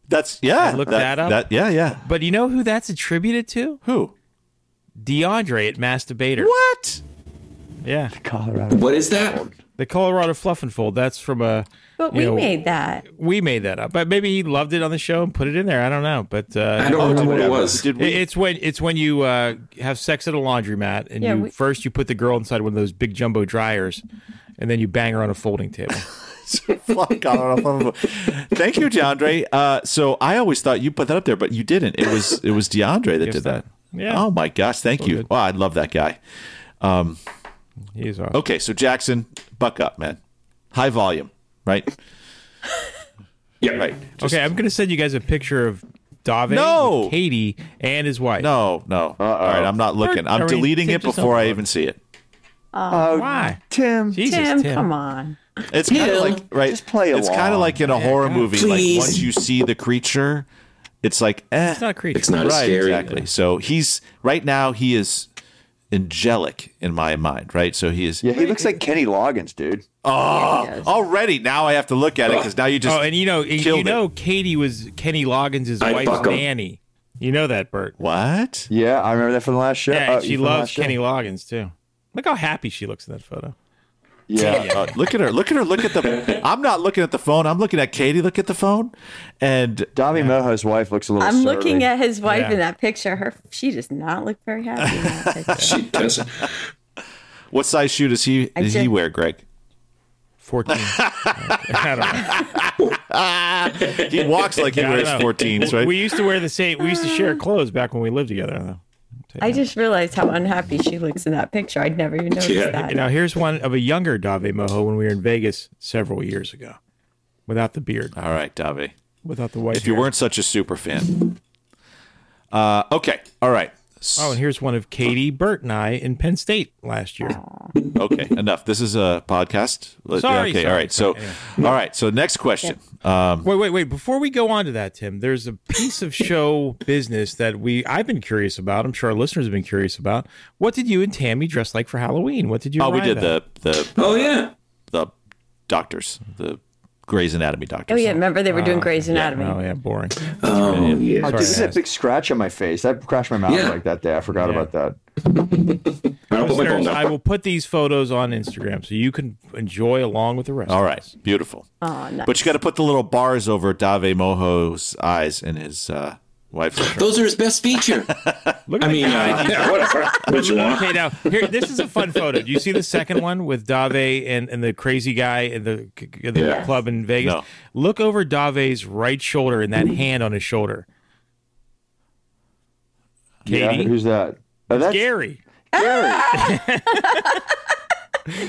A: That's yeah.
B: I looked that up.
A: yeah, yeah.
B: But you know who that's attributed to?
A: Who?
B: DeAndre at Masturbator.
A: What?
B: Yeah,
C: Colorado.
F: What is that?
B: the Colorado fluff and fold. That's from a.
D: but
B: you
D: we
B: know,
D: made that.
B: we made that up, but maybe he loved it on the show and put it in there. I don't know, but uh,
F: I don't remember what it was.
A: Did
B: It-
A: we?
B: It's when it's when you uh, have sex at a laundromat, and
D: Yeah,
B: you
D: we-
B: first you put the girl inside one of those big jumbo dryers, and then you bang her on a folding table.
A: Fuck, I don't know. Thank you, DeAndre. Uh, so I always thought you put that up there, but you didn't. It was it was DeAndre that did that.
B: Yeah.
A: Oh my gosh! Thank you.
B: good.
A: Wow, I love that guy.
B: He's awesome.
A: Okay, so Jackson, buck up, man. High volume, right?
F: Yeah,
A: Right.
B: okay, I'm gonna send you guys a picture of Dave
A: No.
B: with Katie and his wife.
A: No, no. All right, I'm not looking. I'm
B: Or- or
A: deleting
B: you
A: it
B: did just
A: before I
B: upload.
A: even see it.
B: Why?
C: Tim,
B: Jesus,
D: Tim,
B: Tim,
D: come on.
A: It's kind of
F: Ew.
A: like right.
C: Just play
A: it's kind
C: along.
A: of like in a horror movie.
F: Please.
A: Like once you see the creature, it's like eh.
B: It's not a creature.
F: It's not as
A: right,
F: scary.
A: exactly. So he's right now he is angelic in my mind, right? So he is oh,
C: Yeah, he looks like Kenny Loggins, dude.
A: already. Now I have to look at it because now you just
B: Oh, and you know, you
A: killed
B: know, Katie was Kenny Loggins'
F: I'd
B: wife's
F: fuck 'em.
B: nanny. You know that, Bert.
A: what?
C: Yeah, I remember that from the last show.
B: Yeah,
C: uh,
B: and she
C: from the
B: loves
C: last show.
B: Kenny Loggins too. Look how happy she looks in that photo.
C: Yeah,
A: Uh, look at her. Look at her. Look at the. I'm not looking at the phone. I'm looking at Katie. Look at the phone, and
C: Dobby Mojo's wife looks a little.
D: I'm looking
C: surly.
D: at his wife
B: Yeah.
D: in that picture. Her, she does not look very happy in that picture.
F: She doesn't.
A: what size shoe does he
D: I
A: does he
D: just-
A: wear, Greg?
B: Fourteen. I don't know.
A: He walks like he
B: Yeah, I
A: wears
B: know.
A: 14s, right?
B: We used to wear the same. We used to share clothes back when we lived together. Though.
D: I just realized how unhappy she looks in that picture. I'd never even noticed
F: Yeah.
D: that.
B: Now here's one of a younger Dave Mojo when we were in Vegas several years ago, without the beard,
A: All right, Davi.
B: without the white.
A: If you
B: hair.
A: weren't such a super fan. Uh, okay. All right. S-
B: Oh, and here's one of Katie, Bert, and I in Penn State last year.
A: Okay. Enough. This is a podcast. Let-
B: Sorry,
A: okay.
B: sorry,
A: all right. So,
B: sorry,
A: all right. So next question. Um,
B: Wait, wait, wait. Before we go on to that, Tim, there's a piece of show business that we I've been curious about. I'm sure our listeners have been curious about. What did you and Tammy dress like for Halloween? What did you?
A: oh, we
B: arrive
A: did
B: at?
A: the the
F: Oh yeah.
A: the doctors, the Grey's Anatomy doctors.
D: Oh yeah, remember they were doing Grey's Anatomy.
B: Oh yeah, boring.
F: Oh yeah.
C: Oh, dude, this is a
B: guys.
C: big scratch on my face. I crashed my mouth
F: Yeah.
C: like that day. I forgot about that.
F: I'll put my phone
B: Listeners,
F: down.
B: I will put these photos on Instagram so you can enjoy along with the rest.
A: All
B: of
A: right.
B: us.
A: Beautiful.
D: Oh, nice.
A: But you got to put the little bars over Dave Mojo's eyes and his uh, wife's.
F: Those are his best feature.
B: Look at
F: I
B: that
F: mean,
B: guy.
F: uh, yeah, whatever. What you want?
B: Okay, now here, this is a fun photo. Do you see the second one with Dave and, and the crazy guy in the, in the
F: Yeah.
B: club in Vegas?
A: No.
B: Look over Dave's right shoulder and that hand on his shoulder.
C: Yeah,
B: Katie,
C: who's that? Oh, that's
B: Gary,
C: Gary. Batman.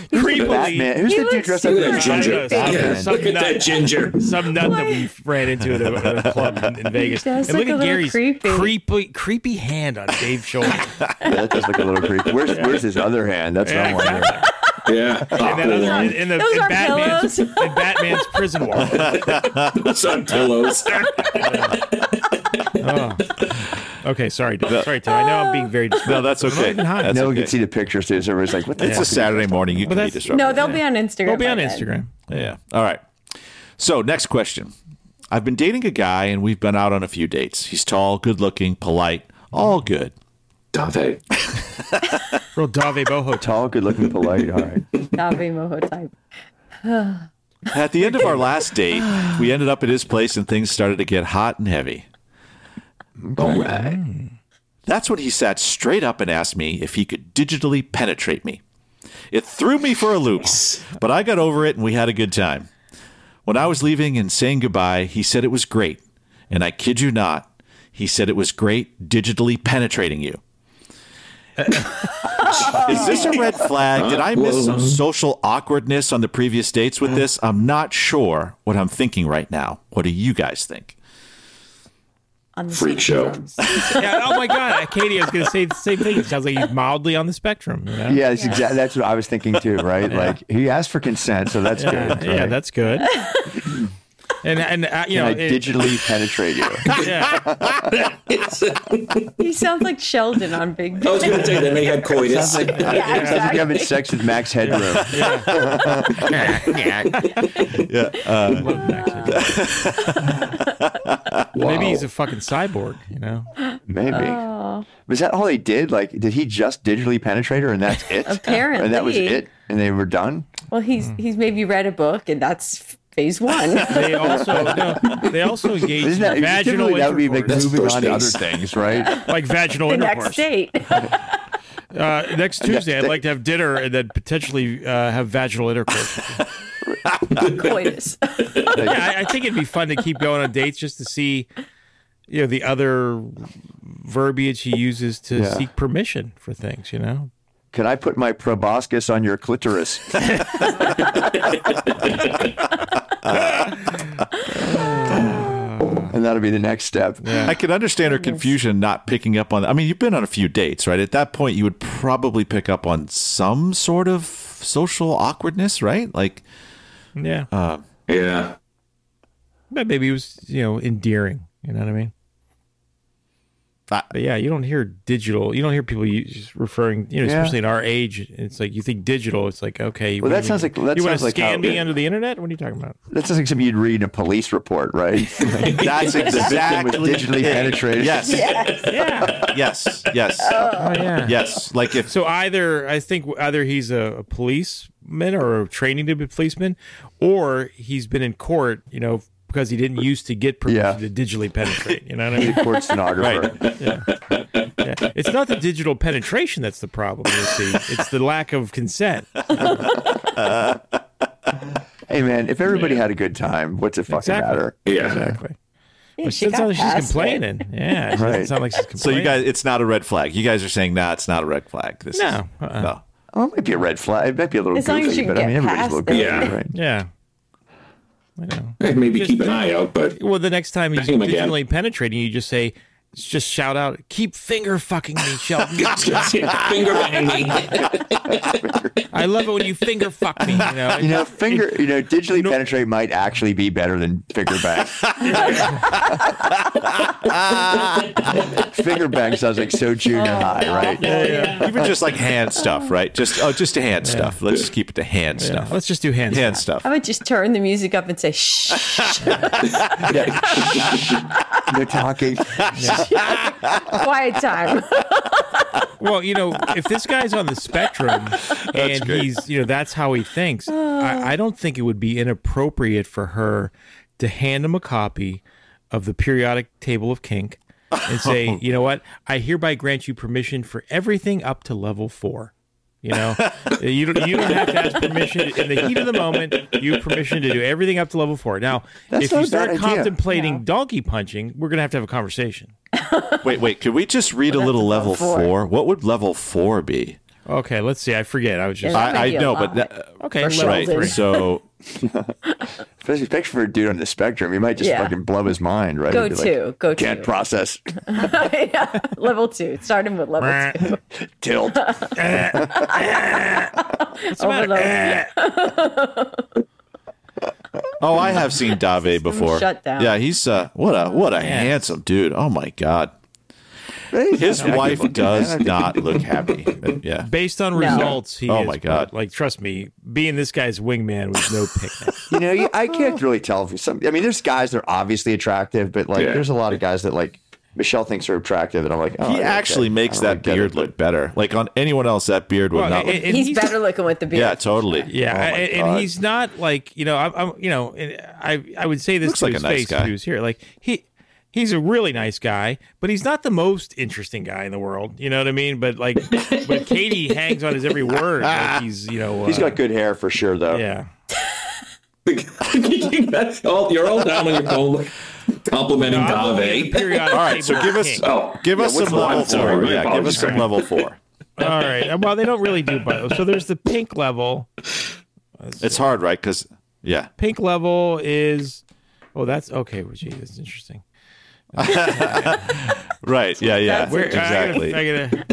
B: creepily,
C: Who's
D: He
C: the dude
D: looks
C: dressed
F: Look
C: like
F: at
C: the
F: that ginger.
B: I know,
F: Yeah,
B: something
F: Look at
B: like-
F: that ginger.
B: some nut that we ran into at a, at a club in, in Vegas.
D: does
B: and
D: look
B: look
D: a
B: at
D: little
B: Gary's
D: creepy.
B: creepy, creepy hand on Dave's shoulder.
C: Yeah, that does look a little creepy. Where's where's his other hand? That's what I'm wondering.
F: Yeah.
B: And that other,
F: Oh,
B: in, in the,
D: Those
B: in
D: are
B: Batman's,
D: pillows.
B: in Batman's prison wall.
F: it's on pillows.
B: Oh. Okay, sorry, Tim. Sorry, Tim. I know I'm being
D: Oh.
B: very
A: No,
B: disruptive.
A: that's okay.
B: high.
A: That's
C: No one
A: okay.
C: could see the pictures, too. So everybody's like, "What the
A: It's a Saturday morning. You can be
B: that's-
A: disruptive.
D: No, they'll be on Instagram.
B: We'll be
D: by
B: on
D: then.
B: Instagram.
A: Yeah. All right. So, next question. I've been dating a guy and we've been out on a few dates. He's tall, good looking, polite, all good.
F: Dave.
B: Real Dave Boho talk.
C: Tall, good-looking, polite. All right.
D: Navi Moho type.
A: At the end of our last date, we ended up at his place and things started to get hot and heavy.
F: All right.
A: That's when he sat straight up and asked me if he could digitally penetrate me. It threw me for a loop, but I got over it and we had a good time. When I was leaving and saying goodbye, he said it was great. And I kid you not, he said it was great digitally penetrating you. Is this a red flag? Did I miss some social awkwardness on the previous dates with this? I'm not sure what I'm thinking right now. What do you guys think?
D: On the
F: Freak show.
B: Yeah, oh my God, Katie, I was going to say the same thing. It sounds like he's mildly on the spectrum. You know?
C: Yeah, that's exactly. That's what I was thinking too. Right? Like he asked for consent, so that's good.
B: yeah,
C: right?
B: that's good. And and uh, you
C: Can
B: know,
C: I
B: it-
C: digitally penetrate you.
B: yeah,
D: He sounds like Sheldon on Big
F: I
D: Bang.
F: was going to say that they had coitus.
D: Yeah,
C: Sounds like
D: exactly.
C: you're having sex with Max Headroom. uh,
B: maybe he's a fucking cyborg. You know,
C: Maybe. Was that all they did? Like, did he just digitally penetrate her and that's it?
D: Apparently.
C: And that was it? And they were done?
D: Well, he's
B: Mm.
D: he's maybe read a book, and that's phase one.
B: they also no, they also engage in
C: Isn't that
B: vaginal
C: typically that would be like
B: intercourse,
C: moving
F: first
C: on to other
F: base.
C: things, right?
B: like vaginal
D: the
B: intercourse.
D: next date.
B: Uh, next Tuesday, I'd like to have dinner and then potentially uh, have vaginal intercourse.
D: Coitus.
B: yeah, I, I think it'd be fun to keep going on dates just to see, you know, the other verbiage he uses to
C: Yeah.
B: seek permission for things. You know,
C: Can I put my proboscis on your clitoris? and that'll be the next step.
A: I can understand her confusion not picking up on. I mean, you've been on a few dates, right? At that point, you would probably pick up on some sort of social awkwardness, right? Like,
B: Yeah.
C: Uh,
F: Yeah.
B: but maybe it was, you know, endearing. You know what I mean?
A: I-
B: But yeah, you don't hear digital. You don't hear people use, referring, you know,
C: Yeah.
B: especially in our age. It's like you think digital. It's like okay. what
C: Well, that
B: do you
C: sounds
B: mean?
C: like- that
B: you want
C: sounds
B: to
C: like
B: scan
C: how-
B: me under the internet. What are you talking about?
C: That sounds like something you'd read in a police report, right? Like,
A: that's
C: victim was
A: exactly
C: digitally
A: it.
C: penetrated.
A: Yes,
B: Yeah.
A: yes, yes,
B: oh yeah.
A: yes. Like if
B: So either I think either he's a, a policeman or training to be a policeman, or he's been in court. You know. Because he didn't used to get permission
C: Yeah.
B: to digitally penetrate, you know what I mean?
C: Court stenographer.
B: Yeah. It's not the digital penetration that's the problem. You see, it's the lack of consent.
C: Hey man, if everybody had a good time, what's it fucking
B: Exactly.
C: matter?
F: Yeah.
B: Exactly.
D: Yeah,
B: But
D: she
B: she doesn't sound
D: got
B: like
D: past
B: she's
D: it.
B: complaining. Yeah, it doesn't
C: Right.
B: sound like she's
A: so,
B: complaining.
A: you guys, it's not a red flag. You guys are saying, nah, it's not a red flag. This
B: No,
A: is,
B: uh-uh.
A: no.
C: Well, it might be a red flag. It might be a little
D: As long as
C: goofy,
D: you
C: but I
D: get
C: mean, everybody's a little
D: past
C: goofy,
D: it.
F: Yeah.
C: right?
B: yeah, I know.
F: Hey, maybe keep an eye out, but
B: Well, the next time he's
F: Bang him again.
B: digitally penetrating, you just say, just shout out, "Keep finger fucking me, Shelton."
F: finger bang me.
B: I love it when you finger fuck me. You know,
C: You know, finger, you know, digitally penetrate might actually be better than finger bang. finger bang sounds like so
D: Oh,
C: junior high, right?
A: Even just like hand stuff, right? Just oh, just to hand stuff. Let's just keep it to hand
B: Yeah,
A: stuff.
B: let's just do hands.
A: hand stuff.
D: I would just turn the music up and say, shh.
C: They're talking.
D: Quiet time.
B: Well, you know, if this guy's on the spectrum and he's, you know, that's how he thinks, I, I don't think it would be inappropriate for her to hand him a copy of the periodic table of kink and say, you know what, I hereby grant you permission for everything up to level four. You know, you don't, you don't have to ask permission in the heat of the moment. You have permission to do everything up to level four. Now,
C: That's
B: if you
C: not a bad
B: start
C: idea.
B: contemplating donkey punching, we're going to have to have a conversation.
A: Wait, wait. Could we just read a little level
D: four.
A: four? What would level four be?
B: Okay, let's see. I forget. I was just.
D: Yeah. That
A: I,
D: might
A: I
D: be a
A: know, but
D: lot.
A: that,
B: Okay,
D: For
B: level
A: right.
D: Sheldon.
B: three.
A: So
C: Especially especially for a dude on the spectrum, he might just
D: Yeah.
C: fucking blow his mind, right?
D: Go
C: He'd be
D: to. Go
C: Can't
D: to.
C: process.
D: Yeah. level two. Starting with level two.
C: Tilt.
D: Overload.
A: Oh, I have seen Dave before.
D: shut down.
A: Yeah, he's uh, what a what a handsome dude. Oh my god, his wife does not look happy. Yeah,
B: Based on results, he
A: Oh
B: is,
A: my God.
B: but, Like, trust me, being this guy's wingman was no picnic.
C: you know, you- I can't really tell. If some, I mean, there's guys that are obviously attractive, but like,
F: Yeah.
C: there's a lot of guys that like Michelle thinks are attractive, and I'm like, oh,
A: he
C: okay.
A: actually makes
C: I don't
A: that
C: really get
A: beard
C: it.
A: look better. Like on anyone else, that beard would
B: Well,
A: not look.
B: and- and
D: He's better looking with the beard.
A: yeah, totally.
B: Yeah,
A: Oh, my
B: and, and
A: God.
B: he's not like you know. I'm, I'm you know. and I I would say this
A: Looks
B: to
A: like a
B: his
A: nice
B: face
A: guy.
B: if he was here. Like he. He's a really nice guy, but he's not the most interesting guy in the world. You know what I mean? But like, but Katie hangs on his every word.
A: Ah.
B: Like he's, you know, uh,
C: He's got good hair for sure, though.
B: yeah.
F: all, you're all down on your phone complimenting
B: Periodic
F: Dave.
B: table
A: All right, so
B: of
A: give us
B: kink.
F: Oh,
A: give us
F: what's
A: some
F: the
A: level
F: line? Sorry,
A: four.
F: my
A: Yeah, give
F: apologies,
A: us some
F: Greg.
A: level four.
B: All right. Well, they don't really do both. So there's the pink level.
A: It's hard, right? Because yeah,
B: pink level is oh that's okay well, gee that's interesting
A: right. Yeah, yeah,
B: Where- I gotta-
A: exactly.
B: I gotta-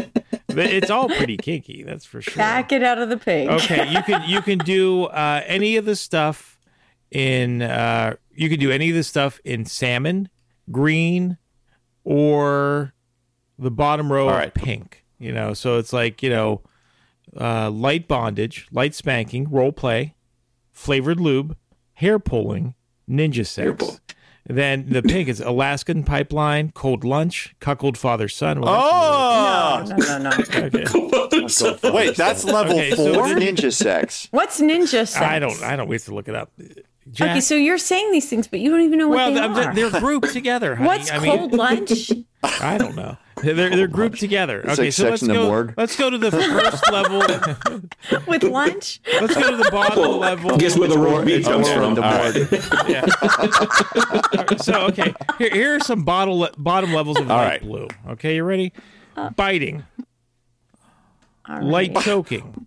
B: but it's all pretty kinky that's for sure
D: Back it out of the pink.
B: okay you can you can do uh, any of the stuff in uh, you can do any of the stuff in salmon green or the bottom row
A: All
B: of
A: right.
B: pink you know so it's like you know uh, light bondage light spanking role play flavored lube hair pulling ninja sex
F: pull.
B: then the pink is alaskan pipeline cold lunch cuckold father son well,
A: Oh,
D: No, no, no. no.
B: that's- okay.
A: wait, that's level
B: Okay, so
A: four.
C: What's ninja sex?
D: What's ninja Oh, sex?
B: i don't i don't we have to look it up Jack,
D: Okay, so you're saying these things, but you don't even know what
B: well,
D: they
B: I'm just-
D: are.
B: they're grouped together. honey.
D: What's
B: I mean,
D: cold lunch?
B: I don't know. They're they're grouped together.
C: It's
B: okay,
C: like
B: so
C: Sex
B: let's
C: and the
B: go.
C: Morgue.
B: Let's go to the first level.
D: With lunch?
B: Let's go to the bottom level.
F: Guess where the roast beef comes
C: more
F: from?
C: than the
F: All right.
B: So okay, here here are some bottle le- bottom levels of light
A: right.
B: blue. Okay, you ready?
D: Uh,
B: Biting, light choking,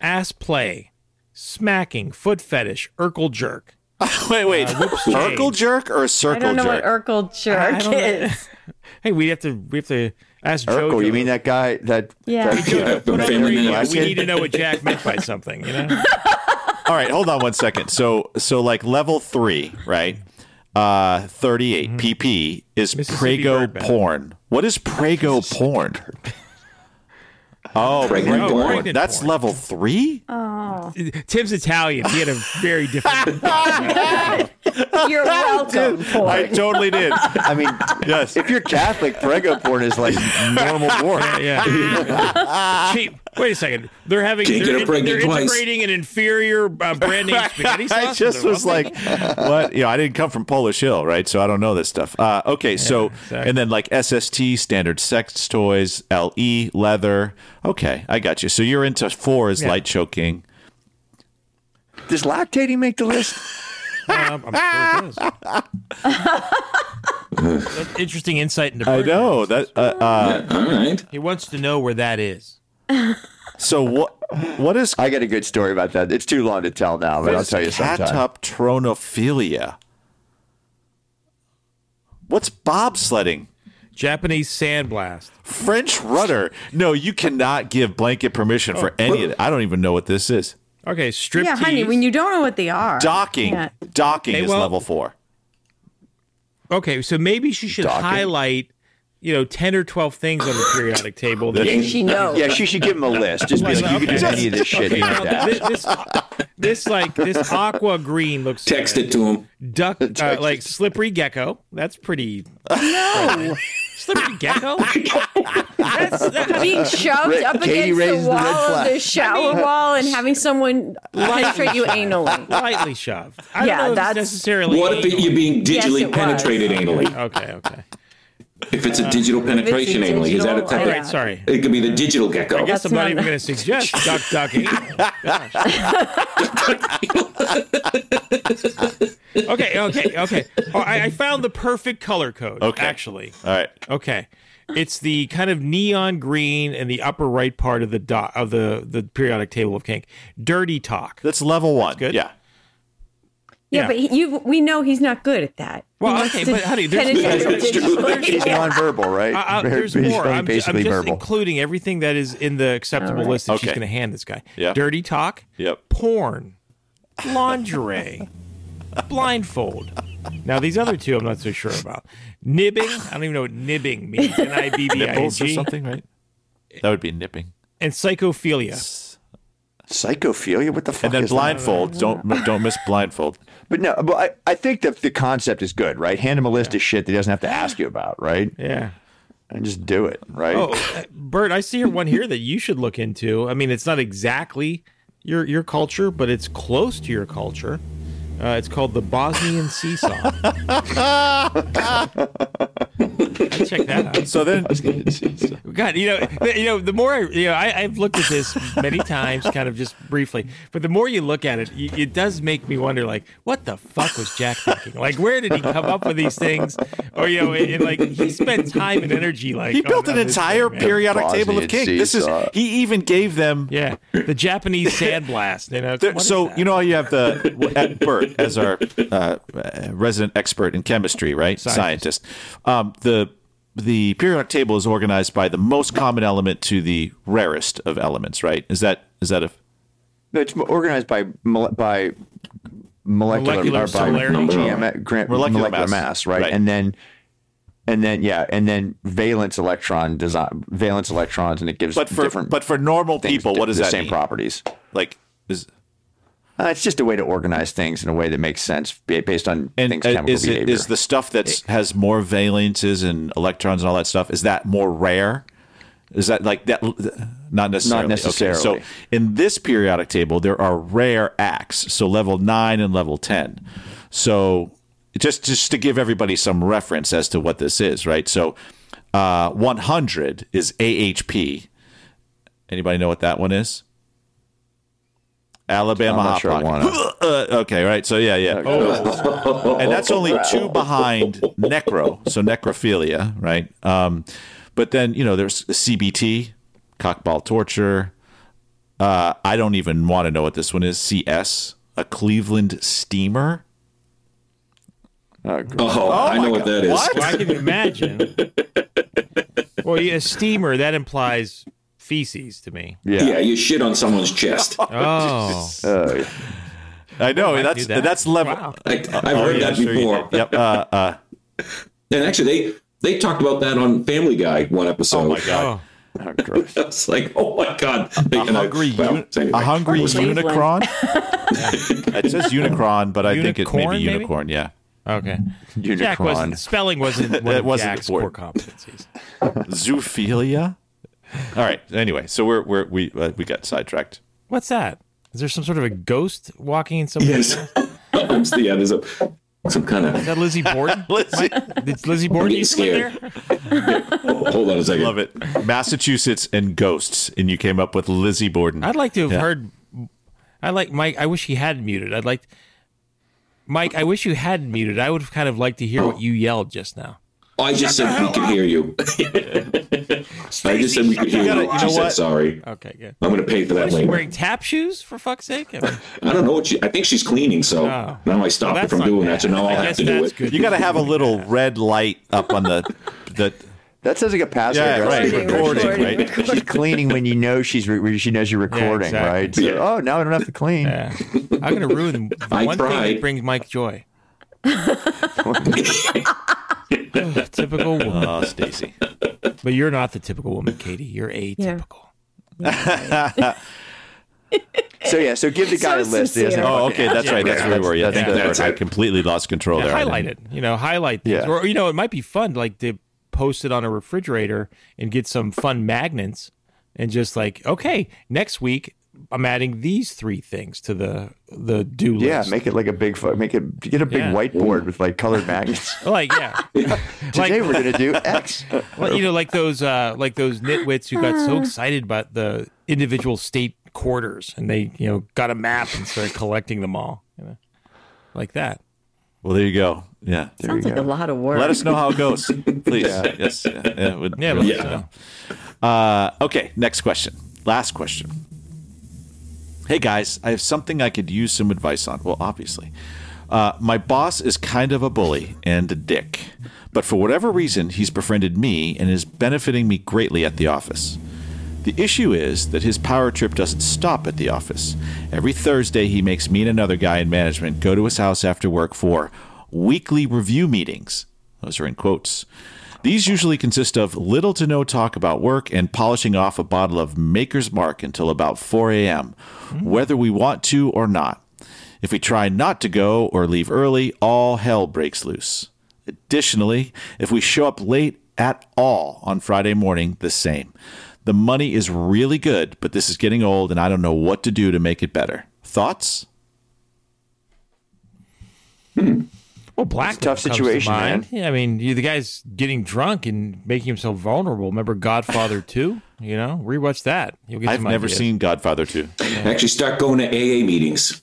B: ass play, smacking, foot fetish, Urkel jerk.
A: wait, wait. Urkel jerk or a
D: I don't
A: circle
D: know
A: jerk?
D: what Urkel jerk
B: don't know.
D: is.
B: Hey, we have to we have to ask
C: Urkel,
B: Jojo.
C: Oh, you mean that guy that?
D: Yeah.
C: that-
F: Yeah, from Family
B: We,
F: Man.
B: we need to know what Jack meant by something. You know,
A: All right, hold on one second. So, so like level three, right? Uh, 38 PP is
B: Mississippi
A: Prego
B: Birdman.
A: porn. What is Prego porn? Oh,
F: Pregnant
A: Prego
F: porn.
A: porn.
B: Pregnant
A: That's
B: porn.
A: level three?
B: Tim's Italian. He had a very different.
D: You're welcome. Paul.
A: I totally did.
C: I mean,
A: Yes.
C: if you're Catholic, prego porn is like normal porn.
B: yeah. Gee, wait a second. They're having
F: Can't
B: they're,
F: get her pregnant
B: they're
F: twice.
B: integrating an inferior uh, brand name spaghetti sauce.
A: I
B: into
A: just
B: them.
A: was like, what? You know, I didn't come from Polish Hill, right? So I don't know this stuff. Uh, okay, so
B: exactly.
A: and then like SST, standard sex toys, LE, leather. Okay, I got you. So you're into four is light choking.
C: Does lactating make the list?
B: Um, I'm sure it is. That's interesting insight into.
A: I
B: Bergman.
A: know that. Uh, uh,
F: All right.
B: He wants to know where that is.
A: so what? What is
C: I got a good story about that. It's too long to tell now, but I'll tell you sometime.
A: cataptronophilia? What's bobsledding?
B: Japanese sandblast.
A: French rudder? No, you cannot give blanket permission for
B: Oh.
A: any of it. I don't even know what this is.
B: Okay, strip.
D: yeah, honey, when you don't know what they are.
A: Docking.
D: Yeah.
A: Docking
B: Hey,
A: is
B: well-
A: level four.
B: Okay, so maybe she should
C: Docking.
B: highlight, you know, ten or twelve things on the periodic table. That
D: And she knows.
C: Yeah, she should give him a list. Just be
B: Like,
C: like, you can do
B: okay.
C: any of this shit.
B: Okay,
C: here,
B: now,
C: Dad.
B: thi- this, this like this aqua green looks
F: Text
B: good.
F: it to him.
B: duck uh, like slippery gecko. That's pretty. No, slippery gecko. That's, that,
D: Being shoved
C: Rick,
D: up
C: Katie
D: against
C: raised
D: the
C: the red
D: wall of
C: flag.
D: the shower wall and having someone penetrate you anally.
B: lightly shoved. I
D: Yeah,
B: don't know if
D: that's-
B: it's necessarily.
F: What if it- you're being
D: Yes,
F: digitally
D: it was.
F: penetrated anally?
B: Okay, okay.
F: If it's a digital penetration anally, is that a
D: digital,
F: type
B: All
F: of-
B: right, sorry.
F: It could be the digital gecko.
B: Guess I'm
D: not-
B: not even going to suggest duck ducking. Gosh. okay, okay, okay. Oh, I, I found the perfect color code.
A: Okay.
B: actually,
A: All right.
B: okay, it's the kind of neon green in the upper right part of the dot of the the periodic table of kink. Dirty talk.
A: That's level one.
B: good.
A: Yeah.
D: Yeah,
B: Yeah.
D: but he, you we know he's not good at that. He
B: Well,
D: wants
B: okay,
D: to
B: but honey, there's-
D: penetrate
F: That's
D: your
F: true.
D: digital-
C: She's
D: Yeah.
C: nonverbal, right?
B: Uh, uh,
C: Very-
B: there's
C: he's
B: more.
C: very
B: I'm, ju- I'm
C: basically
B: just
C: verbal.
B: including everything that is in the acceptable list that she's
A: Okay.
B: going to hand this guy.
A: Yeah.
B: Dirty talk.
A: Yep.
B: Porn. Lingerie. blindfold. Now these other two, I'm not so sure about. Nibbing. I don't even know what nibbing means. N i b b i n
A: Nipples or
B: g.
A: something, right? That would be nipping.
B: And psychophilia.
C: Psychophilia? What the fuck?
A: And then
C: is that?
A: blindfold. Don't don't miss blindfold.
C: But no, but I, I think that the concept is good, right? Hand him a list of shit that he doesn't have to ask you about, right?
B: Yeah.
C: And just do it, right?
B: Oh, uh, Bert, I see one here that you should look into. I mean, it's not exactly your your culture, but it's close to your culture. Uh, it's called the Bosnian seesaw. Check that out.
A: So then,
B: God, you know, th- you know, the more I, you know, I, I've looked at this many times, kind of just briefly, but the more you look at it, y it does make me wonder, like, what the fuck was Jack thinking? Like, where did he come up with these things? Or you know, and, and, like he spent time and energy, like
A: he built
B: on-
A: an
B: on this
A: entire
B: thing, man.
A: periodic
C: Bosnian
A: table of kink. This is
C: seesaw.
A: he even gave them.
B: Yeah, the Japanese sandblast. You know,
A: there-
B: what is
A: so
B: that?
A: you know how you have the at Bert as our uh, resident expert in chemistry, right? Scientist. Um, the the periodic table is organized by the most common element to the rarest of elements, right? Is that is that a
C: No, it's organized by mole- by molecular,
B: Molecular
C: or by
B: celerity.
C: GM, gra-
A: Molecular
C: molecular,
A: mass.
C: mass, right?
A: Right.
C: And then and then yeah, and then valence electron design valence electrons, and it gives
A: but for
C: different
A: but for normal
C: things,
A: people, what
C: di-
A: does
C: the
A: that
C: same
A: mean?
C: properties.
A: Like is
C: Uh, it's just a way to organize things in a way that makes sense ba- based on
A: and
C: things
A: uh,
C: chemical
A: is it,
C: behavior.
A: is the stuff that has more valences and electrons and all that stuff is that more rare? Is that like that? Not necessarily.
C: Not necessarily.
A: Okay, so in this periodic table, there are rare acts. So level nine and level ten. So just just to give everybody some reference as to what this is, right? So uh, one hundred is AHP. Anybody know what that one is? Alabama
C: I'm not
A: hot
C: sure I
A: pocket.
C: wanna-
A: Uh, okay, right. So yeah, yeah.
C: Oh.
A: and that's only two behind necro, so necrophilia, right? Um, but then you know there's CBT, cockball torture. Uh, I don't even want to know what this one is. CS, a Cleveland steamer.
C: Oh, great.
F: Oh, I know what that is.
A: What?
B: I can imagine. well, yeah, steamer that implies feces to me.
C: Yeah.
F: Yeah, you shit on someone's chest.
B: Oh,
C: Oh, yeah.
A: I know
B: I
A: that's
B: do that.
A: that's level.
B: Wow.
F: Like, I've heard
A: Oh, yeah,
F: that
A: sure you
F: before.
A: Yep. Uh, uh,
F: And actually, they they talked about that on Family Guy one episode.
A: oh my god.
B: oh.
C: Oh, gross.
F: I was like, oh my god.
A: A hungry,
F: well,
A: uni-
F: anyway.
A: a hungry
D: Cleveland.
A: unicron. It says unicron, but I think it may
B: Unicorn,
A: be
B: maybe?
A: unicorn. Yeah,
B: Oh, Okay. Jack
C: Unicron.
B: wasn't spelling wasn't one
A: That
B: of
A: wasn't
B: Jack's core
A: important.
B: competencies.
A: zoophilia. All right. Anyway, so we're we're we uh, we got sidetracked.
B: What's that? Is there some sort of a ghost walking in somewhere?
F: Yes. Oops, yeah, there's a, some kind of.
B: Is that Lizzie Borden?
A: Lizzie,
B: Did Lizzie Borden
F: getting
B: used to live
F: scared.
B: there?
F: Hold on a second.
A: love it. Massachusetts and ghosts, and you came up with Lizzie Borden.
B: I'd like to have
A: Yeah.
B: heard. I like Mike. I wish he had muted. I'd like Mike. I wish you had muted. I would have kind of liked to hear what you yelled just now.
F: I just said we could hear you. I just said we could hear you.
A: gotta- you
F: she
A: know
F: said
A: what?
F: sorry.
B: Okay, good.
F: I'm going to pay for
B: What
F: that
B: is she
F: later.
B: wearing? Tap shoes for fuck's sake! I mean,
F: I don't know what she. I think she's cleaning, so
B: Oh.
F: now I stopped her
B: that's
F: from
B: not
F: doing
B: bad.
F: that. So now
B: I
F: I'll have
B: guess
F: to do
B: that's
F: it.
B: good.
A: you got to have a little red light up on the the.
C: That sounds like a passive
A: Yeah, right.
C: aggressive.
A: Recording,
D: Recording,
A: right?
D: recording.
C: She's cleaning when you know she's re- when she knows you're recording,
B: exactly.
C: right? So,
F: Yeah.
C: Oh, now I don't have to clean.
B: Yeah. I'm gonna ruin the
F: I
B: one thing
F: tried.
B: that brings Mike joy. Ugh, typical woman,
A: Oh, Stacy.
B: but you're not the typical woman, Katie. You're atypical.
C: So yeah, so give the guy a
D: So
C: list. He doesn't
D: sincere.
C: have
A: Oh,
C: to-
A: okay. That's right. That's where we were. Yeah,
C: That's-
A: thank you.
F: that's
A: I
F: it.
A: completely lost control there.
B: highlight it. You know, highlight things.
C: Yeah.
B: Or you know, it might be fun like to post it on a refrigerator and get some fun magnets and just like, okay, next week I'm adding these three things to the the do list.
C: Yeah, make it like a big, fu- make it get a big
B: Yeah.
C: whiteboard with like colored magnets.
B: like yeah.
C: Today we're gonna do X.
B: Well, you know, like those, uh, like those nitwits who got so excited about the individual state quarters, and they, you know, got a map and started collecting them all, you know, like that.
A: Well, there you go. Yeah.
D: Sounds like a lot of work.
A: Let us know how it goes, please. Yes. Yeah. yeah, it would
B: Yeah,
A: really-
B: but yeah.
A: Uh, okay. Next question. Last question. Hey guys, I have something I could use some advice on. Well, obviously. Uh, my boss is kind of a bully and a dick, but for whatever reason, he's befriended me and is benefiting me greatly at the office. The issue is that his power trip doesn't stop at the office. Every Thursday, he makes me and another guy in management go to his house after work for weekly review meetings. Those are in quotes. These usually consist of little to no talk about work and polishing off a bottle of Maker's Mark until about 4 a.m., whether we want to or not. If we try not to go or leave early, all hell breaks loose. Additionally, if we show up late at all on Friday morning, the same. The money is really good, but this is getting old and I don't know what to do to make it better. Thoughts?
B: Well, black
C: It's a
B: comes
C: tough
B: to
C: situation,
B: mind.
C: man.
B: Yeah, I mean, you, the guy's getting drunk and making himself vulnerable. Remember Godfather Two? You know, rewatch that. You'll get
A: I've
B: some
A: never
B: ideas.
A: seen Godfather 2.
F: Actually, start going to AA meetings.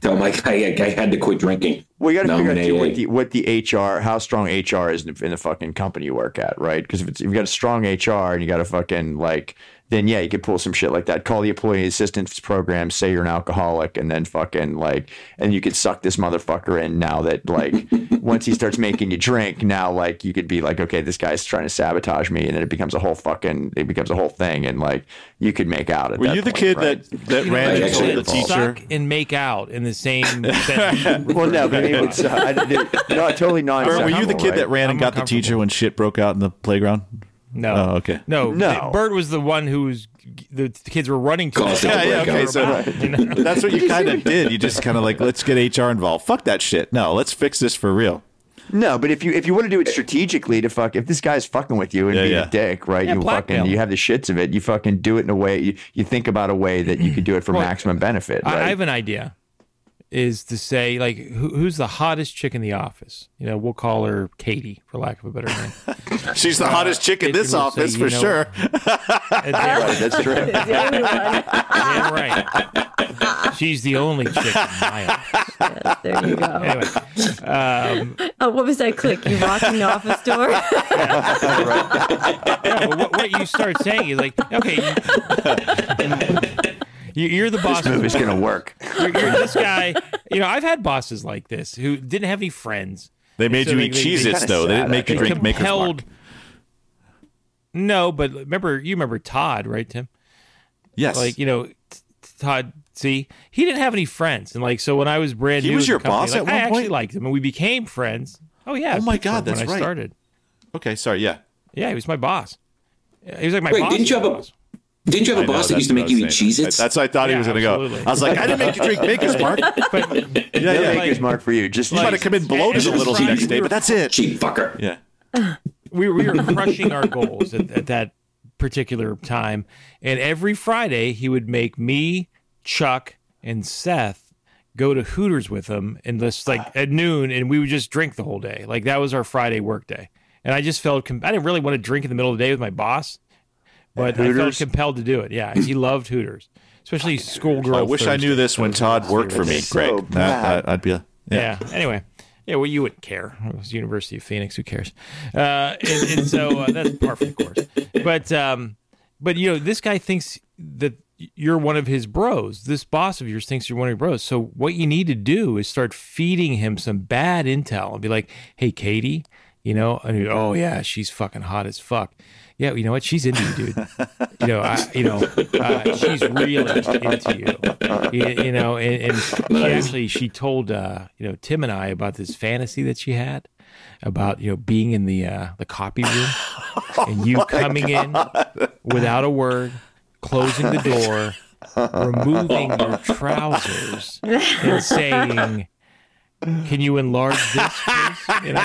F: Tell my guy I, I had to quit drinking.
C: We got to
F: Now
C: figure
F: I'm
C: out e-
F: in
C: too, what
F: AA.
C: the what the HR, how strong HR is in the, in the fucking company you work at, right? Because if it's, if you got a strong HR and you got a fucking like, then yeah, you could pull some shit like that. Call the employee assistance program, say you're an alcoholic, and then fucking like, and you could suck this motherfucker in now that like, once he starts making you drink, now like you could be like, okay, this guy's trying to sabotage me, and then it becomes a whole fucking, it becomes a whole thing, and like you could make out. At
A: Were
C: that
A: you the
C: point,
A: kid
C: right?
A: that, that ran
F: I
A: and
F: actually
A: told the
F: didn't
A: teacher?
B: Suck and make out in the same sentence.
C: Well, no, but I mean, it's, uh, I, no, totally non.
A: Or were you the kid that ran and
B: I'm
A: got the teacher
B: uncomfortable.
A: when shit broke out in the playground?
B: No.
A: Oh, okay.
B: No,
C: No.
B: Bert was the one who was the kids were running to.
F: Caused it to
B: him.
F: break out.
B: You know?
A: That's what you kind of did. You just kind of like, let's get HR involved. Fuck that shit. No, let's fix this for real.
C: No, but if you if you want to do it strategically to fuck, if this guy's fucking with you and
A: Yeah,
C: being
A: yeah.
C: a dick, right?
B: Yeah,
C: you
B: blackmail.
C: fucking you have the shits of it. You fucking do it in a way you, you think about a way that you could do it for maximum benefit. Right?
B: I, I have an idea. Is to say like who, who's the hottest chick in the office? You know, we'll call her Katie for lack of a better name.
A: She's the hottest chick in
B: Uh, it-
A: this
B: it will
A: office
B: say,
A: for
B: you know-
A: sure.
B: And damn right,
C: That's true.
D: The only one.
B: damn right. She's the only chick in my office.
D: There you go.
B: Anyway, um,
D: Oh, what was that click? You walked in the office door.
B: yeah, but what, what you start saying is like, okay, you, you're the boss.
C: this movie's gonna work.
B: you're, you're this guy. You know, I've had bosses like this who didn't have any friends,
A: They made
B: so
A: you
B: they-
A: eat
B: they-
A: cheese
B: they
A: its
C: kinda
A: though. They
C: sad,
A: didn't make you
C: actually.
A: drink Maker's Mark.
B: compelled. No, but remember, you remember Todd, right, Tim?
A: Yes.
B: Like you know, t- Todd. See, he didn't have any friends, and like so when I was brand
A: He
B: new,
A: was
B: at the
A: your
B: company,
A: boss
B: like,
A: at
B: I
A: one
B: actually
A: point?
B: liked him, and we became friends. Oh yeah.
A: Oh, my
B: from
A: God,
B: when
A: that's
B: I
A: right.
B: Started.
A: okay, sorry. Yeah.
B: Yeah, he was my boss. Yeah, He was like my
F: Wait,
B: boss.
F: didn't you have a-
B: boss.
F: Didn't you have a
A: I know,
F: boss that
A: that's
F: used to
A: what I
F: make you eat
A: was saying.
F: Cheez-Its?
A: That's what I thought he
B: Yeah,
A: was going to go.
B: absolutely.
A: I was like, I didn't make you drink Maker's Mark.
B: But,
A: Yeah,
C: Yeah,
A: yeah.
C: Maker's Mark for you. Just
A: you might have come in bloated a
B: and-
A: little the
B: and-
A: next day, but that's it.
F: Cheap fucker.
A: Yeah.
B: we, we were crushing our goals at, at that particular time. And every Friday, he would make me, Chuck, and Seth go to Hooters with him, and just like at noon, and we would just drink the whole day. Like that was our Friday work day. And I just felt com- I didn't really want to drink in the middle of the day with my boss, but I felt
C: Hooters?
B: compelled to do it. Yeah, he loved Hooters, especially schoolgirl.
A: I wish I knew
B: Thursday.
A: this when
B: Those
A: Todd
B: were my
A: worked for me,
B: favorite.
A: Greg.
C: So
A: That- I- I'd be a, yeah.
B: Yeah. Anyway, yeah. Well, you wouldn't care. It was University of Phoenix. Who cares? Uh, and, and so uh, that's par for the course. But um, but you know, this guy thinks that you're one of his bros. This boss of yours thinks you're one of your bros. So what you need to do is start feeding him some bad intel and be like, "Hey, Katie." You know, and he'd, oh yeah, she's fucking hot as fuck. Yeah, you know what? She's into you, dude. you know, I, you know, uh, she's really into you. You, you know, and, and she actually she told uh, you know Tim and I about this fantasy that she had about you know being in the uh, the copy room and
C: Oh
B: you coming in without a word, closing the door, removing your trousers, and saying. Can you enlarge this? Please? You know?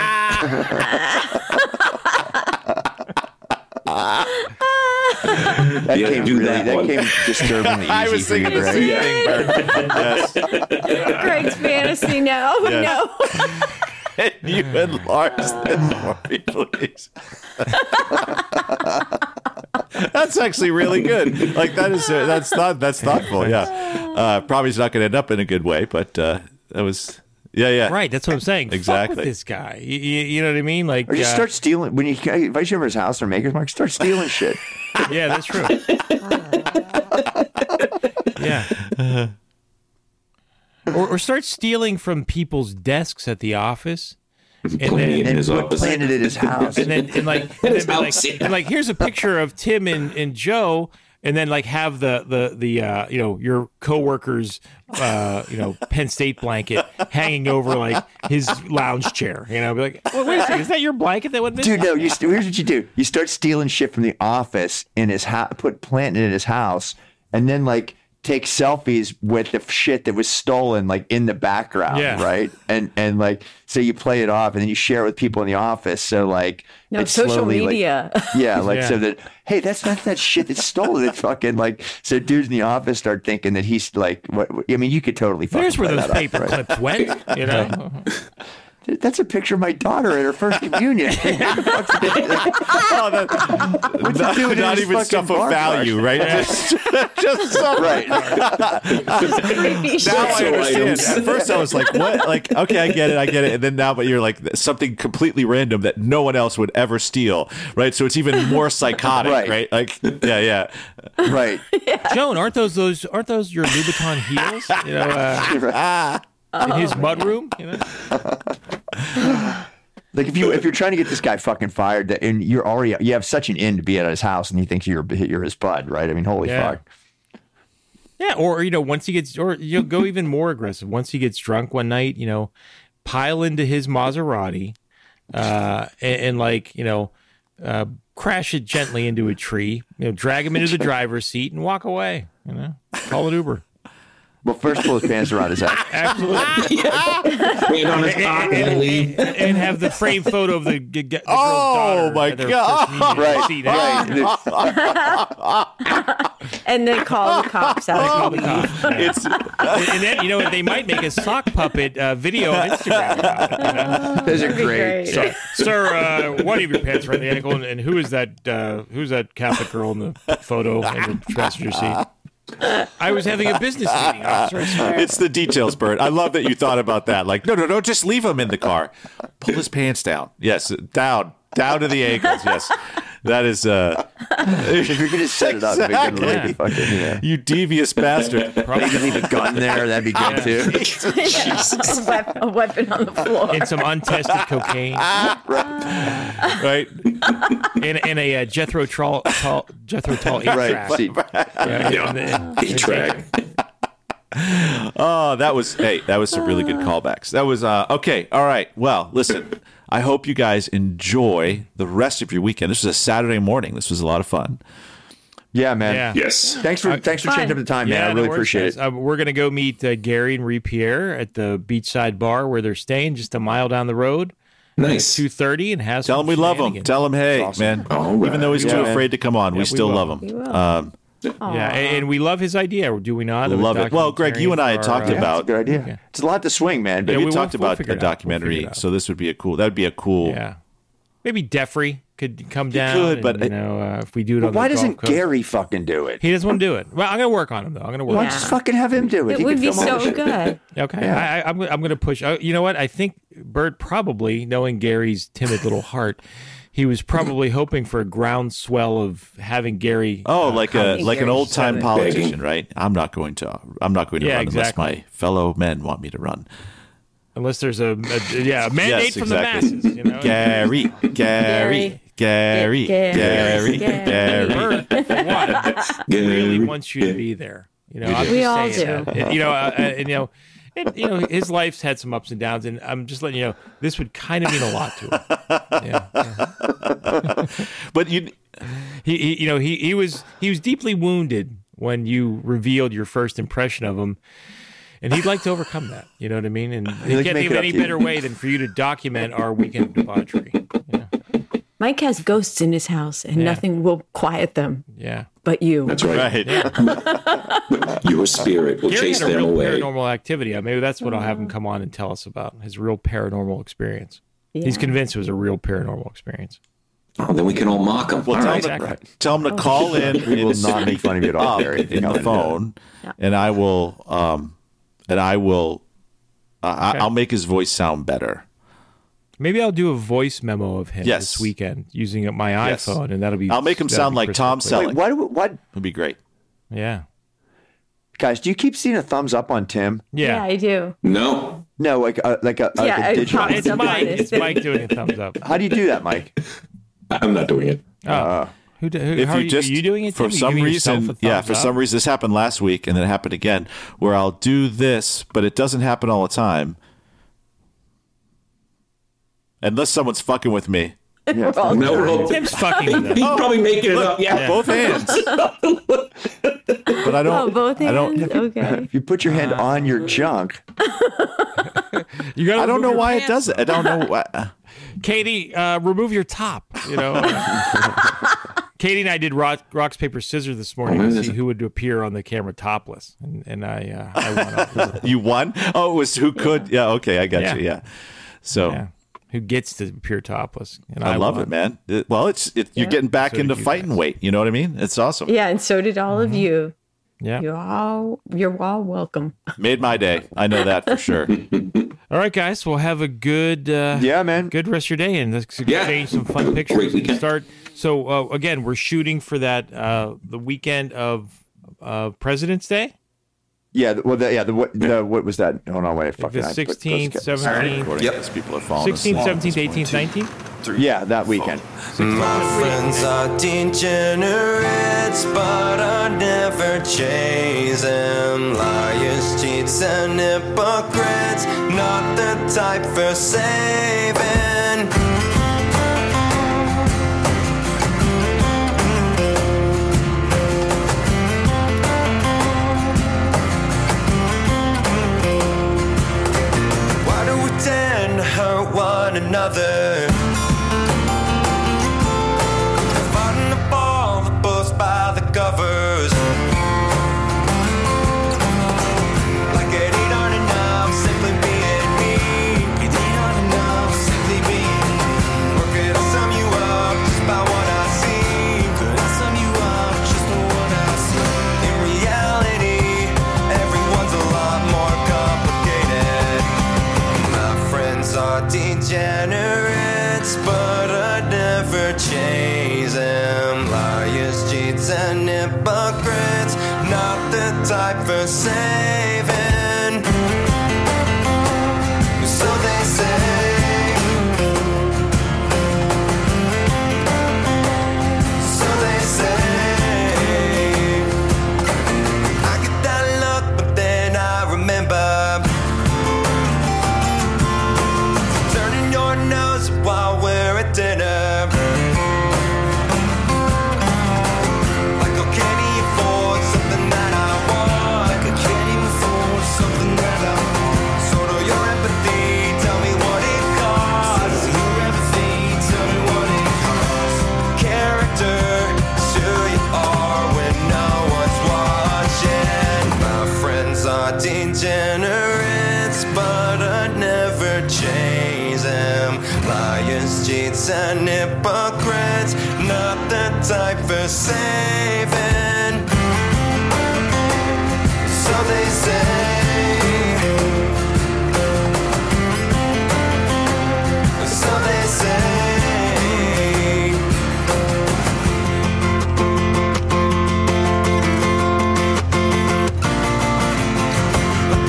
C: that
F: Yeah,
C: came
F: do
C: really,
F: that
C: that,
F: one.
C: came disturbingly easy
A: I was
C: for you,
A: thinking the
C: Greg.
A: same thing, Bert.
D: Greg's fantasy now. Oh,
A: Yes.
D: No.
A: Can you enlarge the story, please? that's actually really good. Like that is uh, that's thought that's thoughtful. Yeah, uh, probably is not going to end up in a good way, but uh, that was yeah yeah
B: Right, that's what I'm saying. Fuck with
A: Exactly.
B: this guy. You, you, you know what I mean? Like,
C: Or just
B: uh,
C: start stealing. When you invite you over his house or Maker's Mark, start stealing shit.
B: Yeah, that's true. yeah. Or, or start stealing from people's desks at the office, and
F: Planted
B: then
F: in his
C: Put
F: office.
C: planted at his house.
B: and then and like and, then be like, and, like, here's a picture of Tim and, and Joe, and then like have the the the uh, you know your coworker's uh, you know Penn State blanket hanging over like his lounge chair. You know, be like, well, wait a second, is that your blanket that went missing?
C: Dude, no. You, st- here's what you do: you start stealing shit from the office in his house, put planted in his house, and then like take selfies with the shit that was stolen, like in the background,
B: Yeah.
C: right? And and like so you play it off, and then you share it with people in the office. So like
D: No,
C: it's
D: social
C: slowly, like-
D: media.
C: yeah, like
B: Yeah.
C: so that hey, that's not that shit that's stolen. That fucking like so dudes in the office start thinking that he's like what? I mean, you could totally fucking
B: There's where
C: play
B: those
C: that up,
B: paper
C: right?
B: clips went. You know.
C: Dude, That's a picture of my daughter at her first communion.
A: Oh, that- not,
C: doing in
A: not
C: his
A: even
C: fucking
A: stuff of
C: bar cart?
A: value, right? Just, just stuff.
C: right.
D: Creepy
A: Now I
D: shit.
A: understand. At first, I was like, "What? Like, okay, I get it, I get it." And then now, but you're like something completely random that no one else would ever steal, right? So it's even more psychotic, right?
C: Right.
A: Like, yeah, yeah.
C: Right.
B: Joan, aren't those those aren't those your Louboutin heels? You know, uh, in his mudroom. You know?
C: Like if you if you're trying to get this guy fucking fired that- and you're already you have such an in to be at his house and he thinks you're you're his bud, right? I mean, holy
B: Yeah.
C: fuck.
B: Yeah, or you know, once he gets, or you'll go even more aggressive. Once he gets drunk one night, you know, pile into his Maserati, uh, and, and like you know, uh, crash it gently into a tree. You know, drag him into the driver's seat and walk away. You know, call an Uber.
C: Well, first pull his pants around his head.
B: Absolutely,
F: Hand on his cock and leave.
B: and have the frame photo of the, g- g- the girl's
A: Oh,
B: daughter
A: my
B: at their
A: God.
B: first meeting
C: Right.
B: seat.
C: right.
D: And then call the cops out.
B: the cop.
A: It's
B: and, and then you know they might make a sock puppet uh, video on Instagram. About it, you know?
C: Those are
D: That'd be
C: great.
D: great.
B: Sir, sir uh, one of your pants around the ankle, and, and who is that? Uh, who's that Catholic girl in the photo in the passenger seat? I was having a business meeting. Officer. I swear.
A: it's the details, Bert. I love that you thought about that. Like, no, no, no, just leave him in the car. Pull his pants down. Yes, down, down to the ankles. Yes. That is uh,
C: If you're gonna set it up, you're gonna like
B: Exactly.
C: it fucking, you know.
A: you devious bastard.
C: Maybe leave a gun there. That'd be good too.
D: a, wep- a weapon on the floor.
B: and some untested cocaine,
A: right?
B: and, and a uh, Jethro Tull Tull- Jethro Tull eight
C: Right.
B: track.
C: See,
B: Yeah, and then-
F: Eight track.
A: Oh, that was hey, that was some really good callbacks. That was uh, okay. All right. Well, listen. I hope you guys enjoy the rest of your weekend. This was a Saturday morning. This was a lot of fun.
C: yeah, man.
B: Yeah. Uh,
F: Yes.
C: Thanks for thanks for changing up
D: Fun.
C: the time, man. I
B: no
C: really
B: worries,
C: appreciate
B: guys.
C: it.
B: Uh, we're gonna go meet uh, Gary and Ree Pierre at the beachside bar where they're staying, just a mile down the road.
F: Nice.
B: Two thirty, and has
A: Tell him we love him. Tell him hey, man.
F: All
A: Even though he's
F: right.
A: too
C: man.
A: afraid to come on, we still
B: will.
A: love
D: We
A: him.
D: will.
A: Um,
B: yeah, and, and we love his idea. Do we not? Of a
A: love it. Well, Greg, you and I had
B: documentarian
A: talked
B: for our, uh,
A: about-
C: That's a good idea. It's a lot to swing, man. But
B: Yeah,
A: we,
B: we-
A: talked
B: we'll- we'll
A: about
B: figure
A: a
B: it out. We'll
A: documentary,
B: figure it out.
A: so this would be a cool. That would be a cool.
B: Yeah, maybe Jeffrey could come down.
A: could,
B: and,
A: but
B: you
A: it-
B: know, uh, if we do it, on
C: But
B: the
C: why
B: Gulf
C: doesn't
B: Coast-
C: Gary fucking do it?
B: He doesn't want to do it. Well, I'm gonna work on him though. I'm gonna work.
C: Why
B: on
D: Yeah.
C: just fucking have him do it?
D: it
C: He
D: would
C: can
D: be
C: film all
D: so
C: the shit.
D: good.
B: him. Okay, I, I, I'm, I'm gonna push. Uh, you know what? I think Bert probably, knowing Gary's timid little heart, he was probably hoping for a groundswell of having Gary.
A: Oh,
B: uh,
A: like a
D: Comedy
A: like an
D: Gary
A: old time
D: Seven.
A: politician, right? I'm not going to. I'm not going to
B: Yeah,
A: run
B: exactly.
A: unless my fellow men want me to run.
B: unless there's a, a yeah a mandate
A: Yes,
B: from
A: exactly.
B: the masses. You know,
A: Gary, Gary, Gary,
D: Gary,
A: Gary,
D: Gary,
A: Gary.
B: Bert, for what? really wants you to be there. You know, I'm just
D: We all
B: saying
D: do.
B: that. And, you know, uh, uh, and you know, and, you know, his life's had some ups and downs, and I'm just letting you know this would kind of mean a lot to him. Yeah.
A: But you,
B: He, he, you know, he he was he was deeply wounded when you revealed your first impression of him. And he'd like to overcome that, you know what I mean? And he
C: like,
B: can't
C: make
B: think of
C: it up
B: any
C: to you.
B: better way than for you to document our weekend debauchery.
D: Mike has ghosts in his house, and nothing will quiet them
B: Yeah,
D: but you.
F: That's right.
A: right?
F: Your spirit will
B: Gary
F: chase
B: had a
F: them
B: real
F: away.
B: paranormal activity. Uh, Maybe that's what I'll have him come on and tell us about his real paranormal experience. He's
D: Yeah.
B: convinced it was a real paranormal experience.
F: Oh, then we can all mock them.
A: Well,
F: all
A: tell,
F: right.
A: them, tell
B: Oh.
A: them to call in.
C: We will
A: and
C: not make fun of you at all,
A: up
C: Gary. if you
A: in
C: come
A: the
C: in.
A: phone, and I will, um, and I will, I I I'll make his voice sound better.
B: Maybe I'll do a voice memo of him
A: Yes.
B: this weekend using my
A: Yes.
B: iPhone, and that'll be.
A: I'll make him
B: that'll
A: sound
B: be
A: like
B: crystal
A: Tom
B: clear.
A: Selleck.
C: Wait, why do we, what
A: It'd be great.
B: Yeah.
C: guys? Do you keep seeing a thumbs up on Tim?
D: Yeah,
B: Yeah.
D: I do.
F: No.
C: No, like a, like a, like
D: Yeah,
C: a
D: it
C: digital.
D: pops
B: it's
D: Thumbs up
B: Mike.
D: on
B: It's
D: this.
B: Mike doing a thumbs up.
C: How do you do that, Mike?
F: I'm not doing it.
B: Oh. who, do- who,
A: if
B: how
A: you
B: are you,
A: just
B: are you doing it
A: for
B: Tim? Are you
A: some
B: giving yourself
A: reason
B: a
A: yeah
B: thumbs
A: for
B: up?
A: some reason this happened last week and then it happened again where i'll do this but it doesn't happen all the time unless someone's fucking with me
C: Yeah,
D: Well,
F: No. Well,
B: Tim's fucking with us.
F: he's probably making it up. Yeah.
A: both hands but i don't
D: Oh, both hands.
A: i don't
D: okay.
C: if you put your hand
B: Uh,
C: on your junk,
B: You gotta
A: i don't
B: remove
A: know
B: your
A: why it
B: pants.
A: does it i don't know why
B: Katie, uh, remove your top. You know. Katie and I did rock, rocks, paper, scissors this morning
F: Oh,
B: to
F: man.
B: see who would appear on the camera topless, and, and I, uh, I won. obviously.
A: you won oh it was who could yeah okay i got
B: Yeah.
A: you yeah so
B: yeah. Who gets to appear topless? And I,
A: I love
B: won.
A: it, man. It- well, it's it, you're getting back into fighting weight. You know what I mean? It's awesome.
D: Yeah, and so did all of you.
B: Yeah.
D: You're all you're all welcome.
A: Made my day. I know that for sure.
B: All right, guys. Well, have a good uh,
C: yeah, man.
B: good rest of your day, and let's
F: Yeah.
B: exchange some fun pictures. And
F: weekend.
B: start. So uh, again, we're shooting for that uh, the weekend of uh, President's Day,
C: Yeah, the- well, the, yeah. The what? The, what was that? Hold on, wait. Fucking
B: the
C: I put- let's
B: sixteenth,
C: get-
B: seventeenth,
A: Recording
F: Yep.
A: this, people are falling
B: sixteenth,
A: asleep.
B: seventeenth, eighteenth, nineteenth.
C: Yeah, that weekend.
I: My friends are degenerates, but I never chase them. Liars, cheats, and hypocrites, not the type for saving. Why do we tend to hurt one another? Fighting the ball that busts by the covers. Like it ain't not enough, simply being me. It ain't not enough, simply being me. Or could I sum you up just by what I see? Could I sum you up just by what I see? In reality, everyone's a lot more complicated. My friends are degenerates, degenerates, but I never chase them. Liars, cheats, and hypocrites, not the type for saving. So they say. So they say. I get that look, but then I remember. Turning your nose while we're at dinner. Like, oh, can he afford something that I want? Like, oh, can he afford something that I want? So do your empathy, tell me what it costs. So your empathy, tell me what it costs. Character, is who you are when no one's watching. My friends are degenerates, but I never change them. Liars, cheats, and hypocrites, not the type for saving. So they say. So they say.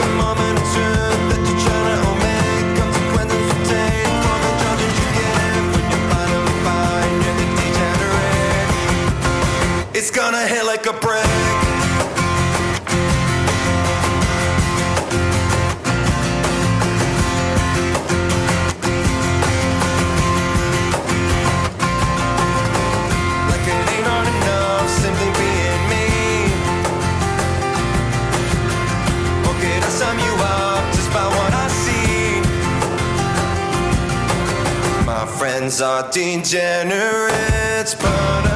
I: The moment of truth that you're trying to omit Consequences you take for the judges you give When you finally find you're the degenerate It's gonna hit like a brick Like it ain't hard enough simply being me or could I sum you up just by what I see? My friends are degenerates, but